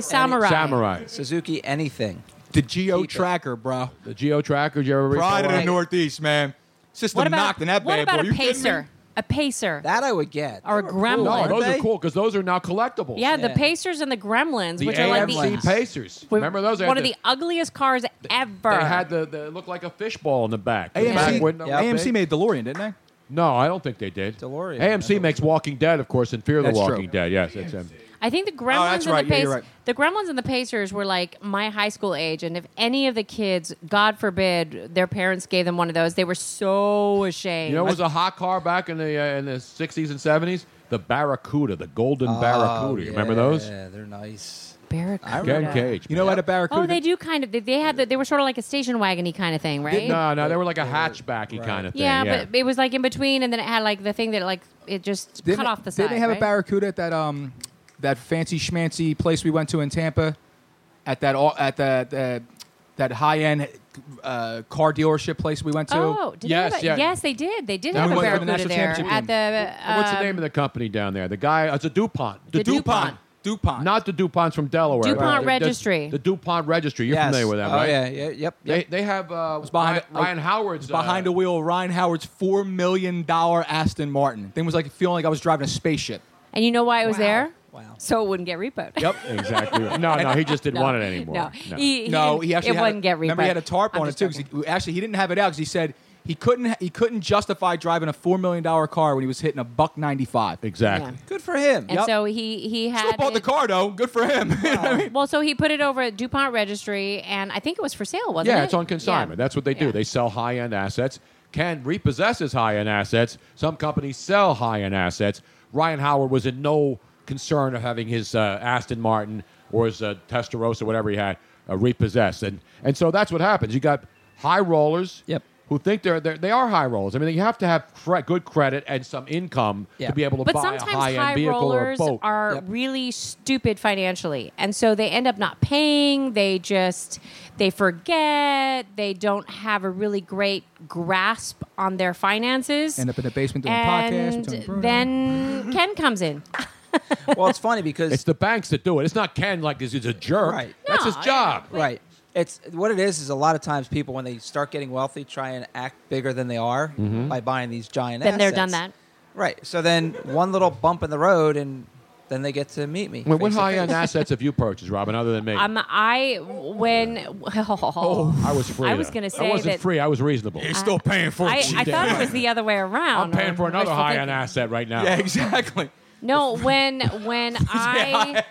Q: Suzuki Samurai.
G: Suzuki anything.
P: The Geo Tracker, bro.
B: The Geo Tracker. Did you ever
P: Pride
G: repo
P: of the
G: one?
P: Northeast, man. System
Q: What about
P: knocked in that
Q: what
P: bad
Q: about
P: boy.
Q: a
P: You kidding me?
Q: pacer? A pacer.
G: That I would get.
Q: Or a gremlin.
B: No, those are cool because those are now collectibles.
Q: Yeah, the Pacers and the Gremlins,
B: The
Q: which are like the
B: AMC Pacers. Remember those? They
Q: one
B: had
Q: of the ugliest cars ever.
B: They had the, the it looked like a fishball in the back. The
P: AMC,
B: back window was
P: AMC
B: big.
P: made DeLorean, didn't they?
B: No, I don't think they did.
P: DeLorean.
B: AMC makes Walking Dead, of course, and Fear the
P: That's true.
B: Walking Dead. Yes, that's them.
Q: I think the Gremlins
P: Oh, that's
Q: and
P: right. Yeah,
Q: the Pacers.
P: you're right.
Q: The Gremlins and the Pacers were like my high school age, and if any of the kids, God forbid, their parents gave them one of those, they were so ashamed.
B: You know, it was a hot car back in the uh, in the sixties and seventies. The Barracuda, the Golden
P: Oh,
B: Barracuda. You remember those?
G: Oh, Yeah, they're nice.
Q: Barracuda.
B: Ken Cage.
P: You know what a Barracuda?
Q: Oh, they do kind of. They, they had. The, they were sort of like a station wagony kind of thing, right?
B: No, no, they were like a hatchbacky kind of thing.
Q: Yeah, but it was like in between, and then it had like the thing that like it just
P: Didn't
Q: cut
P: they-
Q: off the side.
P: Didn't they have
Q: right?
P: a Barracuda at that um that fancy schmancy place we went to in Tampa at that au- at that uh, that high end uh, car dealership place we went to?
Q: Oh, did they have a, yes, they did. They did
P: That
Q: have a
P: was for the
Q: Barracuda
P: national
Q: there
P: championship
Q: at the.
B: Well, what's the
Q: um,
B: name of the company down there? The guy, it's a DuPont.
P: The DuPont. DuPont.
B: Not the DuPonts from Delaware. The-
Q: DuPont
B: the-
Q: Registry.
B: The, DuPont Registry. You're
P: Yes.
B: familiar with that,
P: Oh,
B: right?
P: yeah,
G: yeah, yep.
B: They, they have uh,
P: It's behind
B: Ryan, Ryan Howard's. uh,
P: behind the wheel. of Ryan Howard's four million dollar Aston Martin. Thing was like feeling like I was driving a spaceship.
Q: And you know why it was there? Wow. So it wouldn't get repoed.
B: Yep, exactly. right. No, no, he just didn't
Q: No,
B: want it anymore.
Q: no.
B: No.
Q: He- he
P: no,
Q: didn't-
P: he actually
Q: it
P: had
Q: wouldn't
P: a,
Q: get
P: Remember, he had a
Q: repoed.
P: tarp on
Q: I'm
P: it
Q: just
P: too. 'cause he- actually, he didn't have it out because he said he couldn't he couldn't justify driving a four million dollar car when he was hitting a buck ninety five.
B: Exactly.
P: Good for him.
Q: And so he he had
P: Still bought the
Q: it-
P: car though. Good for him.
Q: Well, so he put it over at DuPont Registry, and I think it was for sale, wasn't it?
B: yeah, it's on consignment. That's what they do. They sell high end assets. Ken repossesses high end assets. Some companies sell high end assets. Ryan Howard was in no concern of having his uh, Aston Martin or his uh, Testarossa, whatever he had, uh, repossessed. And, and so that's what happens. You got high rollers who think they're, they're, they are high rollers. I mean, you have to have cre- good credit and some income to be able to
Q: But
B: buy a
Q: sometimes
B: high
Q: high
B: end vehicle or a
Q: rollers
B: boat.
Q: are really stupid financially, and so they end up not paying. They just they forget. They don't have a really great grasp on their finances.
P: End up in the basement doing podcasts.
Q: and
P: doing Bruno.
Q: then Ken comes in.
G: well, it's funny because
B: it's the banks that do it. It's not Ken like this is a jerk.
G: Right.
B: That's his job.
G: Right. It's what it is. Is a lot of times people when they start getting wealthy try and act bigger than they are
B: Mhm.
G: by buying these giant.
Q: Been there,
G: assets.
Q: done that.
G: Right. So then one little bump in the road, and then they get to meet me.
B: Wait, what
G: face to
B: high end
G: face.
B: assets have you purchased, Robin, other than me?
Q: Um, I when
B: I was free.
Q: I was
B: to
Q: gonna say
B: I wasn't
Q: that-
B: free. I was reasonable. You're
Q: still
B: paying
Q: I, I thought it was the other way
B: I'm
Q: around.
B: paying for another
Q: Wishful
B: high
Q: thinking.
B: end asset right now.
P: yeah, exactly.
Q: No, when when I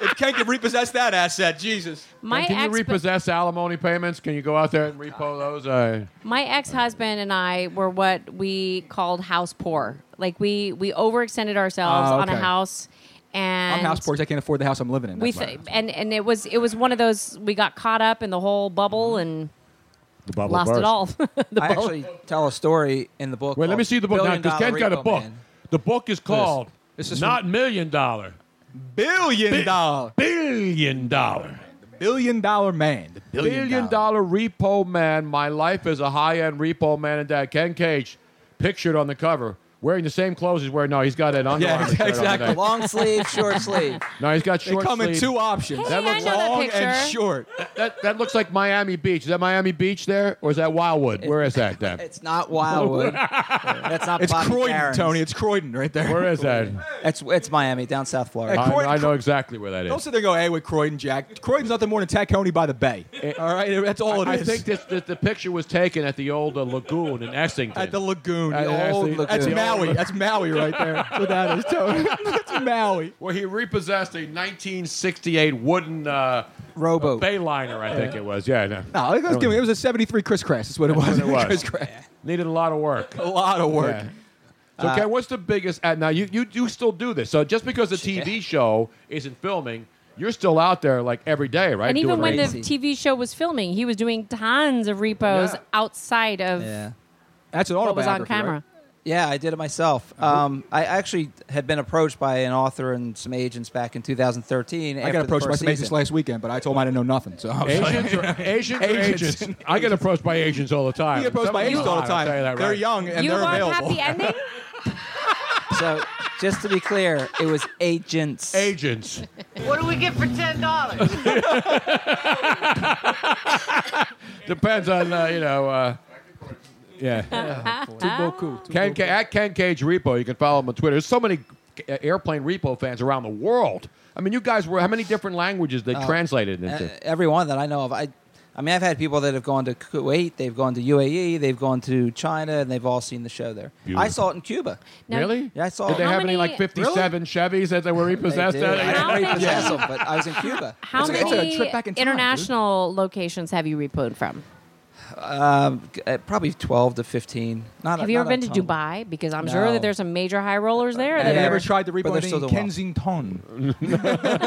P: if Ken could repossess that asset, Jesus.
Q: My
B: can you
Q: ex-
B: repossess alimony payments? Can you go out there and repo those? Uh,
Q: my ex husband and I were what we called house poor. Like we we overextended ourselves
P: Oh,
Q: on a
P: okay.
Q: house, and
P: I'm house poor. 'cause I can't afford the house I'm living in.
Q: we
P: That's why.
Q: th- and and it was it was one of those we got caught up in the whole bubble and
B: the
Q: lost it all. The
G: I
Q: bubble.
G: actually tell a story in the book.
B: Wait, let me see the book now because Ken's got a book. The book is called
G: This is
B: Not Million Dollar,
P: Billion dollar.
B: Billion Dollar.
P: Billion dollar man. The billion,
B: Billion Dollar Repo Man. My life as a high end repo man and dad. Ken Cage, pictured on the cover wearing the same clothes he's wearing. No, he's got an Under
P: Yeah,
B: Armour shirt on
P: exactly.
B: today.
P: Long sleeve, short sleeve.
B: No, he's got
P: They
B: short.
P: come in
B: sleeve.
P: two options. Hey, I know that picture.
B: That, that that looks like Miami Beach. Is that Miami Beach there, or is that Wildwood? Where is that then?
G: It's not Wildwood. That's not
P: It's
G: Bobby
P: Croydon,
G: Barron's.
P: Tony. It's Croydon right there.
B: Where is that?
G: It's it's Miami, down South Florida.
P: Hey, Croydon-
B: I know exactly where that
P: Don't
B: is.
P: sit there and go, hey, with Croydon, Jack. Croydon's nothing more than Tacony by the bay. All right, that's all it
B: I,
P: is.
B: I think this, this the picture was taken at the old uh, lagoon in Essington.
P: At the lagoon.
B: At
P: the
B: Essing-
P: old lagoon. That's
B: the old-
P: Maui. That's Maui right there. That's what that is, Tony. That's Maui.
B: Well, he repossessed a 1968 wooden uh,
P: Rowboat.
B: Bayliner, I think
P: Yeah.
B: it was. Yeah, I know.
P: No, it was, doing, it was a 73 Chris Crass. That's what it was.
B: That's what it was.
P: Chris Crass.
B: Needed a lot of work.
P: A lot of work.
B: Yeah. So, Ken, what's the biggest? Uh, now, you, you do still do this. So, just because the TV show isn't filming, you're still out there like every day, right?
Q: and even
B: Doing
Q: when the
B: reads.
Q: TV show was filming, he was doing tons of repos
G: Yeah.
Q: outside of.
P: That's an
Q: What was on autobiography, camera. right?
G: Yeah, I did it myself.
P: Uh-huh.
G: Um, I actually had been approached by an author and some agents back in 2013.
P: I
G: after
P: got
G: the
P: approached by
G: first
P: some agents
G: season.
P: last weekend, but I told him I didn't know nothing. So I was like-
B: Agents or, agents, or
P: Agents.
B: agents? I get approached by agents all the time.
P: You get approached by
B: Somebody's
P: agents all the
B: lying, I'll
P: time.
B: tell you that
P: They're
B: right.
P: young and
Q: you want happy ending?
G: So, just to be clear, it was agents.
B: Agents.
U: What do we get for ten dollars?
B: Depends on uh, you know. Uh, yeah. Ken, Ca- at Ken Cage Repo, you can follow him on Twitter. There's so many uh, airplane repo fans around the world. I mean, you guys were how many different languages they
G: Uh,
B: translated
G: Uh,
B: into?
G: every one that I know of. I, I mean, I've had people that have gone to Kuwait, they've gone to UAE, they've gone to China, and they've all seen the show there. I
B: Beautiful.
G: saw it in Cuba.
Q: Now-
B: really?
G: Yeah, I saw.
B: Did they
G: it.
B: have any like 57 Chevys that they were repossessed?
G: They did.
B: at?
G: I didn't repossess them, but I was in Cuba.
Q: How
G: It's like- it's like a
Q: many
G: trip back in time, dude.
Q: international locations have you repoed from?
G: Um, g- uh, probably 12 to 15. Not a-
Q: have you ever
G: not a
Q: been to
G: ton.
Q: Dubai? Because I'm sure
G: No.
Q: that there's some major high rollers there.
G: Have
Q: that
G: you
Q: are-
G: ever tried
P: the
G: But they're still
P: repo in
G: doing well.
P: Kensington.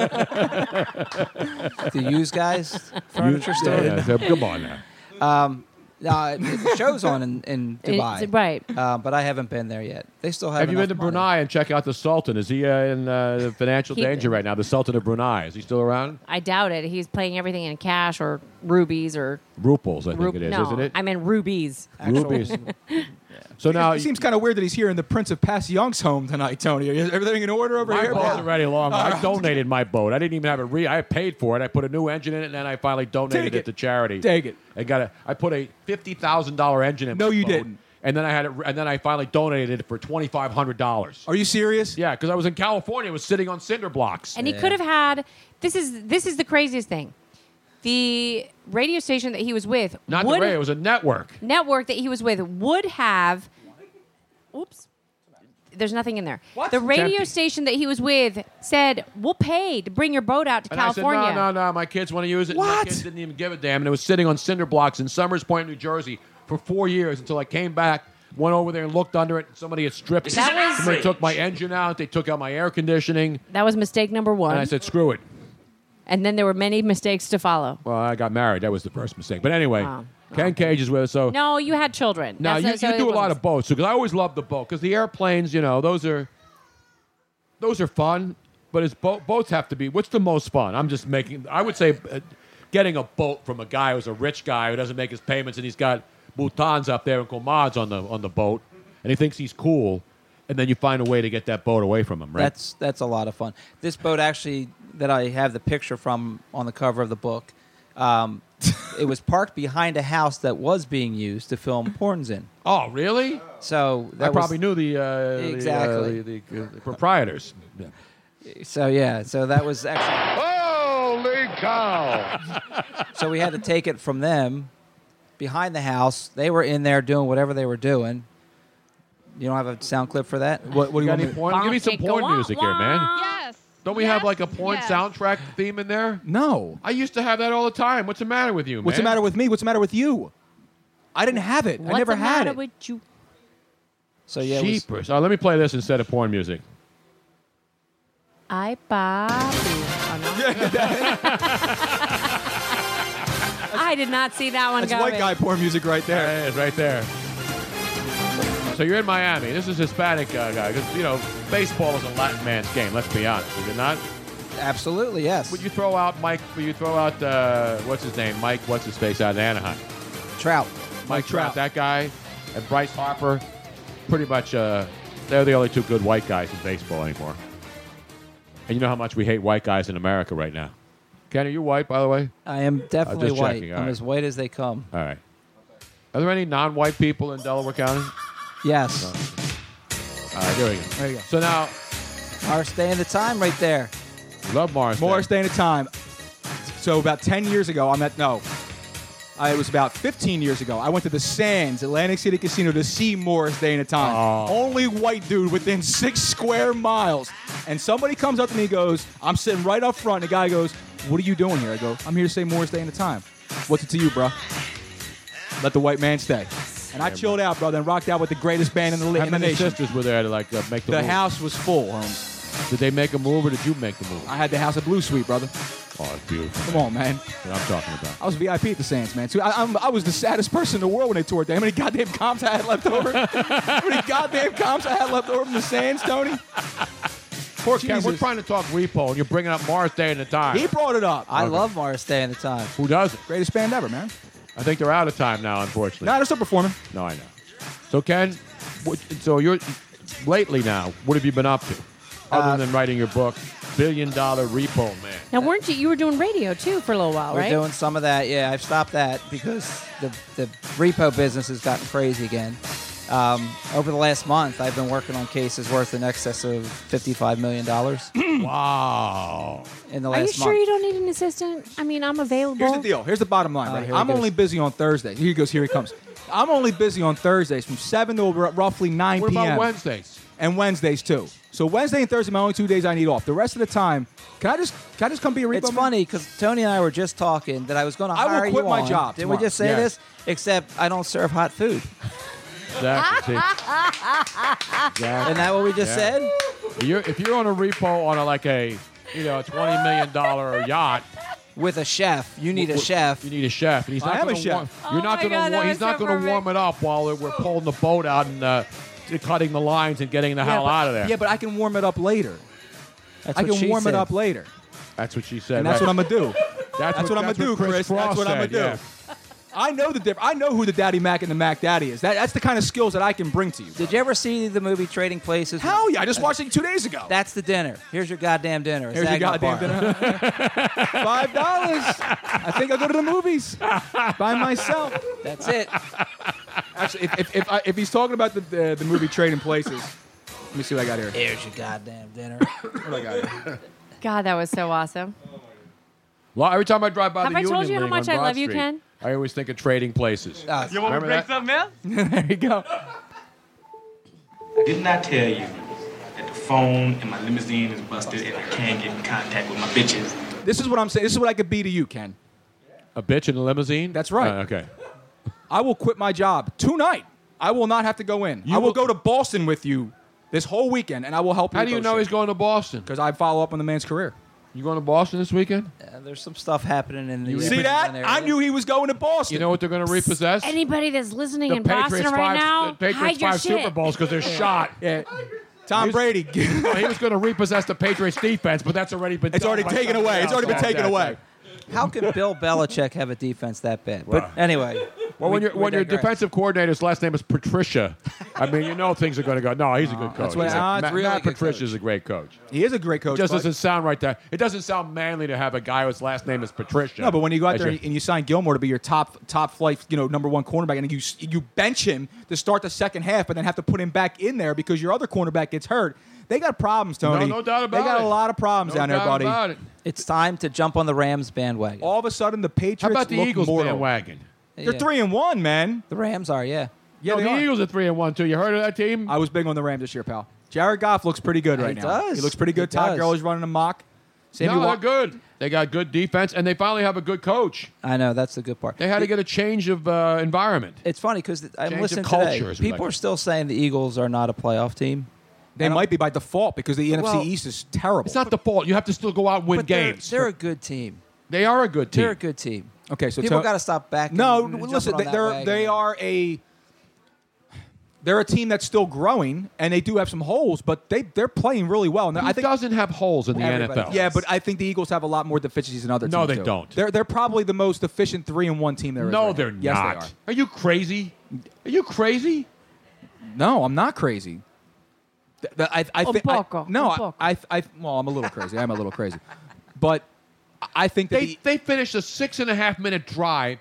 G: the used guys furniture
B: Used-
G: store.
B: yeah, yeah, so come on now.
G: Um, no, it- the show's on in, in
Q: It's-
G: Dubai,
Q: right.
G: Uh, but I haven't been there yet. They still have.
B: Have you been to
G: enough money.
B: Brunei and check out the Sultan? Is he uh, in uh, financial
Q: He-
B: danger right now? The Sultan of Brunei is he still around?
Q: I doubt it. He's playing everything in cash or rubies or.
B: Ruples, I think
Q: Ru-
B: it is,
Q: no,
B: isn't it?
Q: I mean rubies.
B: Rubies. so now
P: it seems kind of weird that he's here in the Prince of Passyunk's home tonight, Tony. Is everything in order over
B: My
P: here?
B: boat's already long. I donated my boat. I didn't even have it re. I paid for it. I put a new engine in it, and then I finally donated
P: Take
B: it.
P: it.
B: to charity.
P: Take it.
B: I got a. I put a fifty thousand dollar engine in.
P: No,
B: my
P: you
B: boat,
P: didn't.
B: And then I had it, re- and then I finally donated it for twenty five hundred dollars.
P: Are you serious?
B: Yeah, because I was in California, it was sitting on cinder blocks.
Q: And he could have had this is this is the craziest thing. The radio station that he was with
B: not the
Q: would
B: radio. It was a network.
Q: network that he was with would have oops there's nothing in there. The radio
B: empty.
Q: station that he was with said, "We'll pay to bring your boat out to
B: And
Q: California."
B: I said, no, no, no. My kids want to use it. and My
Q: What?
B: kids didn't even give a damn. And it was sitting on cinder blocks in Summers Point, New Jersey, for four years until I came back, went over there and looked under it, and somebody had stripped it.
Q: That was-
B: somebody took my engine out. They took out my air conditioning.
Q: That was mistake number 1.
B: And I said, screw it.
Q: And then there were many mistakes to follow.
B: Well, I got married. That was the first mistake. But anyway,
Q: Wow.
B: Ken Cage is with us. So
Q: No, you had children.
B: now
Q: That's
B: Oh. you,
Q: not- so
B: you
Q: it
B: do a lot
Q: wasn't-
B: of boats because I always love the boat because the airplanes, you know, those are those are fun. But it's bo- boats have to be. What's the most fun? I'm just making. I would say uh, getting a boat from a guy who's a rich guy who doesn't make his payments and he's got boutons up there and gourmands on the on the boat and he thinks he's cool. And then you find a way to get that boat away from him, right?
G: That's that's a lot of fun. This boat actually that I have the picture from on the cover of the book. Um, it was parked behind a house that was being used to film porns in.
B: Oh, really?
G: So that
B: I
G: was-
B: probably knew the uh, the, uh,
G: Exactly.
B: the, the, the proprietors.
G: uh, So yeah, so that was actually.
B: Holy cow!
G: so we had to take it from them behind the house. They were in there doing whatever they were doing. You don't have a sound clip for that?
P: What, what do you
B: Got
P: want
B: any
P: me-
B: porn? Give me some porn music here, man.
W: Yes.
B: Don't we have like a porn soundtrack theme in there?
P: No.
B: I used to have that all the time. What's the matter with you, man?
P: What's the matter with me? What's the matter with you? I didn't have it. I
Q: What's
P: never
Q: the
P: had
Q: matter
P: it.
Q: with you?
G: So
B: yeah, Jeepers. Oh, let me play this instead of porn music.
Q: I Bobby. Oh, no. I did not see that one
P: That's
Q: coming.
P: white guy porn music right there.
B: There it is, right there. So you're in Miami. This is Hispanic uh, guy because you know baseball is a Latin man's game. Let's be honest, is it not?
G: Absolutely, yes.
B: Would you throw out Mike? Would you throw out uh, what's his name? Mike, what's his face out of Anaheim?
G: Trout.
B: Mike Trout, that guy, and Bryce Harper, pretty much uh, They're the only two good white guys in baseball anymore. And you know how much we hate white guys in America right now. Ken, are you white, by the way?
G: I am definitely
B: just
G: white.
B: checking, all
G: I'm
B: right.
G: as white as they come.
B: All right. Are there any non-white people in Delaware County?
G: Yes.
B: All right, there we go.
G: There you go.
B: So now,
G: our stay in the time right there.
B: Love Mars.
P: Morris Day in a Time. So about 10 years ago, I'm at, no, I, it was about 15 years ago. I went to the Sands Atlantic City Casino to see Morris Day in a Time.
B: Oh.
P: Only white dude within six square miles. And somebody comes up to me and goes, I'm sitting right up front. And the guy goes, What are you doing here? I go, I'm here to say Morris Day in a Time. What's it to you, bro? Let the white man stay. And I
B: Yeah,
P: chilled out, brother, and rocked out with the greatest band in the, li-
B: How
P: in the
B: many
P: nation.
B: sisters were there to like uh, make the,
P: The
B: move?
P: house was full, Holmes.
B: Did they make a move or did you make the move?
P: I had the house of blue suite, brother.
B: Oh, it's beautiful.
P: Come on, man.
B: That's what I'm talking about.
P: I was VIP at the Sands, man. Too. I, I'm, I was the saddest person in the world when they tore it down. How many goddamn comps I had left over? How many goddamn comps I had left over from the Sands, Tony?
B: Poor Ken, we're
P: Jesus.
B: trying to talk repo, and you're bringing up Mars Day and the time.
P: He brought it up.
G: I love Morris Day in the time.
B: Who does it?
P: Greatest band ever, man.
B: I think they're out of time now, unfortunately.
P: No, they're still performing.
B: No, I know. So Ken, what, so you're lately now. What have you been up to,
P: Uh,
B: other than writing your book, Billion Dollar Repo Man?
Q: Now, weren't you? You were doing radio too for a little while,
G: We're
Q: right?
G: doing some of that. Yeah, I've stopped that because the, the repo business has gotten crazy again. Um, over the last month, I've been working on cases worth in excess of $55 million.
B: wow.
G: In the
Q: Are
G: last
Q: you
G: month.
Q: sure you don't need an assistant? I mean, I'm available.
P: Here's the deal. Here's the bottom line.
G: Uh,
P: right
G: here
P: here.
G: he
P: I'm
G: goes.
P: only busy on Thursdays. Here he goes. Here he comes. I'm only busy on Thursdays from 7 to r- roughly 9
B: What
P: p.m.
B: about Wednesdays?
P: And Wednesdays, too. So Wednesday and Thursday, my only two days I need off. The rest of the time, can I just can I just come be a repo?
G: It's
P: man?
G: funny because Tony and I were just talking that I was going to
P: I will
G: hire
P: quit
G: you
P: my
G: on.
P: job
G: Did
P: tomorrow.
G: we just say
P: Yes.
G: this? Except I don't serve hot food.
B: Exactly. see? Exactly.
G: Isn't that what we just said?
B: You're, if you're on a repo on a like a you know a twenty million dollar yacht.
G: With a chef, you need a chef.
B: You need a chef, and he's
P: I
B: not
P: am a
B: going to.
P: chef.
B: Warm, you're not
P: my
B: going
P: God,
B: to.
P: that
B: He's
P: was
B: not
P: so
B: going to warm it up while we're pulling the boat out and uh, cutting the lines and getting the hell
P: but,
B: out of there.
P: Yeah, but I can warm it up later. I can warm it up later.
B: That's what she said.
P: And that's
B: right.
P: what I'm gonna do.
B: That's, what,
P: That's what I'm
B: that's
P: gonna do,
B: Chris.
P: Chris.
B: Cross
P: That's what I'm
B: said,
P: gonna do. I know the difference. I know who the Daddy Mac and the Mac Daddy is. That, that's the kind of skills that I can bring to you.
G: Did you ever see the movie Trading Places?
P: Hell yeah! I just watched it two days ago.
G: That's the dinner. Here's your goddamn dinner. It's
P: Here's your
G: Agnew
P: goddamn
G: Bar.
P: dinner. Five dollars. I think I'll go to the movies by myself.
G: That's it.
P: Actually, if if, if, I, if he's talking about the, the the movie Trading Places, let me see what I got here.
G: Here's your goddamn dinner.
P: What do I got here?
Q: God, that was so awesome.
B: Well, every time I drive by
Q: Have
B: the
Q: I
B: Union
Q: told you how
B: League
Q: much
B: on
Q: I
B: Broad
Q: love you,
B: Street,
Q: Ken?
B: I always think of trading places.
X: You want me to
B: Remember that?
X: break something else?
P: there you go.
W: Didn't I tell you that the phone in my limousine is busted and I can't get in contact with my bitches?
P: This is what I'm saying. This is what I could be to you, Ken.
B: A bitch in a limousine.
P: That's right.
B: Uh, okay.
P: I will quit my job tonight. I will not have to go in. I will, go to Boston with you this whole weekend, and I will help.
B: How do you know he's going to Boston?
P: Because I follow up on the man's career.
B: You going to Boston this weekend?
G: Uh, there's some stuff happening in the.
P: You
G: uh,
P: see that?
G: area.
P: I knew he was going to Boston.
B: You know what they're going to repossess?
Q: Anybody that's listening
B: the
Q: in
B: Patriots
Q: Boston
B: five,
Q: right now,
B: the Patriots
Q: hide your
B: five
Q: shit.
B: Super Bowls because they're shot.
P: Yeah. Tom
B: He's-
P: Brady.
B: No, he was going to repossess the Patriots defense, but that's already been.
P: It's
B: done
P: already
B: by
P: taken
B: somebody
P: away. It's
B: else.
P: already been
B: Yeah,
P: taken
B: exactly.
P: away.
G: How can Bill Belichick have a defense that bad?
B: Wow.
G: But anyway.
B: Well, when,
G: we-
B: your
G: we
B: when your
G: digress.
B: defensive coordinator's last name is Patricia, I mean, you know things are going to go. No, he's a good coach.
P: that's what-
B: He's a-
P: ah, it's
B: Matt,
P: really
B: Matt
P: good
B: Patricia is a great coach.
P: He is a great coach.
B: It just
P: but-
B: doesn't sound right. That it doesn't sound manly to have a guy whose last name is Patricia.
P: No, but when you go out
B: as
P: there
B: your-
P: and and you sign Gilmore to be your top top flight, you know, number one cornerback, and you s- you bench him to start the second half, and then have to put him back in there because your other cornerback gets hurt. They got problems, Tony.
B: no doubt about
P: They got
B: it.
P: a lot of problems
B: No
P: down there,
B: doubt
P: buddy.
B: about it.
G: It's time to jump on the Rams bandwagon.
P: All of a sudden, the Patriots
B: how about the
P: look
B: Eagles
P: mortal.
B: bandwagon?
P: They're
G: Yeah.
P: three and one, man.
G: The Rams are, yeah.
P: Yeah,
B: no,
P: they
B: the
P: are.
B: Eagles are three and one too. You heard of that team?
P: I was big on the Rams this year, pal. Jared Goff looks pretty good right
G: He
P: now.
G: does.
P: He looks pretty
G: He
P: good. Todd
G: does.
P: Gurley's running a mock. Sammy
B: no,
P: Wa-
B: they're good. They got good defense, and they finally have a good coach.
G: I know Uh, that's the good part.
B: They had to get a change of uh, environment.
G: It's funny because I'm
B: Change of
G: listening
B: culture,
G: today.
B: as we
G: People
B: like
G: are still saying the Eagles are not a playoff team.
P: They might be by default because the
G: Well,
P: NFC East is terrible.
B: It's not the fault. You have to still go out and win
G: But they're,
B: games.
G: they're a good team.
B: They are a good team.
G: They're a good team.
P: okay, so
G: People
P: Tony-
G: got to stop back.
P: No,
G: and jumping
P: listen,
G: on
P: they-
G: that
P: they're
G: wagon.
P: they are a they're a team that's still growing, and they do have some holes, but they they're playing really well. And
B: Who
P: I think
B: doesn't have holes in the
G: Everybody
B: NFL?
G: does.
P: yeah, but I think the Eagles have a lot more deficiencies than other teams.
B: No, they
P: do.
B: don't.
P: They're they're probably the most efficient three and one team there is.
B: No,
P: right now.
B: they're
P: yes,
B: not.
P: They
B: are. you crazy? Are you crazy?
P: are. No, I'm not crazy. Th- th- I, I
Q: Un
P: thi- I-
Q: poco,
P: no,
Q: un
P: I-
Q: poco.
P: I, I, well, I'm a little crazy. I'm a little crazy, but I- I think that
B: They,
P: the,
B: they finished a six and a half minute drive.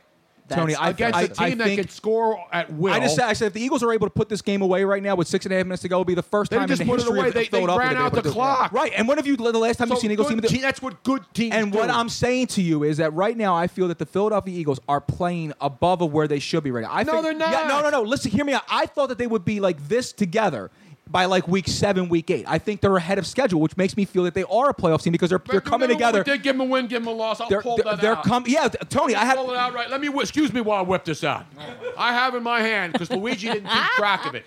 P: Tony, I
B: against
P: I,
B: a team
P: I
B: that
P: think,
B: can score at will.
P: I just said, I said if the Eagles are able to put this game away right now with six and a half minutes to go, it'll be the first
B: They
P: time
B: just
P: in the
B: put it
P: history
B: away.
P: of
B: They- they
P: Philadelphia
B: ran
P: that
B: out
P: they've
B: the
P: been able to do it.
B: clock.
P: Right, and when have you the last time
B: So
P: you've seen Eagles
B: good
P: team? that-
B: team- that's what good teams
P: And what
B: do.
P: I'm saying to you is that right now I feel that the Philadelphia Eagles are playing above of where they should be right now. I
B: No,
P: think-
B: they're not.
P: Yeah, no, no, no. Listen, hear me out. I thought that they would be like this together. By like week seven, week eight, I think they're ahead of schedule, which makes me feel that they are a playoff team because they're they're coming
B: Remember when
P: together.
B: we did give them a win, give them a loss. I'll
P: They're-
B: pull
P: they're-
B: that
P: they're
B: out.
P: com- yeah, th- Tony,
B: I'll
P: I had- Oh.
B: pull it out right. Let me whi- excuse me while I whip this out. I have in my hand because Luigi didn't keep track of it.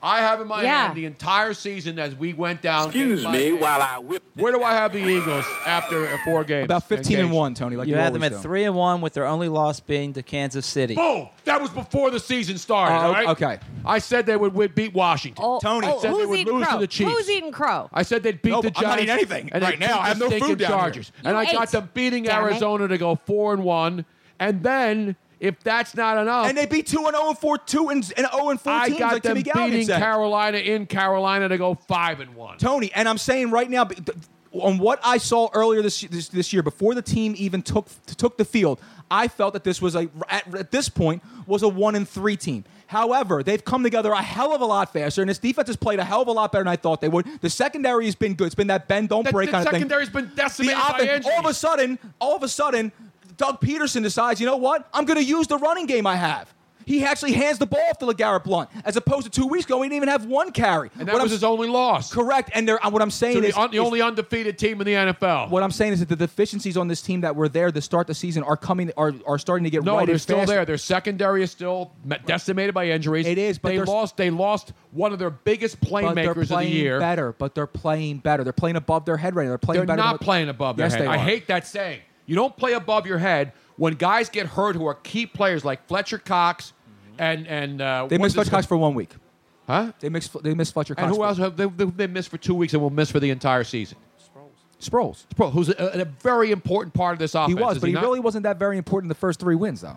B: I have in my
Q: Yeah.
B: hand the entire season as we went down.
P: Excuse
B: game by
P: me
B: game.
P: while I whip
B: Where do I have the Eagles after uh, four games?
P: About 15 and one, Tony. Like
G: you
P: you
G: had them
P: always
G: at
P: do.
G: three and one, with their only loss being to Kansas City.
B: Boom! That was before the season started.
P: Uh,
G: Oh,
B: all right?
G: okay.
B: I said they would, win beat Washington. Tony
Q: oh,
B: said they
Q: who's
B: would
Q: eating
B: lose
Q: crow?
B: to the Chiefs.
Q: Who's eating crow?
B: I said they'd beat
P: No,
B: the
P: I'm
B: Giants.
P: not eating anything
B: and
P: right
B: they'd
P: now.
B: beat
P: I have
B: the
P: no
B: stinking
P: food down here.
B: Chargers. And
P: You
B: I got
P: ate.
B: them beating
P: Damn it.
B: Arizona to go four and one. And then if that's not enough,
P: and they beat two and zero and four two and and zero and four
B: I
P: teams
B: got
P: like
B: them
P: Timmy Gallagher
B: beating
P: said.
B: Carolina in Carolina to go five and one.
P: Tony, and I'm saying right now, b- th- on what I saw earlier this, this this year, before the team even took took the field, I felt that this was a at, at this point was a one and three team. However, they've come together a hell of a lot faster, and this defense has played a hell of a lot better than I thought they would. The secondary has been good. It's been that bend don't
B: The-
P: break
B: the
P: kind of thing.
B: secondary's been decimated
P: The
B: by
P: offense- all of a sudden, all of a sudden, Doug Peterson decides, you know what? I'm going to use the running game I have. He actually hands the ball off to LeGarrette Blunt, as opposed to two weeks ago, he didn't even have one carry.
B: And that was his only loss.
P: Correct. And they're, uh, what I'm saying
B: To the,
P: is
B: un- the
P: is-
B: only undefeated team in the NFL.
P: what I'm saying is that the deficiencies on this team that were there to start the season are coming are, are starting to get
B: No,
P: righted
B: they're still
P: faster.
B: there. Their secondary is still me- decimated by injuries. It is,
P: but
B: they
P: they're-
B: lost. They lost one of their biggest
P: But they're
B: playmakers of the
P: playing
B: year.
P: better, but they're playing better. They're playing above their head right now. They're playing
B: They're
P: better.
B: not
P: than-
B: playing above their
P: yes,
B: head.
P: They are.
B: I hate that saying. You don't play above your head when guys get hurt who are key players like Fletcher Cox and and uh,
P: Mm-hmm. They
B: what's
P: missed Fletcher
B: his-
P: Cox for one week.
B: Huh?
P: They missed. They missed Fletcher Cox.
B: And who
P: for-
B: else have they, they, they missed for two weeks and will miss for the entire season?
P: Sproles.
B: Sproles, who's a, a very important part of this offense.
P: He was,
B: is
P: but he,
B: not?
P: really wasn't that very important in the first three wins, though.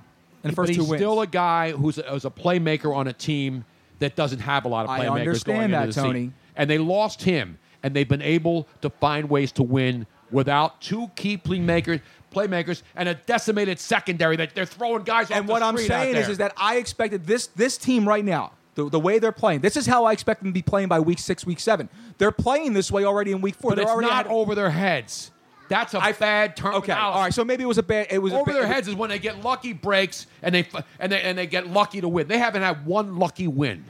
P: In the
B: But
P: first
B: he's
P: two wins.
B: still a guy who's a, who's a playmaker on a team that doesn't have a lot of
P: I
B: playmakers
P: understand
B: going
P: that,
B: into the
P: Tony.
B: Season. And they lost him, and they've been able to find ways to win without two key playmakers, playmakers, and a decimated secondary that they're throwing guys. off
P: and
B: the
P: what I'm
B: screen out
P: saying is,
B: there.
P: is that I expected this this team right now, the, the way they're playing, this is how I expect them to be playing by week six, week seven. They're playing this way already in week four.
B: but
P: they're
B: it's
P: already
B: not
P: ahead-
B: over their heads. That's a bad term.
P: Okay, all right. So maybe it was a bad. It was a
B: over
P: ba-
B: their heads is when they get lucky breaks and they f- and they and they get lucky to win. They haven't had one lucky win.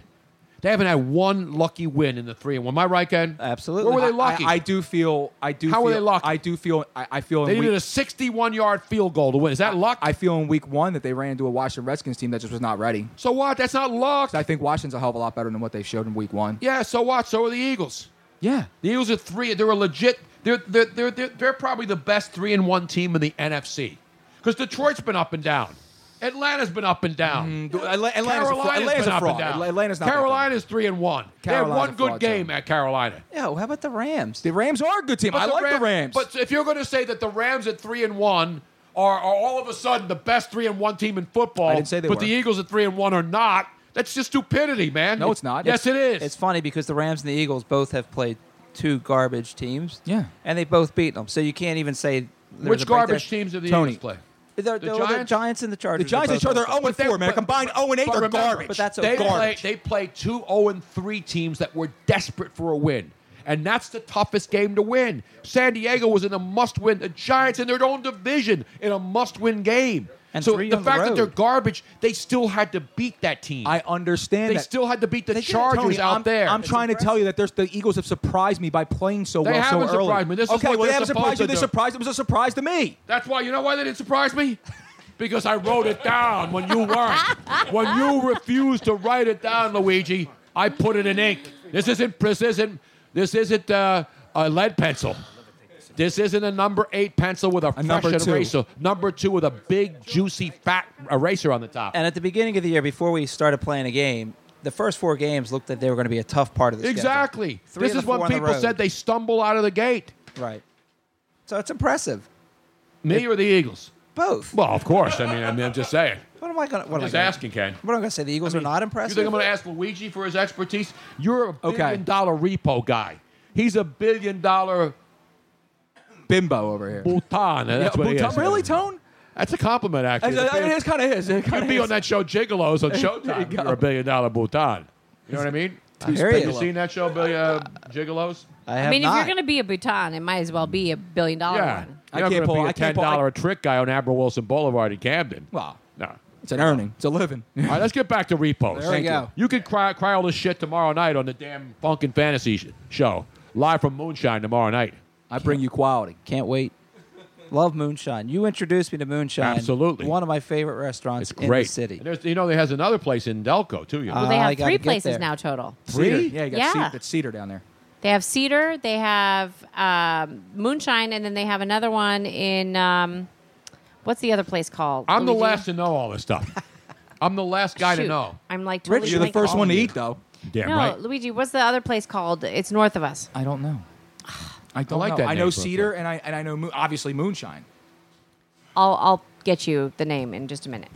B: They haven't had one lucky win in the three and one. Am I right, Ken? Absolutely. Where were they
P: I-
B: lucky?
P: I, I do feel. I do.
B: How
P: feel,
B: were they lucky?
P: I do feel. I, I feel.
B: They
P: in
B: needed
P: week,
B: a 61 yard field goal to win. Is that luck?
P: I feel in week one that they ran into a Washington Redskins team that just was not ready.
B: So what? That's not luck.
P: I think Washington's a hell of a lot better than what they showed in week one.
B: yeah, so what? So are the Eagles.
P: Yeah.
B: The Eagles are three. They're a legit. They're, they're, they're, they're, they're probably the best three and one team in the NFC because Detroit's been up and down. Atlanta's been up and down.
P: Atla- Mm, Atlanta's a fraud.
B: Carolina's
P: Atlanta's
B: been
P: a
B: up
P: fraud.
B: and down.
P: Atla- Atlanta's not that good.
B: Carolina's three and one. they
P: Carolina's
B: had one
P: a
B: good
P: fraud,
B: game
P: too.
B: at Carolina.
G: Yo, how about the Rams?
P: The Rams are a good team.
B: But
P: I like the Rams.
B: But if you're going to say that the Rams at three and one are, are all of a sudden the best three and one team in football,
P: I didn't say they
B: but
P: were.
B: the Eagles at three and one are not. That's just stupidity, man.
P: No, it's not.
B: Yes, it is.
G: It's funny because the Rams and the Eagles both have played two garbage teams.
P: Yeah.
G: and they both beat them. So you can't even say there's a
B: Which
G: breakdown.
B: garbage teams have the
P: Tony.
B: Eagles play?
G: They're-
B: The
G: they're- the
B: Giants?
G: Giants? and the
P: the
G: Chargers.
P: Giants
G: are
P: and
G: both
P: Chargers are
G: up there.
P: 0 and 4, man. Combined 0 and 8,
B: But
P: they're
B: remember,
P: garbage.
G: but that's
B: they
G: okay.
B: play,
G: Garbage.
B: they play two 0 and 3 teams that were desperate for a win. And that's the toughest game to win. San Diego was in a must win. The Giants in their own division in a must win game.
G: And
B: so
G: three
B: the
G: on the
B: fact that
G: road.
B: they're garbage, they still had to beat that team.
P: I understand
B: they
P: that.
B: still had to beat the
P: They did,
B: Chargers
P: Tony,
B: out
P: I'm,
B: there.
P: I'm trying to tell you that there's, the Eagles have surprised me by playing so
B: They
P: well so
B: haven't
P: early.
B: surprised me. This is
P: okay,
B: what
P: well,
B: they're
P: they haven't
B: supposed
P: surprised
B: to
P: you. They
B: do.
P: surprised. It was a surprise to me.
B: That's why you know why they didn't surprise me? Because I wrote it down when you weren't. When you refused to write it down, Luigi, I put it in ink. This isn't this isn't this isn't uh, a lead pencil. This isn't a number eight pencil with a, fresh
P: number two.
B: eraser. Number two with a big, juicy, fat eraser on the top.
G: And at the beginning of the year, before we started playing a game, the first four games looked like they were going to be a tough part of the schedule.
B: Exactly.
G: Three
B: This
G: of
B: is
G: the
B: when
G: four on the
B: people
G: road.
B: said they stumble out of the gate.
G: Right. So it's impressive.
B: Me or the Eagles?
G: Both.
B: Well, of course. I mean, I mean I'm just saying.
G: What am I going to? What
B: I'm
G: am I
B: just
G: gonna-
B: asking, Ken.
G: What am I going to say? The Eagles are not
B: You
G: impressive.
B: think I'm going to ask Luigi for his expertise? You're a billion dollar repo guy. He's a billion dollar
P: bimbo over here.
B: Bhutan. That's
P: Yeah,
B: what he
P: Bhutan-
B: is.
P: really, Tone?
B: That's a compliment, actually.
P: It's- it is kinda is. It kinda
B: You'd be
P: is.
B: on that show Gigolos on
P: There you
B: Showtime.
P: go.
B: You are a billion dollar Bhutan. You know what I mean?
G: I hear you.
B: you seen that show, Billy uh, Gigolos?
Q: I mean, if you're going to be a Bhutan, it might as well be a billion dollar
B: yeah,
Q: one.
B: You're not gonna
P: pull-
B: Be
P: I
B: a ten
P: can't pull-
B: dollar a trick guy on Admiral Wilson Boulevard in Camden.
P: Well,
B: no,
P: it's an earning. It's a living.
B: All right, let's get back to repos.
P: There we
B: Thank
P: go.
B: You, you could cry, cry all this shit tomorrow night on the damn Funkin' Fantasy sh- show, live from Moonshine tomorrow night.
P: I bring you quality.
G: Can't wait. Love moonshine. You introduced me to moonshine.
B: Absolutely.
G: One of my favorite restaurants in
B: Great
G: the city.
B: And there's, you know, there has another place in Delco too. You know.
Q: Well,
P: Uh,
Q: they have
G: gotta
Q: three
G: get
Q: places
G: there.
Q: now total.
P: Cedar. Yeah, you got
Q: Yeah.
P: Cedar, that's cedar down there.
Q: They have Cedar, they have um, Moonshine, and then they have another one in um, what's the other place called?
B: I'm the
Q: Luigi?
B: last to know all this stuff. I'm the last guy to
Q: Shoot.
B: know.
Q: I'm like totally
P: Rich, you're the
Q: blanking.
P: first one to eat, though.
B: Yeah,
Q: no,
B: right.
Q: Luigi, what's the other place called? It's north of us.
P: I don't know. I don't
B: like
P: know.
B: that
P: Oh, I
B: name
P: know
B: for a
P: cedar, and I and I know moon, obviously moonshine.
Q: I'll I'll get you the name in just a minute.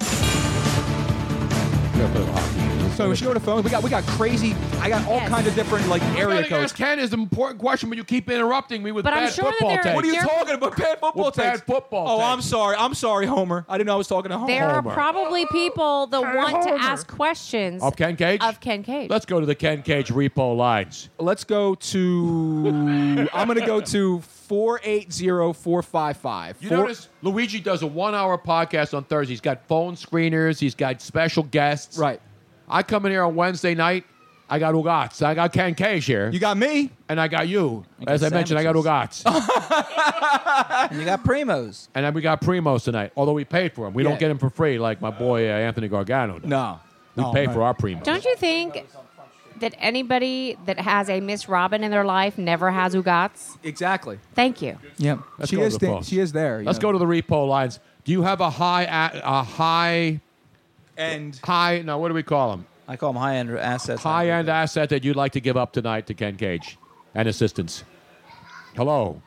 P: So we should go to phone. We got we got crazy. I got all kinds of different like
B: I
P: area
B: think
P: codes.
B: ask Ken is an important question, but you keep interrupting me with
Q: But I'm
B: bad
Q: sure that
B: football
Q: there-
B: takes.
P: What are you
Q: There-
P: talking about? Bad football
B: Well, bad
P: takes.
B: football
P: Oh,
B: takes.
P: I'm sorry. I'm sorry, Homer. I didn't know I was talking to Homer.
Q: There are probably people that want to ask questions
B: Of Ken Cage?
Q: of Ken Cage.
B: Let's go to the Ken Cage repo lines.
P: Let's go to. I'm going to go to four eight zero four five five.
B: You notice Luigi does a one-hour podcast on Thursday. He's got phone screeners. He's got special guests.
P: Right.
B: I come in here on Wednesday night. I got Ugats. I got Ken Cage here.
P: You got me.
B: and I got you.
G: got
B: As I mentioned, I got Ugats.
G: And you got primos.
B: and then we got Primos tonight, although we paid for him. We
P: Yeah.
B: don't get him for free like my boy uh, Anthony Gargano does.
P: No.
B: We
P: No,
B: pay
P: right.
B: for our Primos.
Q: Don't you think that anybody that has a Miss Robin in their life never has Ugats?
P: Exactly.
Q: Thank you.
P: Yep.
B: Let's
P: she
B: go to
P: is.
B: the
P: thi-
B: phones.
P: she is there.
B: Let's go to the repo lines. Do you have a high, a, a high,
P: and
B: high, no, what do we call them?
G: I call them high end assets.
B: High end asset that you'd like to give up tonight to Ken Cage and assistance? Hello.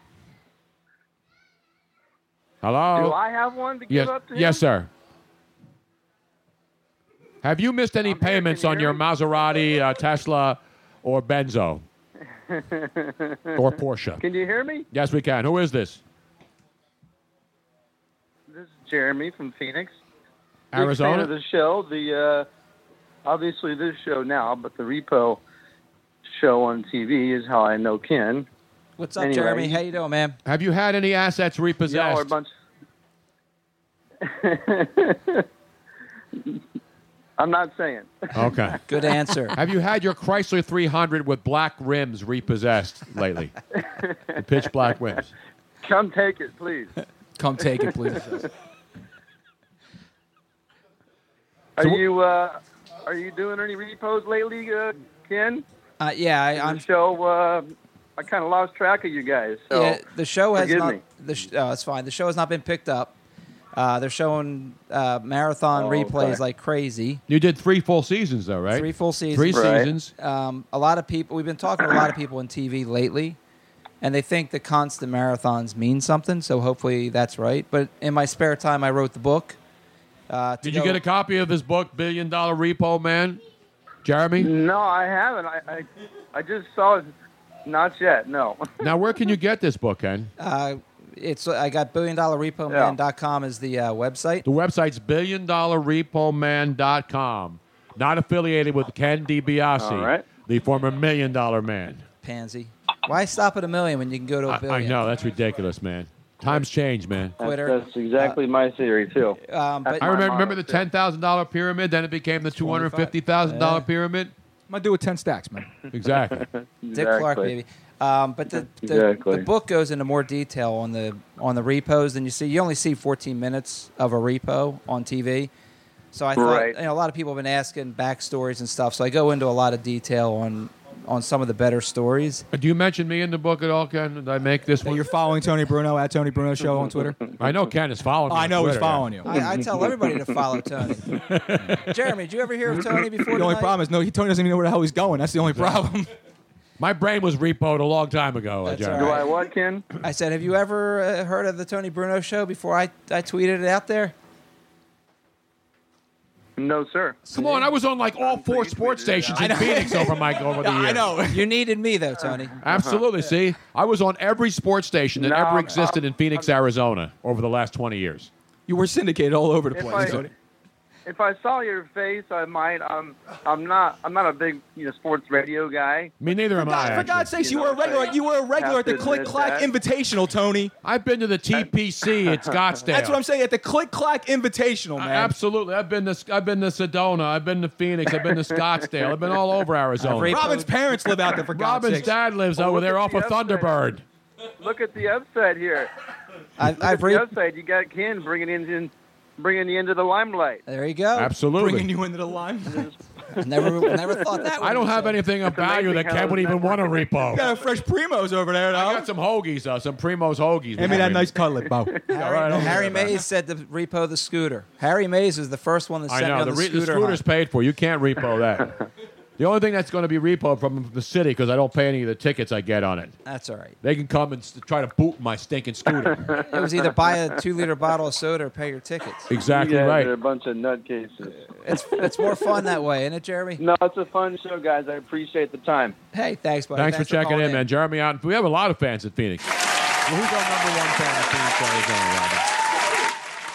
B: Hello.
F: Do I have one to give
B: yes,
F: up to him?
B: yes, sir. Have you missed any payments on your Maserati, uh, Tesla, or Benzo or Porsche?
F: Can you hear me?
B: Yes, we can. Who is this?
F: This is Jeremy from Phoenix. Big fan
B: Arizona?
F: of the show, the uh, obviously this show now, but the repo show on TV is how I know Ken.
G: What's up,
F: Anyway.
G: Jeremy? How you doing, man?
B: Have you had any assets
F: Y'all are a
B: repossessed?
F: bunch. I'm not saying.
B: Okay.
G: Good answer.
B: Have you had your Chrysler 300 with black rims repossessed lately? The pitch black rims.
F: Come take it, please.
P: Come take it, please.
F: Are you uh, are you doing any repos lately, uh, Ken?
G: Uh, yeah, I, I'm.
F: The show. Uh, I kind of lost track of you guys. So
G: yeah, the show has
F: forgive
G: not.
F: me.
G: The sh- oh, it's fine. The show has not been picked up. Uh, they're showing uh, marathon
B: Oh,
G: replays
B: okay.
G: like crazy.
B: You did three full seasons, though, right?
G: Three full seasons.
B: Three seasons.
G: Um, a lot of people. We've been talking to a lot of people in TV lately, and they think the constant marathons mean something. So hopefully that's right. But in my spare time, I wrote the book. Uh, to
B: Did you
G: go-
B: get a copy of his book, Billion Dollar Repo Man? Jeremy?
F: No, I haven't. I, I I just saw it. Not yet. No.
B: Now, where can you get this book, Ken?
G: Uh, it's I got billiondollarrepoman.com is the uh, website.
B: The website's billiondollarrepoman.com. Not affiliated with Ken DiBiase,
F: All right.
B: the former Million Dollar Man.
G: Pansy. Why stop at a million when you can go to
B: I,
G: a
B: I
G: billion?
B: know, that's ridiculous, man. Times change, man.
G: Twitter. Uh,
F: That's exactly my theory too.
G: Um, but
B: I remember, remember the ten thousand dollar pyramid. Then it became the two hundred fifty thousand dollar pyramid.
P: I'm gonna do it ten stacks, man.
B: Exactly.
G: Dick Clark, baby. Um, but the, the,
F: Exactly.
G: the book goes into more detail on the on the repos than you see. You only see 14 minutes of a repo on TV. So I thought
F: Right.
G: you know, a lot of people have been asking backstories and stuff. So I go into a lot of detail on on some of the better stories.
B: Uh, Do you mention me in the book at all, Ken? Did I make this
P: That
B: one?
P: you're following Tony Bruno at Tony Bruno Show on Twitter.
B: I know Ken is following. me
P: I
B: on
P: know he's
B: Twitter, yeah.
P: following you.
G: I, I tell everybody to follow Tony. Jeremy, did you ever hear of Tony before?
P: The only
G: tonight?
P: problem is no, he, Tony doesn't even know where the hell he's going. That's the only problem.
B: My brain was repoed a long time ago. uh, Jeremy.
G: all right.
F: what, Ken?
G: I said, have you ever uh, heard of the Tony Bruno show before I, I tweeted it out there?
F: No, sir.
B: Come on, I was on like all four sports stations in Phoenix over Mike over the years.
G: You needed me though, Tony.
B: Absolutely. See, I was on every sports station that
G: No,
B: ever
G: I'm-
B: existed in Phoenix, Arizona, over the last twenty years.
P: You were syndicated all over the
F: If
P: place.
F: I- If I saw your face, I might. I'm. I'm not. I'm not a big you know sports radio guy.
B: Me neither am I.
F: God- for
B: actually.
F: God's sakes,
P: you were a regular. You were a regular at the Click Clack Invitational, Tony.
B: I've been to the TPC at Scottsdale.
P: That's what I'm saying. At the Click Clack Invitational, man.
B: Absolutely. I've been to I've been to Sedona. I've been to Phoenix. I've been to Scottsdale. I've been all over Arizona.
P: Robin's parents live out there for God's
B: Robin's
P: sakes.
B: dad lives over there off of Thunderbird.
F: Look at the upside here.
G: I,
F: I've the upside. You got Ken bringing in, in bringing you into the limelight.
G: There you go.
B: Absolutely.
P: Bringing you into the limelight.
G: never, never thought that.
B: I don't have anything of value that Ken would even want to repo.
P: Got a fresh primos over there.
B: I got some hoagies, though. Some primos hoagies.
P: Hand me that nice cutlet, Bo.
B: All right, I'll-
G: Harry Mays said to repo the scooter. Harry Mays was the first one that
B: I
G: sent me
B: know
G: on
B: the,
G: the,
B: re- the
G: scooter.
B: scooter's
G: hunt.
B: paid for. You can't repo that. the only thing that's going to be repo from the city because I don't pay any of the tickets I get on it.
G: That's all right.
B: They can come and s try to boot my stinking scooter.
G: It was either buy a two-liter bottle of soda or pay your tickets.
B: exactly
F: you guys
B: right.
F: Are a bunch of nutcases.
G: It's it's more fun that way, isn't it, Jeremy?
F: No, it's a fun show, guys. I appreciate the time.
G: Hey, thanks, buddy.
B: Thanks, for checking
G: calling
B: in, man. Jeremy out. We have a lot of fans at Phoenix. Well, who's our number one fan at Phoenix, Arizona, Robin?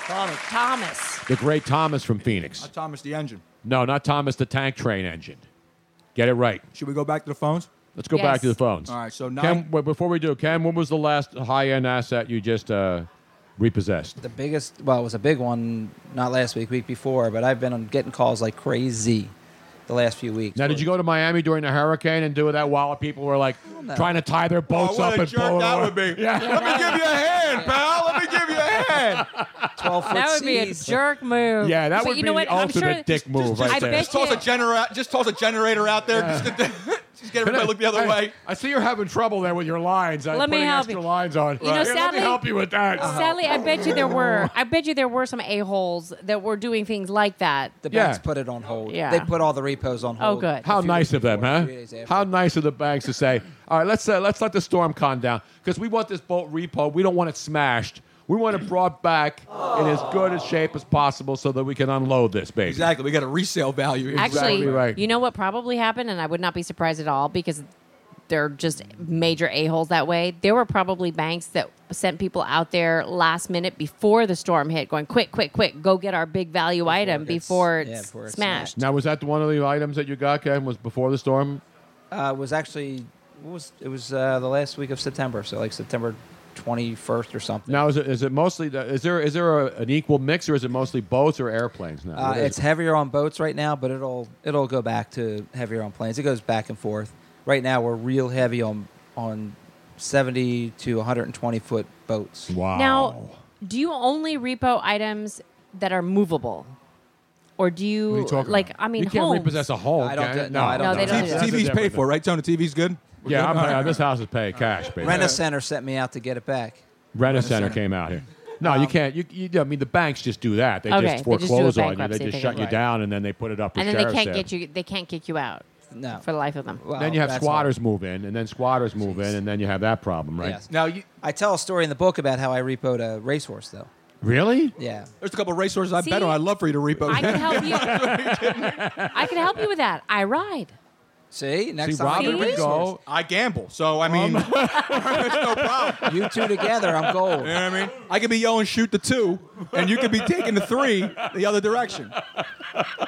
P: Thomas. Thomas.
B: The great Thomas from Phoenix.
P: Thomas the engine.
B: No, not Thomas the tank train engine. Get it right.
P: Should we go back to the phones?
B: Let's go back to the phones.
P: All right. So
B: Ken,
P: nine.
B: wait, before we do, Ken, when was the last high end asset you just uh, repossessed?
G: The biggest, well, it was a big one, not last week, week before, but I've been on getting calls like crazy the last few weeks.
B: Now, did you go to Miami during the hurricane and do that while people were like
G: no.
B: trying to tie
P: Oh,
B: their boats
G: what
B: up
G: a
B: and
G: jerk
B: blow it
G: that
B: away?
G: would be.
B: Yeah.
P: Let me give you a hand, pal. Let me give you a hand.
G: 12
P: foot
Q: That would be a
P: seas.
Q: jerk move.
B: Yeah, that
Q: But
B: would
Q: you know
B: be
Q: what?
B: the
Q: I'm sure-
B: ultimate dick move right
Q: I
B: there.
Q: bet
P: Just toss a
Q: you-
P: generator. Just toss a generator out there. Just, to- just get everybody to look the other
B: Hey,
P: way.
B: I see you're having trouble there with your lines. I'm
Q: Let me
B: putting
Q: help
B: extra
Q: you.
B: lines on.
Q: You know,
B: Here, let me
Q: sadly-
B: help you with that.
Q: Sadly, I bet you there were. I bet you there were some a holes that were doing things like that.
G: The
B: Yeah.
G: banks put it on hold.
Q: Yeah.
G: They put all the repos on
Q: Oh,
G: hold.
Q: good.
B: How
G: A few
B: nice
G: weeks
B: of them,
G: before,
B: huh?
G: three days after.
B: How nice of the banks to say, "All right, let's uh, let's let the storm calm down because we want this boat repo. We don't want it smashed. We want it brought back in as good a shape as possible so that we can unload this baby."
P: Exactly. We got a resale value. here.
B: Exactly
Q: Actually,
B: right.
Q: you know what probably happened, and I would not be surprised at all because they're just major a holes that way. There were probably banks that sent people out there last minute before the storm hit, going quick, quick, quick, go get our big value item before it's,
G: yeah, before it's
Q: smashed.
B: Now, was that one of the items that you got, Ken? Was before the storm?
G: Uh, it was actually, what was it was uh, the last week of September, so like September 21st or something.
B: Now, is it is it mostly the, is there is there a, an equal mix or is it mostly boats or airplanes now?
G: Uh,
B: What is
G: it's
B: it?
G: heavier on boats right now, but it'll it'll go back to heavier on planes. It goes back and forth. Right now, we're real heavy on on 70 to 120 foot boats.
B: Wow.
Q: Now, do you only repo items that are movable? Or do you, like, I mean,
B: you can't
Q: homes.
B: repossess a home.
G: I don't
B: can
G: do-
B: you?
G: no, I don't
Q: No, do they that. don't do that.
B: That's a
P: TV's
B: different
P: paid for, right? Tony, TV's good. We're
B: Yeah,
P: good?
B: I'm,
P: All right.
B: uh, this house is paying cash, baby.
G: Rent a center sent me out to get it back.
B: Rent a center came out here. No, you can't. You, you, I mean, the banks just do that. Um, They
Q: Okay,
B: just
Q: they just do a
B: foreclose on you. They
Q: bankruptcy
B: just
Q: thing,
B: shut you
Q: right.
B: down, and then they put it up.
Q: and then they can't get you, they can't kick you out
G: No.
Q: for the life of them.
B: then you have squatters move in, and then squatters move in, and then you have that problem, right?
G: Yes.
P: Now, you,
G: I tell a story in the book about how I repoed a racehorse, though.
B: Really?
G: Yeah.
P: There's a couple of racehorses I
Q: See?
P: bet on. I'd love for you to repo.
Q: I can help you. I can help you with that. I ride.
G: See,
P: See,
G: next time
P: Robin
G: I'm a
P: would
G: racehorse.
P: go. I gamble, so I mean, it's no problem.
G: You two together, I'm gold.
P: You know what I mean? I could be yelling, shoot the two, and you could be taking the three the other direction.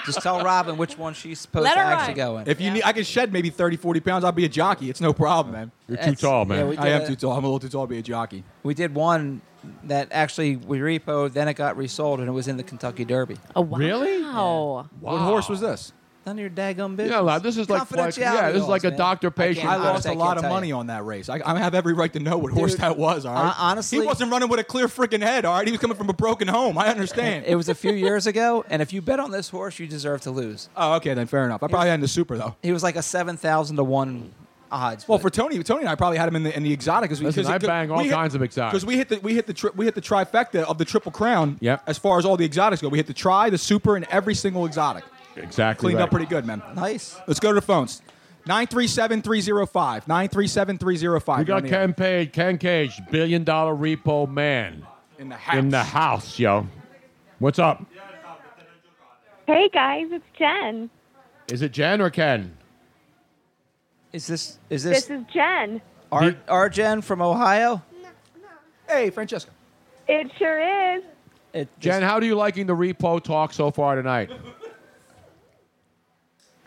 G: Just tell Robin which one she's supposed
Q: Let
G: to
Q: her
G: actually
Q: ride.
G: go in.
P: If you need, I can shed maybe 30, 40 pounds. I'll be a jockey. It's no problem, man.
B: You're too
G: That's-
B: tall,
G: yeah,
B: man.
G: we
P: I
G: did
P: am
G: a-
P: too tall. I'm a little too tall to be a jockey.
G: We did one that actually we repoed, then it got resold, and it was in the Kentucky Derby.
Q: Oh, wow.
B: Really?
Q: Wow.
P: What horse was this?
G: None of your daggum
B: You
G: business.
B: know, like, this is like, like-
G: Confidentiality
B: yeah, this is
G: laws,
B: like a
G: man.
B: doctor-patient.
P: I
G: I can't-
P: lost a
G: honestly, I
P: lot
G: can't
P: of
G: tell
P: money
G: you.
P: on that race. I, I have every right to know what horse
G: Dude,
P: that was. All right,
G: hon- honestly-
P: he wasn't running with a clear freaking head. All right, he was coming from a broken home. Oh, I understand.
G: It was a few years ago, and if you bet on this horse, you deserve to lose.
P: oh, okay, then fair enough. I probably had him in the super though.
G: He was like a seven thousand to one odds.
P: Well,
G: but-
P: for Tony, Tony and I probably had him in the in the exotic because we
B: Listen,
P: cause
B: I bang all kinds of exotics.
P: because we hit the we hit the tri- we hit the trifecta of the triple crown.
B: Yep.
P: As far as all the exotics go, we hit the try, the super, and every single exotic.
B: Exactly.
P: Cleaned
B: right.
P: up pretty good, man.
G: nice.
P: Let's go to the phones. 937 305. 937 305.
B: We got Ken Page, Ken Cage, billion dollar repo man.
P: In the
B: In the house, yo. What's up?
E: Hey guys, it's Jen.
B: Is it Jen or Ken?
G: Is this is this
E: is Jen.
G: our our Jen from Ohio?
P: Hey, Francesca.
E: It sure is.
G: It,
B: Jen, how do you liking the repo talk so far tonight?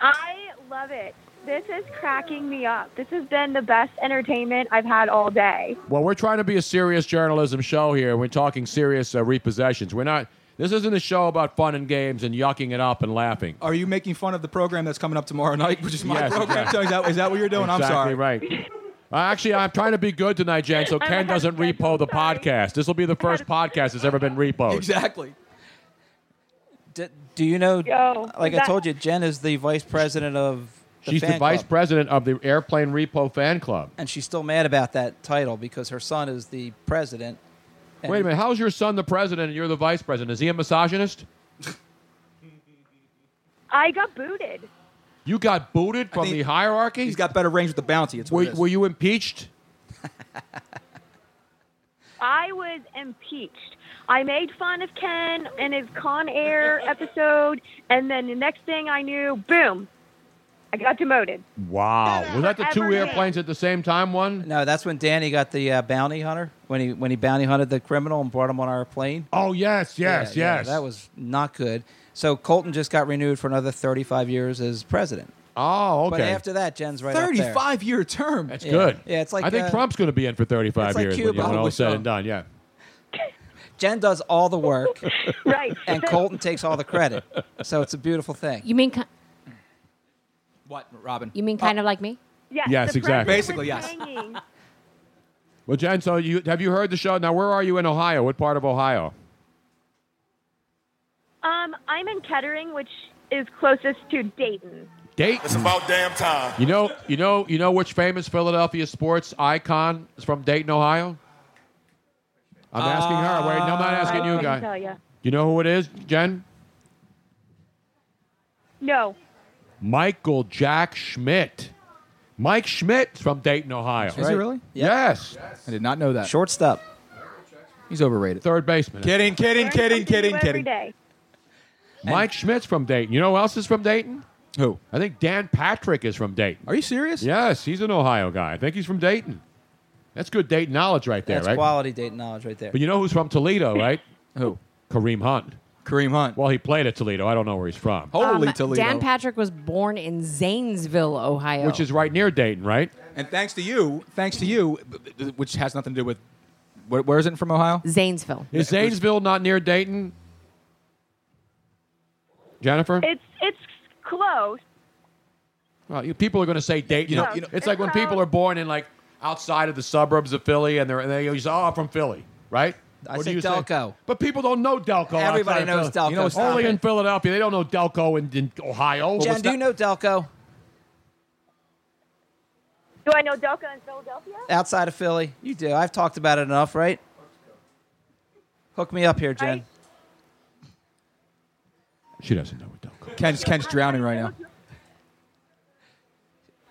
E: I love it. This is cracking me up. This has been the best entertainment I've had all day.
B: Well, we're trying to be a serious journalism show here. We're talking serious uh, repossessions. We're not. This isn't a show about fun and games and yucking it up and laughing.
P: Are you making fun of the program that's coming up tomorrow night, which is my
B: Yes,
P: program?
B: exactly.
P: So Is, that, is that what you're doing? I'm
B: Exactly
P: sorry.
B: right. Uh, actually, I'm trying to be good tonight, Jen, so Ken doesn't repo the podcast. This will be the first podcast that's ever been repoed.
P: Exactly.
G: D- do you know?
E: Yo,
G: like I
E: that-
G: told you, Jen is the vice president of. The
B: She's the
G: fan
B: vice
G: club,
B: president of the Airplane Repo Fan Club.
G: and she's still mad about that title because her son is the president. and-
B: Wait a minute. How's your son the president and you're the vice president? Is he a misogynist?
E: I got booted.
B: You got booted from the hierarchy? He's
P: got better range with the bounty. It's
B: were, were you impeached?
E: I was impeached. I made fun of Ken and his Con Air episode, and then the next thing I knew, boom, I got demoted.
B: Wow. Was that the two
E: Ever
B: airplanes at the same time one?
G: No, that's when Danny got the uh, bounty hunter when he when he bounty hunted the criminal and brought him on our plane.
B: Oh yes, yes,
G: yeah,
B: yes.
G: that was not good. So Colton just got renewed for another 35 years as president.
B: Oh, okay.
G: But after that, Jen's right. Up there.
P: 35 year term.
B: That's
G: Yeah.
B: good.
G: Yeah, it's like,
B: I think
G: uh,
B: Trump's going to be in for 35
G: it's like
B: years
G: Cuba.
B: when, you- when all
G: Probably
B: is said
G: so.
B: and done. Yeah.
G: Jen does all the work,
E: right?
G: And Colton takes all the credit. So it's a beautiful thing.
Q: You mean ki-
P: What, Robin?
Q: you mean kind of like me?
E: Yes.
B: Yes, the exactly. president
P: Basically,
E: was
P: yes.
E: hanging.
B: Well, Jen, so you have you heard the show? Now, where are you in Ohio? What part of Ohio?
E: Um, I'm in Kettering, which is closest to Dayton.
B: Dayton. It's about damn time. You know, you know, you know which famous Philadelphia sports icon is from Dayton, Ohio? I'm asking her. Wait, no, I'm not asking you,
E: I can
B: guy.
E: Uh, tell ya.
B: You know who it is, Jen?
E: No,
B: Michael Jack Schmidt. Mike Schmidt's from Dayton, Ohio.
P: Is he really?
B: Yes.
P: I did not know that.
G: Shortstop.
P: He's overrated.
B: Third baseman.
P: Kidding, kidding, kidding, kidding,
E: every
P: kidding.
E: day.
B: Mike Schmidt's from Dayton. You know who else is from Dayton?
P: Who?
B: I think Dan Patrick is from Dayton.
P: Are you serious?
B: Yes, he's an Ohio guy. I think he's from Dayton. That's good Dayton knowledge right there,
G: That's
B: right?
G: quality date knowledge right there.
B: But you know who's from Toledo, right?
P: Who?
B: Kareem Hunt.
P: Kareem Hunt.
B: Well, he played at Toledo. I don't know where he's from.
P: Holy
Q: Um, Dan Patrick was born in Zanesville, Ohio.
B: Which is right near Dayton, right?
P: And thanks to you, thanks to you, b- b- which has nothing to do with. Where, where is it from Ohio?
Q: Zanesville.
B: Is Zanesville not near Dayton? Jennifer?
E: It's it's close.
B: Well, you, people are going to say Dayton.
P: You know- you know-
B: it's like when
Q: uh,
B: people are born in like outside of the suburbs of Philly, and they're and they say, "Oh, I'm from Philly," right?
G: I
B: Or do
G: said
B: you say-
G: Delco.
B: but people don't know Delco.
G: Everybody
B: outside of
G: knows
B: Philly.
G: Delco. Stop
B: only
G: it.
B: in Philadelphia they don't know Delco in, in Ohio.
G: Jen, do you know Delco
E: Do I know Delco in Philadelphia?
G: outside of Philly? You do. I've talked about it enough, right? Hook me up here, Jen.
B: She doesn't know what Delco.
P: Ken's, Ken's drowning right now.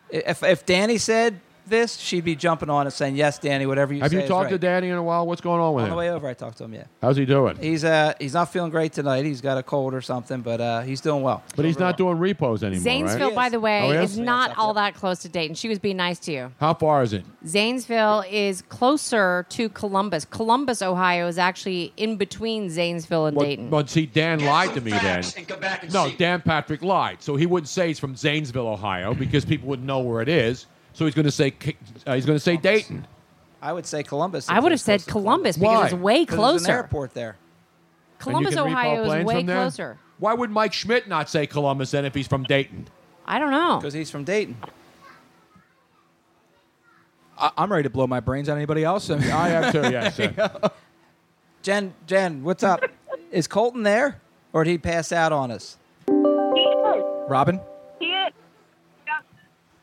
G: If, if Danny said this, she'd be jumping on and saying, "Yes, Danny, whatever you
B: Have
G: say."
B: you
G: is
B: talked
G: right."
B: to Danny in a while? What's going on with
G: on the
B: him?
G: way over? I talked to him. Yeah,
B: How's he doing?
G: he's uh he's not feeling great tonight. He's got a cold or something, but uh, he's doing well.
B: But he's not doing repos anymore,
Q: Zanesville,
B: right?
Q: by the way,
B: Oh, yeah?
Q: is not all that close to Dayton. She was being nice to you.
B: How far is it?
Q: Zanesville is closer to Columbus. Columbus, Ohio, is actually in between Zanesville and
B: Well,
Q: Dayton.
B: But see, Dan lied to me then. No, Dan Patrick lied. So he wouldn't say he's from Zanesville, Ohio, because people wouldn't know where it is. So he's going to say K- uh, he's going to say Dayton.
G: I would say Columbus.
Q: I would have said Columbus
B: Why?
Q: because it's way
G: 'Cause there's an
Q: closer.
G: airport there.
Q: Columbus,
B: And you can repo
Q: Ohio is
B: planes
Q: way
B: from there?
Q: closer.
B: Why would Mike Schmidt not say Columbus then if he's from Dayton?
Q: I don't know.
G: because he's from Dayton.
P: I, I'm ready to blow my brains out. Anybody else? I, mean,
B: I am too. Yes. yeah.
G: Jen, Jen, what's up? is Colton there, or did he pass out on us?
E: He is.
P: Robin.
E: He is.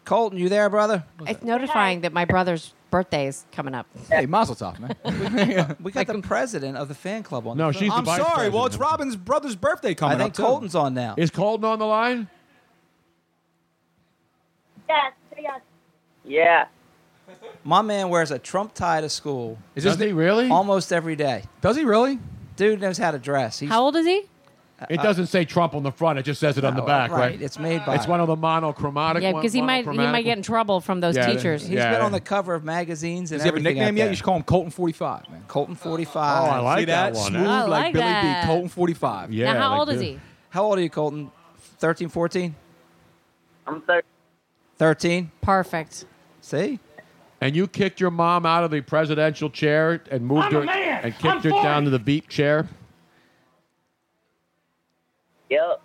G: Colton, you there, brother?
Q: It's notifying that my brother's birthday is coming up.
P: Hey, Mazel Tov, man.
G: We got the president of the fan club on.
B: No,
G: the phone.
B: she's the
P: I'm
B: vice
P: sorry.
B: president.
P: Well, it's Robin's brother's birthday coming
G: I think
P: up too.
G: Colton's on now.
B: Is Colton on the line?
E: Yes, yes.
K: Yeah.
G: My man wears a Trump tie to school.
P: Is this- Does he
G: really? Almost every day.
P: Does he really?
G: Dude knows how to dress. He's,
Q: How old is he? Uh,
B: It doesn't say Trump on the front; it just says it on the
G: Oh,
B: back, right?
G: right. It's made by-
B: It's one of the monochromatic.
Q: Yeah,
B: one-
Q: because he might he might
B: monochromatic-
Q: get in trouble from those
B: Yeah,
Q: teachers.
B: he's yeah. been on
G: on the cover of magazines. And
P: Does he have a
G: everything
P: nickname
G: out
P: yet?
G: there.
P: You should call him Colton Forty Five, man.
G: Colton Forty Five.
P: Oh, I like
G: See
P: that one. Smooth I like like Billy B. that. Colton Forty Five.
Q: Yeah, how like old is the- he?
G: How old are you, Colton? 13, 14?
K: I'm 13.
G: 13.
Q: Perfect.
G: See?
B: And you kicked your mom out of the presidential chair and moved
K: I'm a
B: her
K: man.
B: and
K: I'm
B: kicked her down to the beep chair.
K: Yep.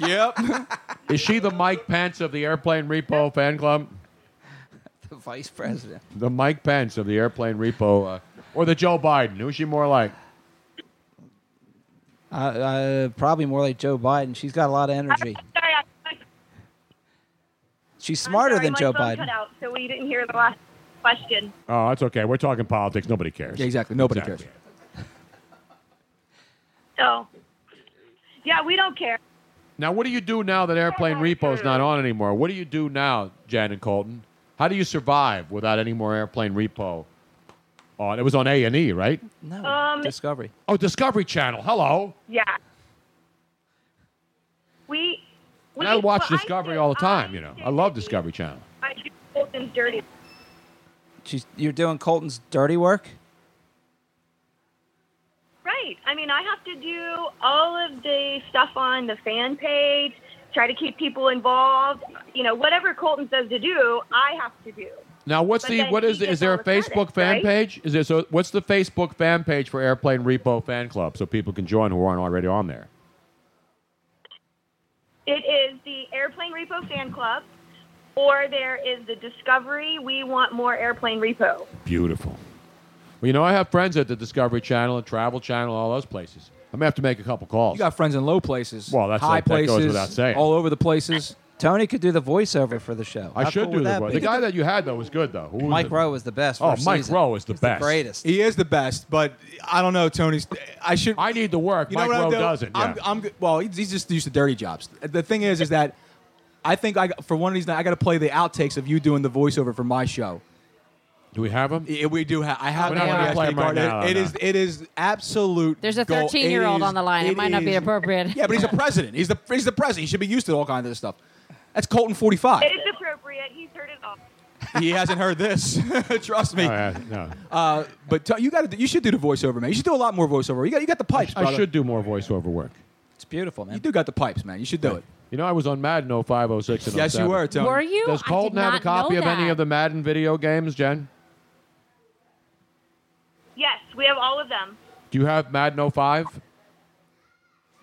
P: Yep.
B: Is she the Mike Pence of the Airplane Repo fan club?
G: The vice president.
B: The Mike Pence of the Airplane Repo, uh, or the Joe Biden? Who's she more like?
G: Uh, uh, probably more like Joe Biden. She's got a lot of energy. She's smarter
E: Sorry,
G: than
E: my
G: Joe
E: phone
G: Biden.
E: Cut out, so we didn't hear the last question.
B: Oh, that's okay. We're talking politics. Nobody cares.
P: Yeah, exactly. Nobody cares.
E: So, yeah, we don't care.
B: Now, what do you do now that Airplane Repo's not on anymore? What do you do now, Jan and Colton? How do you survive without any more Airplane Repo? On it was on A and E, right?
G: No.
E: Um,
G: Discovery.
B: Oh, Discovery Channel. Hello.
E: Yeah. We. we
B: And I watch
E: well,
B: Discovery all the time. You know, I love Discovery Channel.
E: I, I do Colton's dirty.
G: She's, you're doing Colton's dirty work?
E: Right. I mean, I have to do all of the stuff on the fan page, try to keep people involved. You know, whatever Colton says to do, I have to do.
B: Now, what's
E: But
B: the
E: then
B: what
E: he
B: is the,
E: gets
B: is there
E: all
B: a
E: the credit,
B: Facebook fan
E: right?
B: page? Is there so? What's the Facebook fan page for Airplane Repo Fan Club so people can join who aren't already on there?
E: It is the Airplane Repo Fan Club, or there is the Discovery. We want more Airplane Repo.
B: Beautiful. Well, you know, I have friends at the Discovery Channel and Travel Channel, all those places. I'm gonna have to make a couple calls.
P: You got friends in low places.
B: Well, that's
P: high
B: like- that goes
P: places.
B: without saying.
P: All over the places.
G: Tony could do the voiceover for the show.
B: I
G: How
B: should
G: cool
B: do
G: would
B: the
G: that
B: voice.
G: be?
B: The guy that you had though was good though. Who was
G: Mike
B: it?
G: Rowe was the best.
B: Oh,
G: first
B: Mike
G: season.
B: Rowe is the
G: He's
B: best.
G: The greatest.
P: He is the best, but I don't know, Tony's. I should.
B: I need to work.
P: You know
B: Mike
P: what I'm
B: Rowe
P: doing?
B: doesn't,
P: I'm,
B: yeah.
P: I'm, good- well, he's he's just used to dirty jobs. The thing is, is that I think I got- for one reason I got to play the outtakes of you doing the voiceover for my show.
B: Do we have him?
P: Yeah, we do have. I have.
B: We're not
P: it on
B: gonna
P: the
B: play
P: SD
B: him right
P: card. It-
B: now,
P: it
B: no.
P: is. It is absolute.
Q: There's a
P: gold. It
Q: 13 year old
P: is-
H: on the line. It might not be
P: is-
Q: appropriate.
P: Yeah, but he's a president. He's the he's the president. He should be used to all kinds of stuff. That's Colton 45.
E: It is appropriate. He's heard it all.
P: he hasn't heard this. Trust me.
B: Oh, no.
P: uh, but t- you got to. You should do the voiceover, man. You should do a lot more voiceover. You got. You got the pipes.
B: I
P: brother.
B: should do more voiceover work.
G: It's beautiful, man.
P: You do got the pipes, man. You should do it.
B: You know, I was on Madden 05, 06, and
P: Yes, you
B: 07.
P: were, Tony.
Q: Were you?
B: Does
Q: I did
B: Colton have a
Q: not
B: copy
Q: know
B: of any
Q: that.
B: of the Madden video games, Jen?
E: Yes, we have all of them.
B: Do you have Madden 05?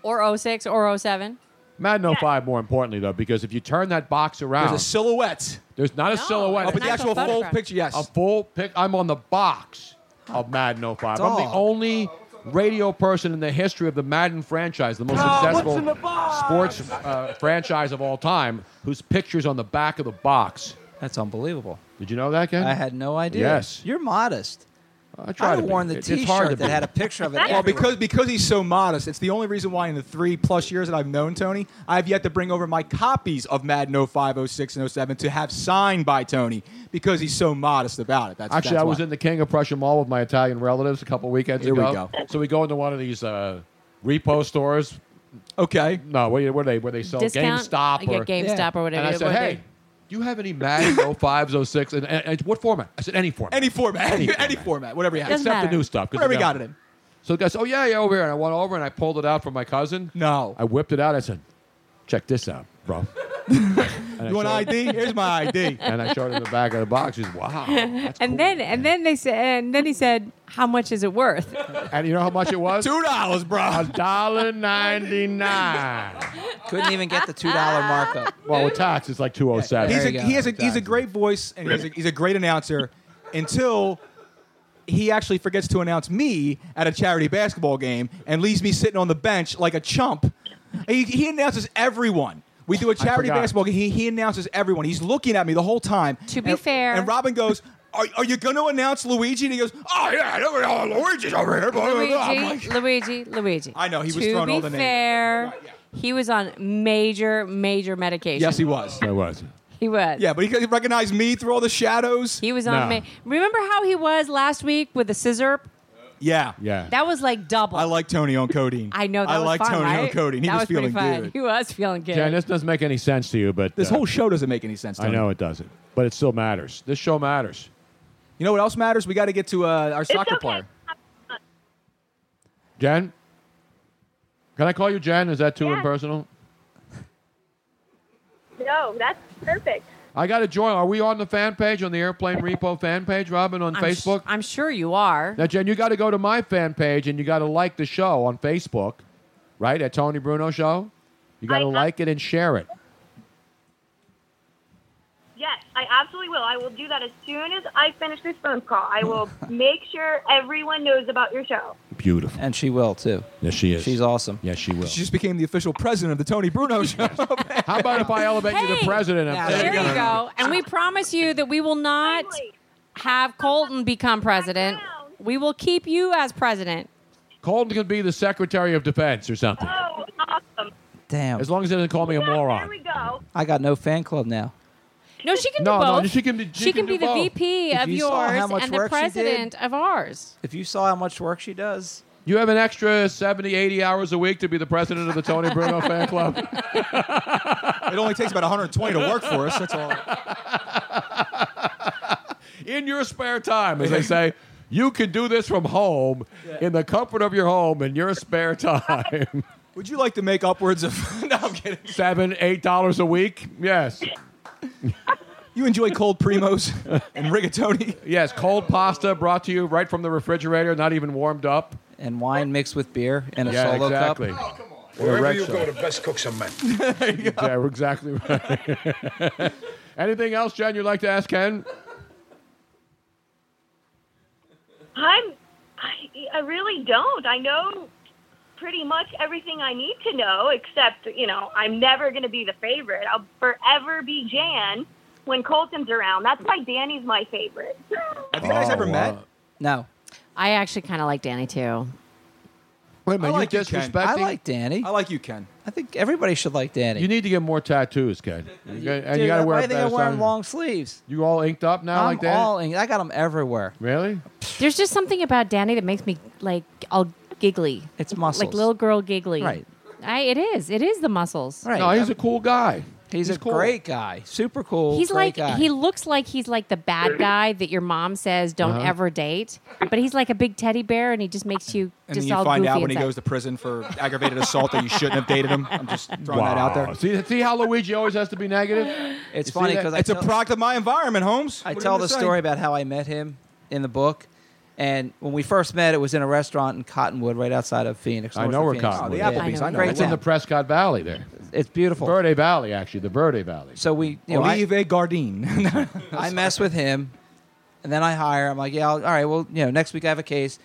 Q: Or 06 or 07.
B: Madden 05, more importantly, though, because if you turn that box around,
P: There's a silhouette.
B: There's not a silhouette.
P: Oh, but the actual full photograph. picture, yes.
B: A full pic. I'm on the box of Madden 05. I'm the
P: Dog.
B: only radio person in the history of the Madden franchise, the most successful sports uh, franchise of all time, whose picture's on the back of the box.
G: That's unbelievable.
B: Did you know that, Ken?
G: I had no idea.
B: Yes.
G: You're modest.
B: I tried
G: I'd
B: to
G: have
B: be.
G: worn the
B: It's hard
G: t
B: to
G: shirt
B: be.
G: that had a picture of it.
P: Well,
G: everywhere.
P: because because he's so modest, it's the only reason why in the three plus years that I've known Tony, I've yet to bring over my copies of Madden 05, 06, and 07 to have signed by Tony because he's so modest about it. That's
B: Actually,
P: that's
B: I was
P: why.
B: in the King of Prussia Mall with my Italian relatives a couple weekends
P: Here we
B: ago.
P: go.
B: So we go into one of these uh, repo stores.
P: Okay.
B: No, what were they? Where they sell
Q: Discount?
B: GameStop
Q: Yeah,
B: or
Q: GameStop or whatever
B: And I
Q: it
B: said,
Q: would
B: hey,
Q: be.
B: do you have any Madden 05s, 06? And, and, and what format? I said, any format.
P: any format, any, any format, whatever you have.
B: Except the new stuff. 'cause
P: Whatever you
B: you know.
P: got it in.
B: So the guy said, oh, yeah, yeah, over here. And I went over and I pulled it out for my cousin.
P: No.
B: I whipped it out. I said, check this out, bro. And I
P: You want
B: showed him-
P: ID? Here's my ID.
B: And I showed him the back of the box. He's, wow.
Q: and then and then they said and then he said, How much is it worth?
B: And you know how much it was?
P: Two dollars, bro.
B: A dollar ninety nine.
G: couldn't even get the two dollar markup.
B: Well, with tax, it's like two oh seven.
P: He's a, he has a, he's a great voice and he's a, he's a great announcer until he actually forgets to announce me at a charity basketball game and leaves me sitting on the bench like a chump. He, he announces everyone. We do a charity
B: forgot.
P: basketball game. He, he announces everyone. He's looking at me the whole time.
Q: To be
P: And-
Q: fair.
P: And Robin goes, are, are you going to announce Luigi? And he goes, Oh, yeah, no, no, Luigi's over here. Blah, blah, blah. I'm like,
Q: Luigi, Luigi, Luigi.
P: I know, Oh, he was
Q: to
P: throwing
Q: be
P: all the names.
Q: fair, he was on major, major medication.
P: yes, he was.
B: That was.
Q: He was.
P: Yeah, but he could recognize me through all the shadows.
Q: He was on me. Remember how he was last week with the scissor?
P: Yeah, yeah.
Q: That was like double.
P: I like Tony on codeine.
Q: I know that
P: I
Q: was
P: like
Q: fun,
P: Tony on
Q: right?
P: codeine. He
Q: that
P: was
Q: pretty
P: feeling
Q: fun.
P: good.
Q: He was feeling good.
B: Jan, this doesn't make any sense to you, but
P: This
B: uh,
P: whole show doesn't make any sense.
B: I
P: Tony.
B: know it doesn't, but it still matters. This show matters.
P: You know what else matters? We got to get to uh, our soccer player.
B: Jen, can I call you Jen? Is that too
E: Yeah.
B: impersonal?
E: No, that's perfect.
B: I got to join. Are we on the fan page on the Airplane Repo fan page, Robin, on
Q: I'm sh-
B: Facebook?
Q: I'm sure you are.
B: Now, Jen, you got to go to my fan page and you got to like the show on Facebook, right? At Tony Bruno Show. You got to like it and share it.
E: Yes, I absolutely will. I will do that as soon as I finish this phone call. I will make sure everyone knows about your show.
B: Beautiful.
G: And she will too.
B: Yes, she is.
G: She's awesome.
B: Yes, she will.
P: She just became the official president of the Tony Bruno Show. How
B: about if I elevate
P: you to
B: president?
P: of
Q: There you go. And we promise you that we will not have Colton become president. We will keep you as president.
B: Colton can be the Secretary of Defense or something.
E: Oh, awesome.
G: Damn.
B: As long as they doesn't call me a moron.
E: we go.
G: I got no fan club now.
Q: No, she can
G: No,
Q: do
G: no,
Q: both.
G: she can be- she can
Q: be
G: do
Q: the
G: both.
Q: VP
G: If
Q: of
G: you saw how
Q: yours
G: much
Q: and the
G: work she did.
Q: president of ours.
G: If you saw how much work she does,
B: You have an extra 70, 80 hours a week to be the president of the Tony Bruno fan club.
P: It only takes about 120 to work for us. That's all.
B: In your spare time, as they say, you can do this from home, in the comfort of your home, in your spare time.
P: Would you like to make upwards of no, I'm kidding.
B: seven, eight dollars a week? Yes.
P: You enjoy cold primos and rigatoni?
B: Yes, cold pasta brought to you right from the refrigerator, not even warmed up.
G: And wine mixed with beer in a
B: yeah,
G: solo cup.
B: exactly.
G: Oh,
B: come on.
G: Wherever you go,
V: the best cooks are men.
B: yeah, we're exactly right. Anything else, Jen, you'd like to ask Ken?
E: I'm. I, I really don't. I know pretty much everything I need to know, except you know I'm never going to be the favorite. I'll forever be Jan when Colton's around. That's why Danny's my favorite.
P: Have you guys ever met?
G: No.
Q: I actually kind of like Danny too.
B: Wait a
P: I like you, Ken.
G: I like Danny.
P: I like you, Ken.
G: I think everybody should like Danny.
B: You need to get more tattoos, Ken. You got- and you
G: Dude,
B: got to
G: why
B: wear.
G: do they
B: better
G: wear
B: sun-
G: long sleeves?
B: You all inked up now,
G: I'm
B: like that?
G: all in- I got them everywhere.
B: Really?
Q: There's just something about Danny that makes me like all giggly.
G: It's muscles.
Q: Like little girl giggly.
G: Right.
Q: I, it is. It is the muscles.
G: Right.
B: No, he's a cool guy.
G: He's,
B: He's
G: a
B: cool.
G: great guy. Super cool.
Q: He's like
G: great guy.
Q: he looks like he's like the bad guy that your mom says don't
G: Uh-huh.
Q: ever date, but he's like a big teddy bear and he just makes you
P: And then
Q: just
P: you
Q: all
P: find
Q: goofy
P: out when he
Q: inside.
P: goes to prison for aggravated assault that you shouldn't have dated him. I'm just throwing that out there.
B: See, see how Luigi always has to be negative.
G: It's
B: You see
G: funny
B: that?
G: because
P: It's a product of my environment, Holmes.
G: I
P: What are you
G: tell
P: gonna
G: the
P: say?
G: story about how I met him in the book. And when we first met, it was in a restaurant in Cottonwood, right outside of Phoenix.
B: I
G: north
B: know
G: of
B: where
G: Phoenix.
B: Cottonwood.
G: Yeah. Great
B: It's in the
G: town.
B: Prescott Valley there.
G: It's beautiful.
B: Verde Valley, actually, the Verde Valley.
G: So we, you know, I-
P: Olive Gardine.
G: I mess with him, and then I hire. I'm like, yeah, I'll, all right. Well, you know, next week I have a case.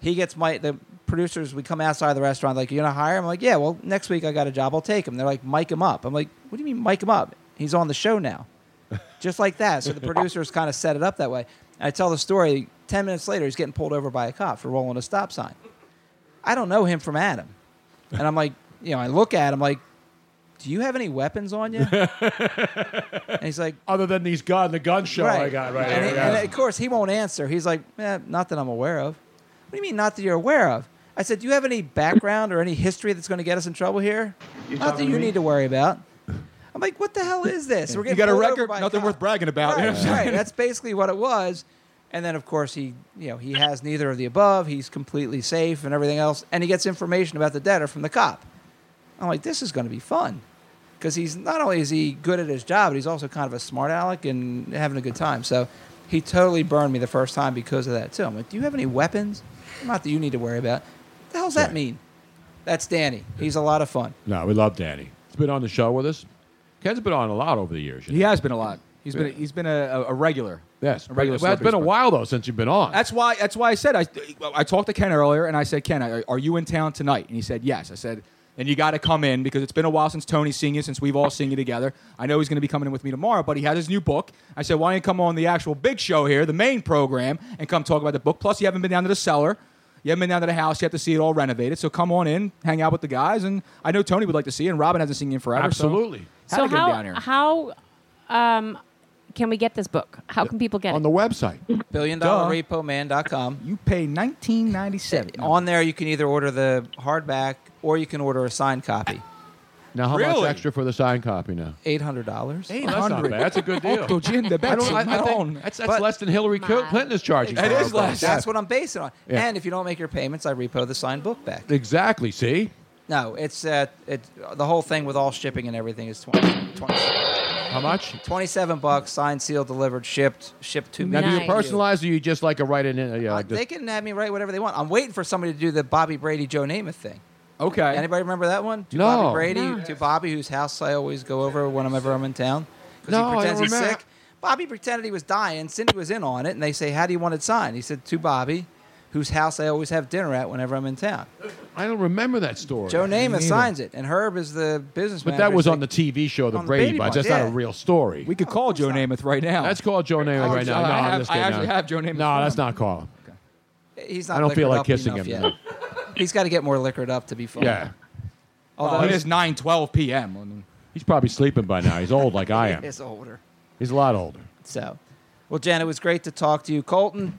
G: He gets my the producers. We come outside the restaurant. Like, you're gonna hire him? I'm like, yeah. Well, next week I got a job. I'll take him. They're like, mic him up. I'm like, what do you mean mic him up? He's on the show now, just like that. So the producers kind of set it up that way. And I tell the story. Ten minutes later, he's getting pulled over by a cop for rolling a stop sign. I don't know him from Adam, and I'm like, you know, I look at him like, do you have any weapons on you? and he's like,
B: Other than these gun, the gun show I got right
G: and,
B: here.
G: he-
B: yeah.
G: and of course, he won't answer. He's like, eh, not that I'm aware of. What do you mean, not that you're aware of? I said, do you have any background or any history that's going to get us in trouble here? not that
P: talking to
G: you
P: me?
G: need to worry about. I'm like, what the hell is this? We're
P: you
G: getting
P: got a
G: pulled over
P: record?
G: by a
P: Nothing
G: cop.
P: worth bragging about.
G: Right, right. That's basically what it was. And then, of course, he, you know, he has neither of the above. He's completely safe and everything else, and he gets information about the debtor from the cop. I'm like, this is going to be fun, because he's not only is he good at his job, but he's also kind of a smart aleck and having a good time. So, he totally burned me the first time because of that too. I'm like, do you have any weapons? Not that you need to worry about. What the hell's that mean? That's Danny. He's a lot of fun.
B: No, we love Danny. He's been on the show with us. Ken's been on a lot over the years. You know?
P: He has been a lot. He's been he's been a, a, a regular.
B: Yes,
P: a regular.
B: Well, it's been a
P: celebrity
B: while though since you've been on.
P: That's why. That's why I said I. I talked to Ken earlier, and I said, Ken, are, are you in town tonight? And he said, Yes. I said, then you got to come in because it's been a while since Tony's seen you, since we've all seen you together. I know he's going to be coming in with me tomorrow, but he has his new book. I said, Why don't you come on the actual big show here, the main program, and come talk about the book? Plus, you haven't been down to the cellar. You haven't been down to the house yet to see it all renovated. So come on in, hang out with the guys, and I know Tony would like to see you, and Robin hasn't seen you in forever. so
B: Absolutely.
P: Had
Q: so
P: to get him
Q: how
P: down here.
Q: how um, can we get this book? How can people get it?
B: on the website.
G: Billion dollar repo man.com.
P: You pay nineteen ninety seven.
G: On there, you can either order the hardback or you can order a signed copy.
B: Now, how
G: Really?
B: much extra for the signed copy now?
G: Eight hundred dollars.
B: Oh, that's not bad. That's a good deal.
G: Uncle Jim, the
B: I don't- I- I
G: Betsy
B: think
G: Brown.
B: That's, that's
G: But-
B: less than Hillary Cl- Clinton is charging. for her book.
G: That's what I'm basing it on.
B: Yeah.
G: And if you don't make your payments, I repo the signed book back.
B: Exactly. See,
G: No, it's uh, it, the whole thing with all shipping and everything is 20, 20 How
B: much?
G: Twenty-seven bucks, signed, sealed, delivered, shipped, shipped to
B: now
G: me.
B: do you personalize, or you just like a write it in? Yeah,
G: They can have me write whatever they want. I'm waiting for somebody to do the Bobby Brady Joe Namath thing.
P: Okay.
G: Anybody remember that one? To
B: No.
G: Bobby Brady,
B: No.
G: to Bobby, whose house I always go over whenever I'm in town because
B: No, I
G: he pretends
B: don't
G: he's
B: remember.
G: sick. Bobby pretended he was dying. Cindy was in on it, and they say, "How do you want it signed?" He said, "To Bobby, whose house I always have dinner at whenever I'm in town."
B: I don't remember that story.
G: Joe
B: Neither.
G: Namath signs it, and Herb is the business.
B: But that
G: manager.
B: was
G: He's
B: on the
G: like,
B: TV show, The
G: on the
B: Brady,
G: Brady
B: Bunch.
G: Bunch,
B: That's not
G: yeah.
B: a real story.
P: We could call Joe Namath right now.
B: Let's call Joe Namath
P: Oh,
B: right now.
P: I
B: No,
P: have-
B: I'm just
P: I
B: kidding.
P: actually have Joe Namath
B: No,
P: phone
B: let's not call him.
G: He's not.
B: I don't feel
G: liquored
B: like
G: up
B: kissing
G: enough
B: him,
G: Yet.
B: no.
G: He's got to get more liquored up to be fun.
B: Yeah.
G: Although
P: it
G: he's-
P: is nine twelve p.m.
B: He's probably sleeping by now. He's old like I am.
G: is older.
B: He's a lot older.
G: So, well, Jen, it was great to talk to you, Colton.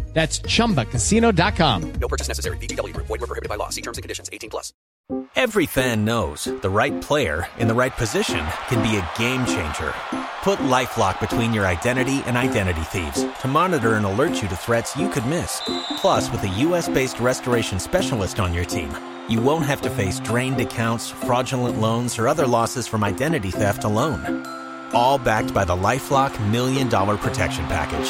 I: That's chumbacasino.com.
M: No purchase necessary. VGW Group. Void were prohibited by law. See terms and conditions. 18 plus.
Y: Every fan knows the right player in the right position can be a game changer. Put LifeLock between your identity and identity thieves to monitor and alert you to threats you could miss. Plus, with a U.S.-based restoration specialist on your team, you won't have to face drained accounts, fraudulent loans, or other losses from identity theft alone. All backed by the LifeLock Million Dollar Protection Package.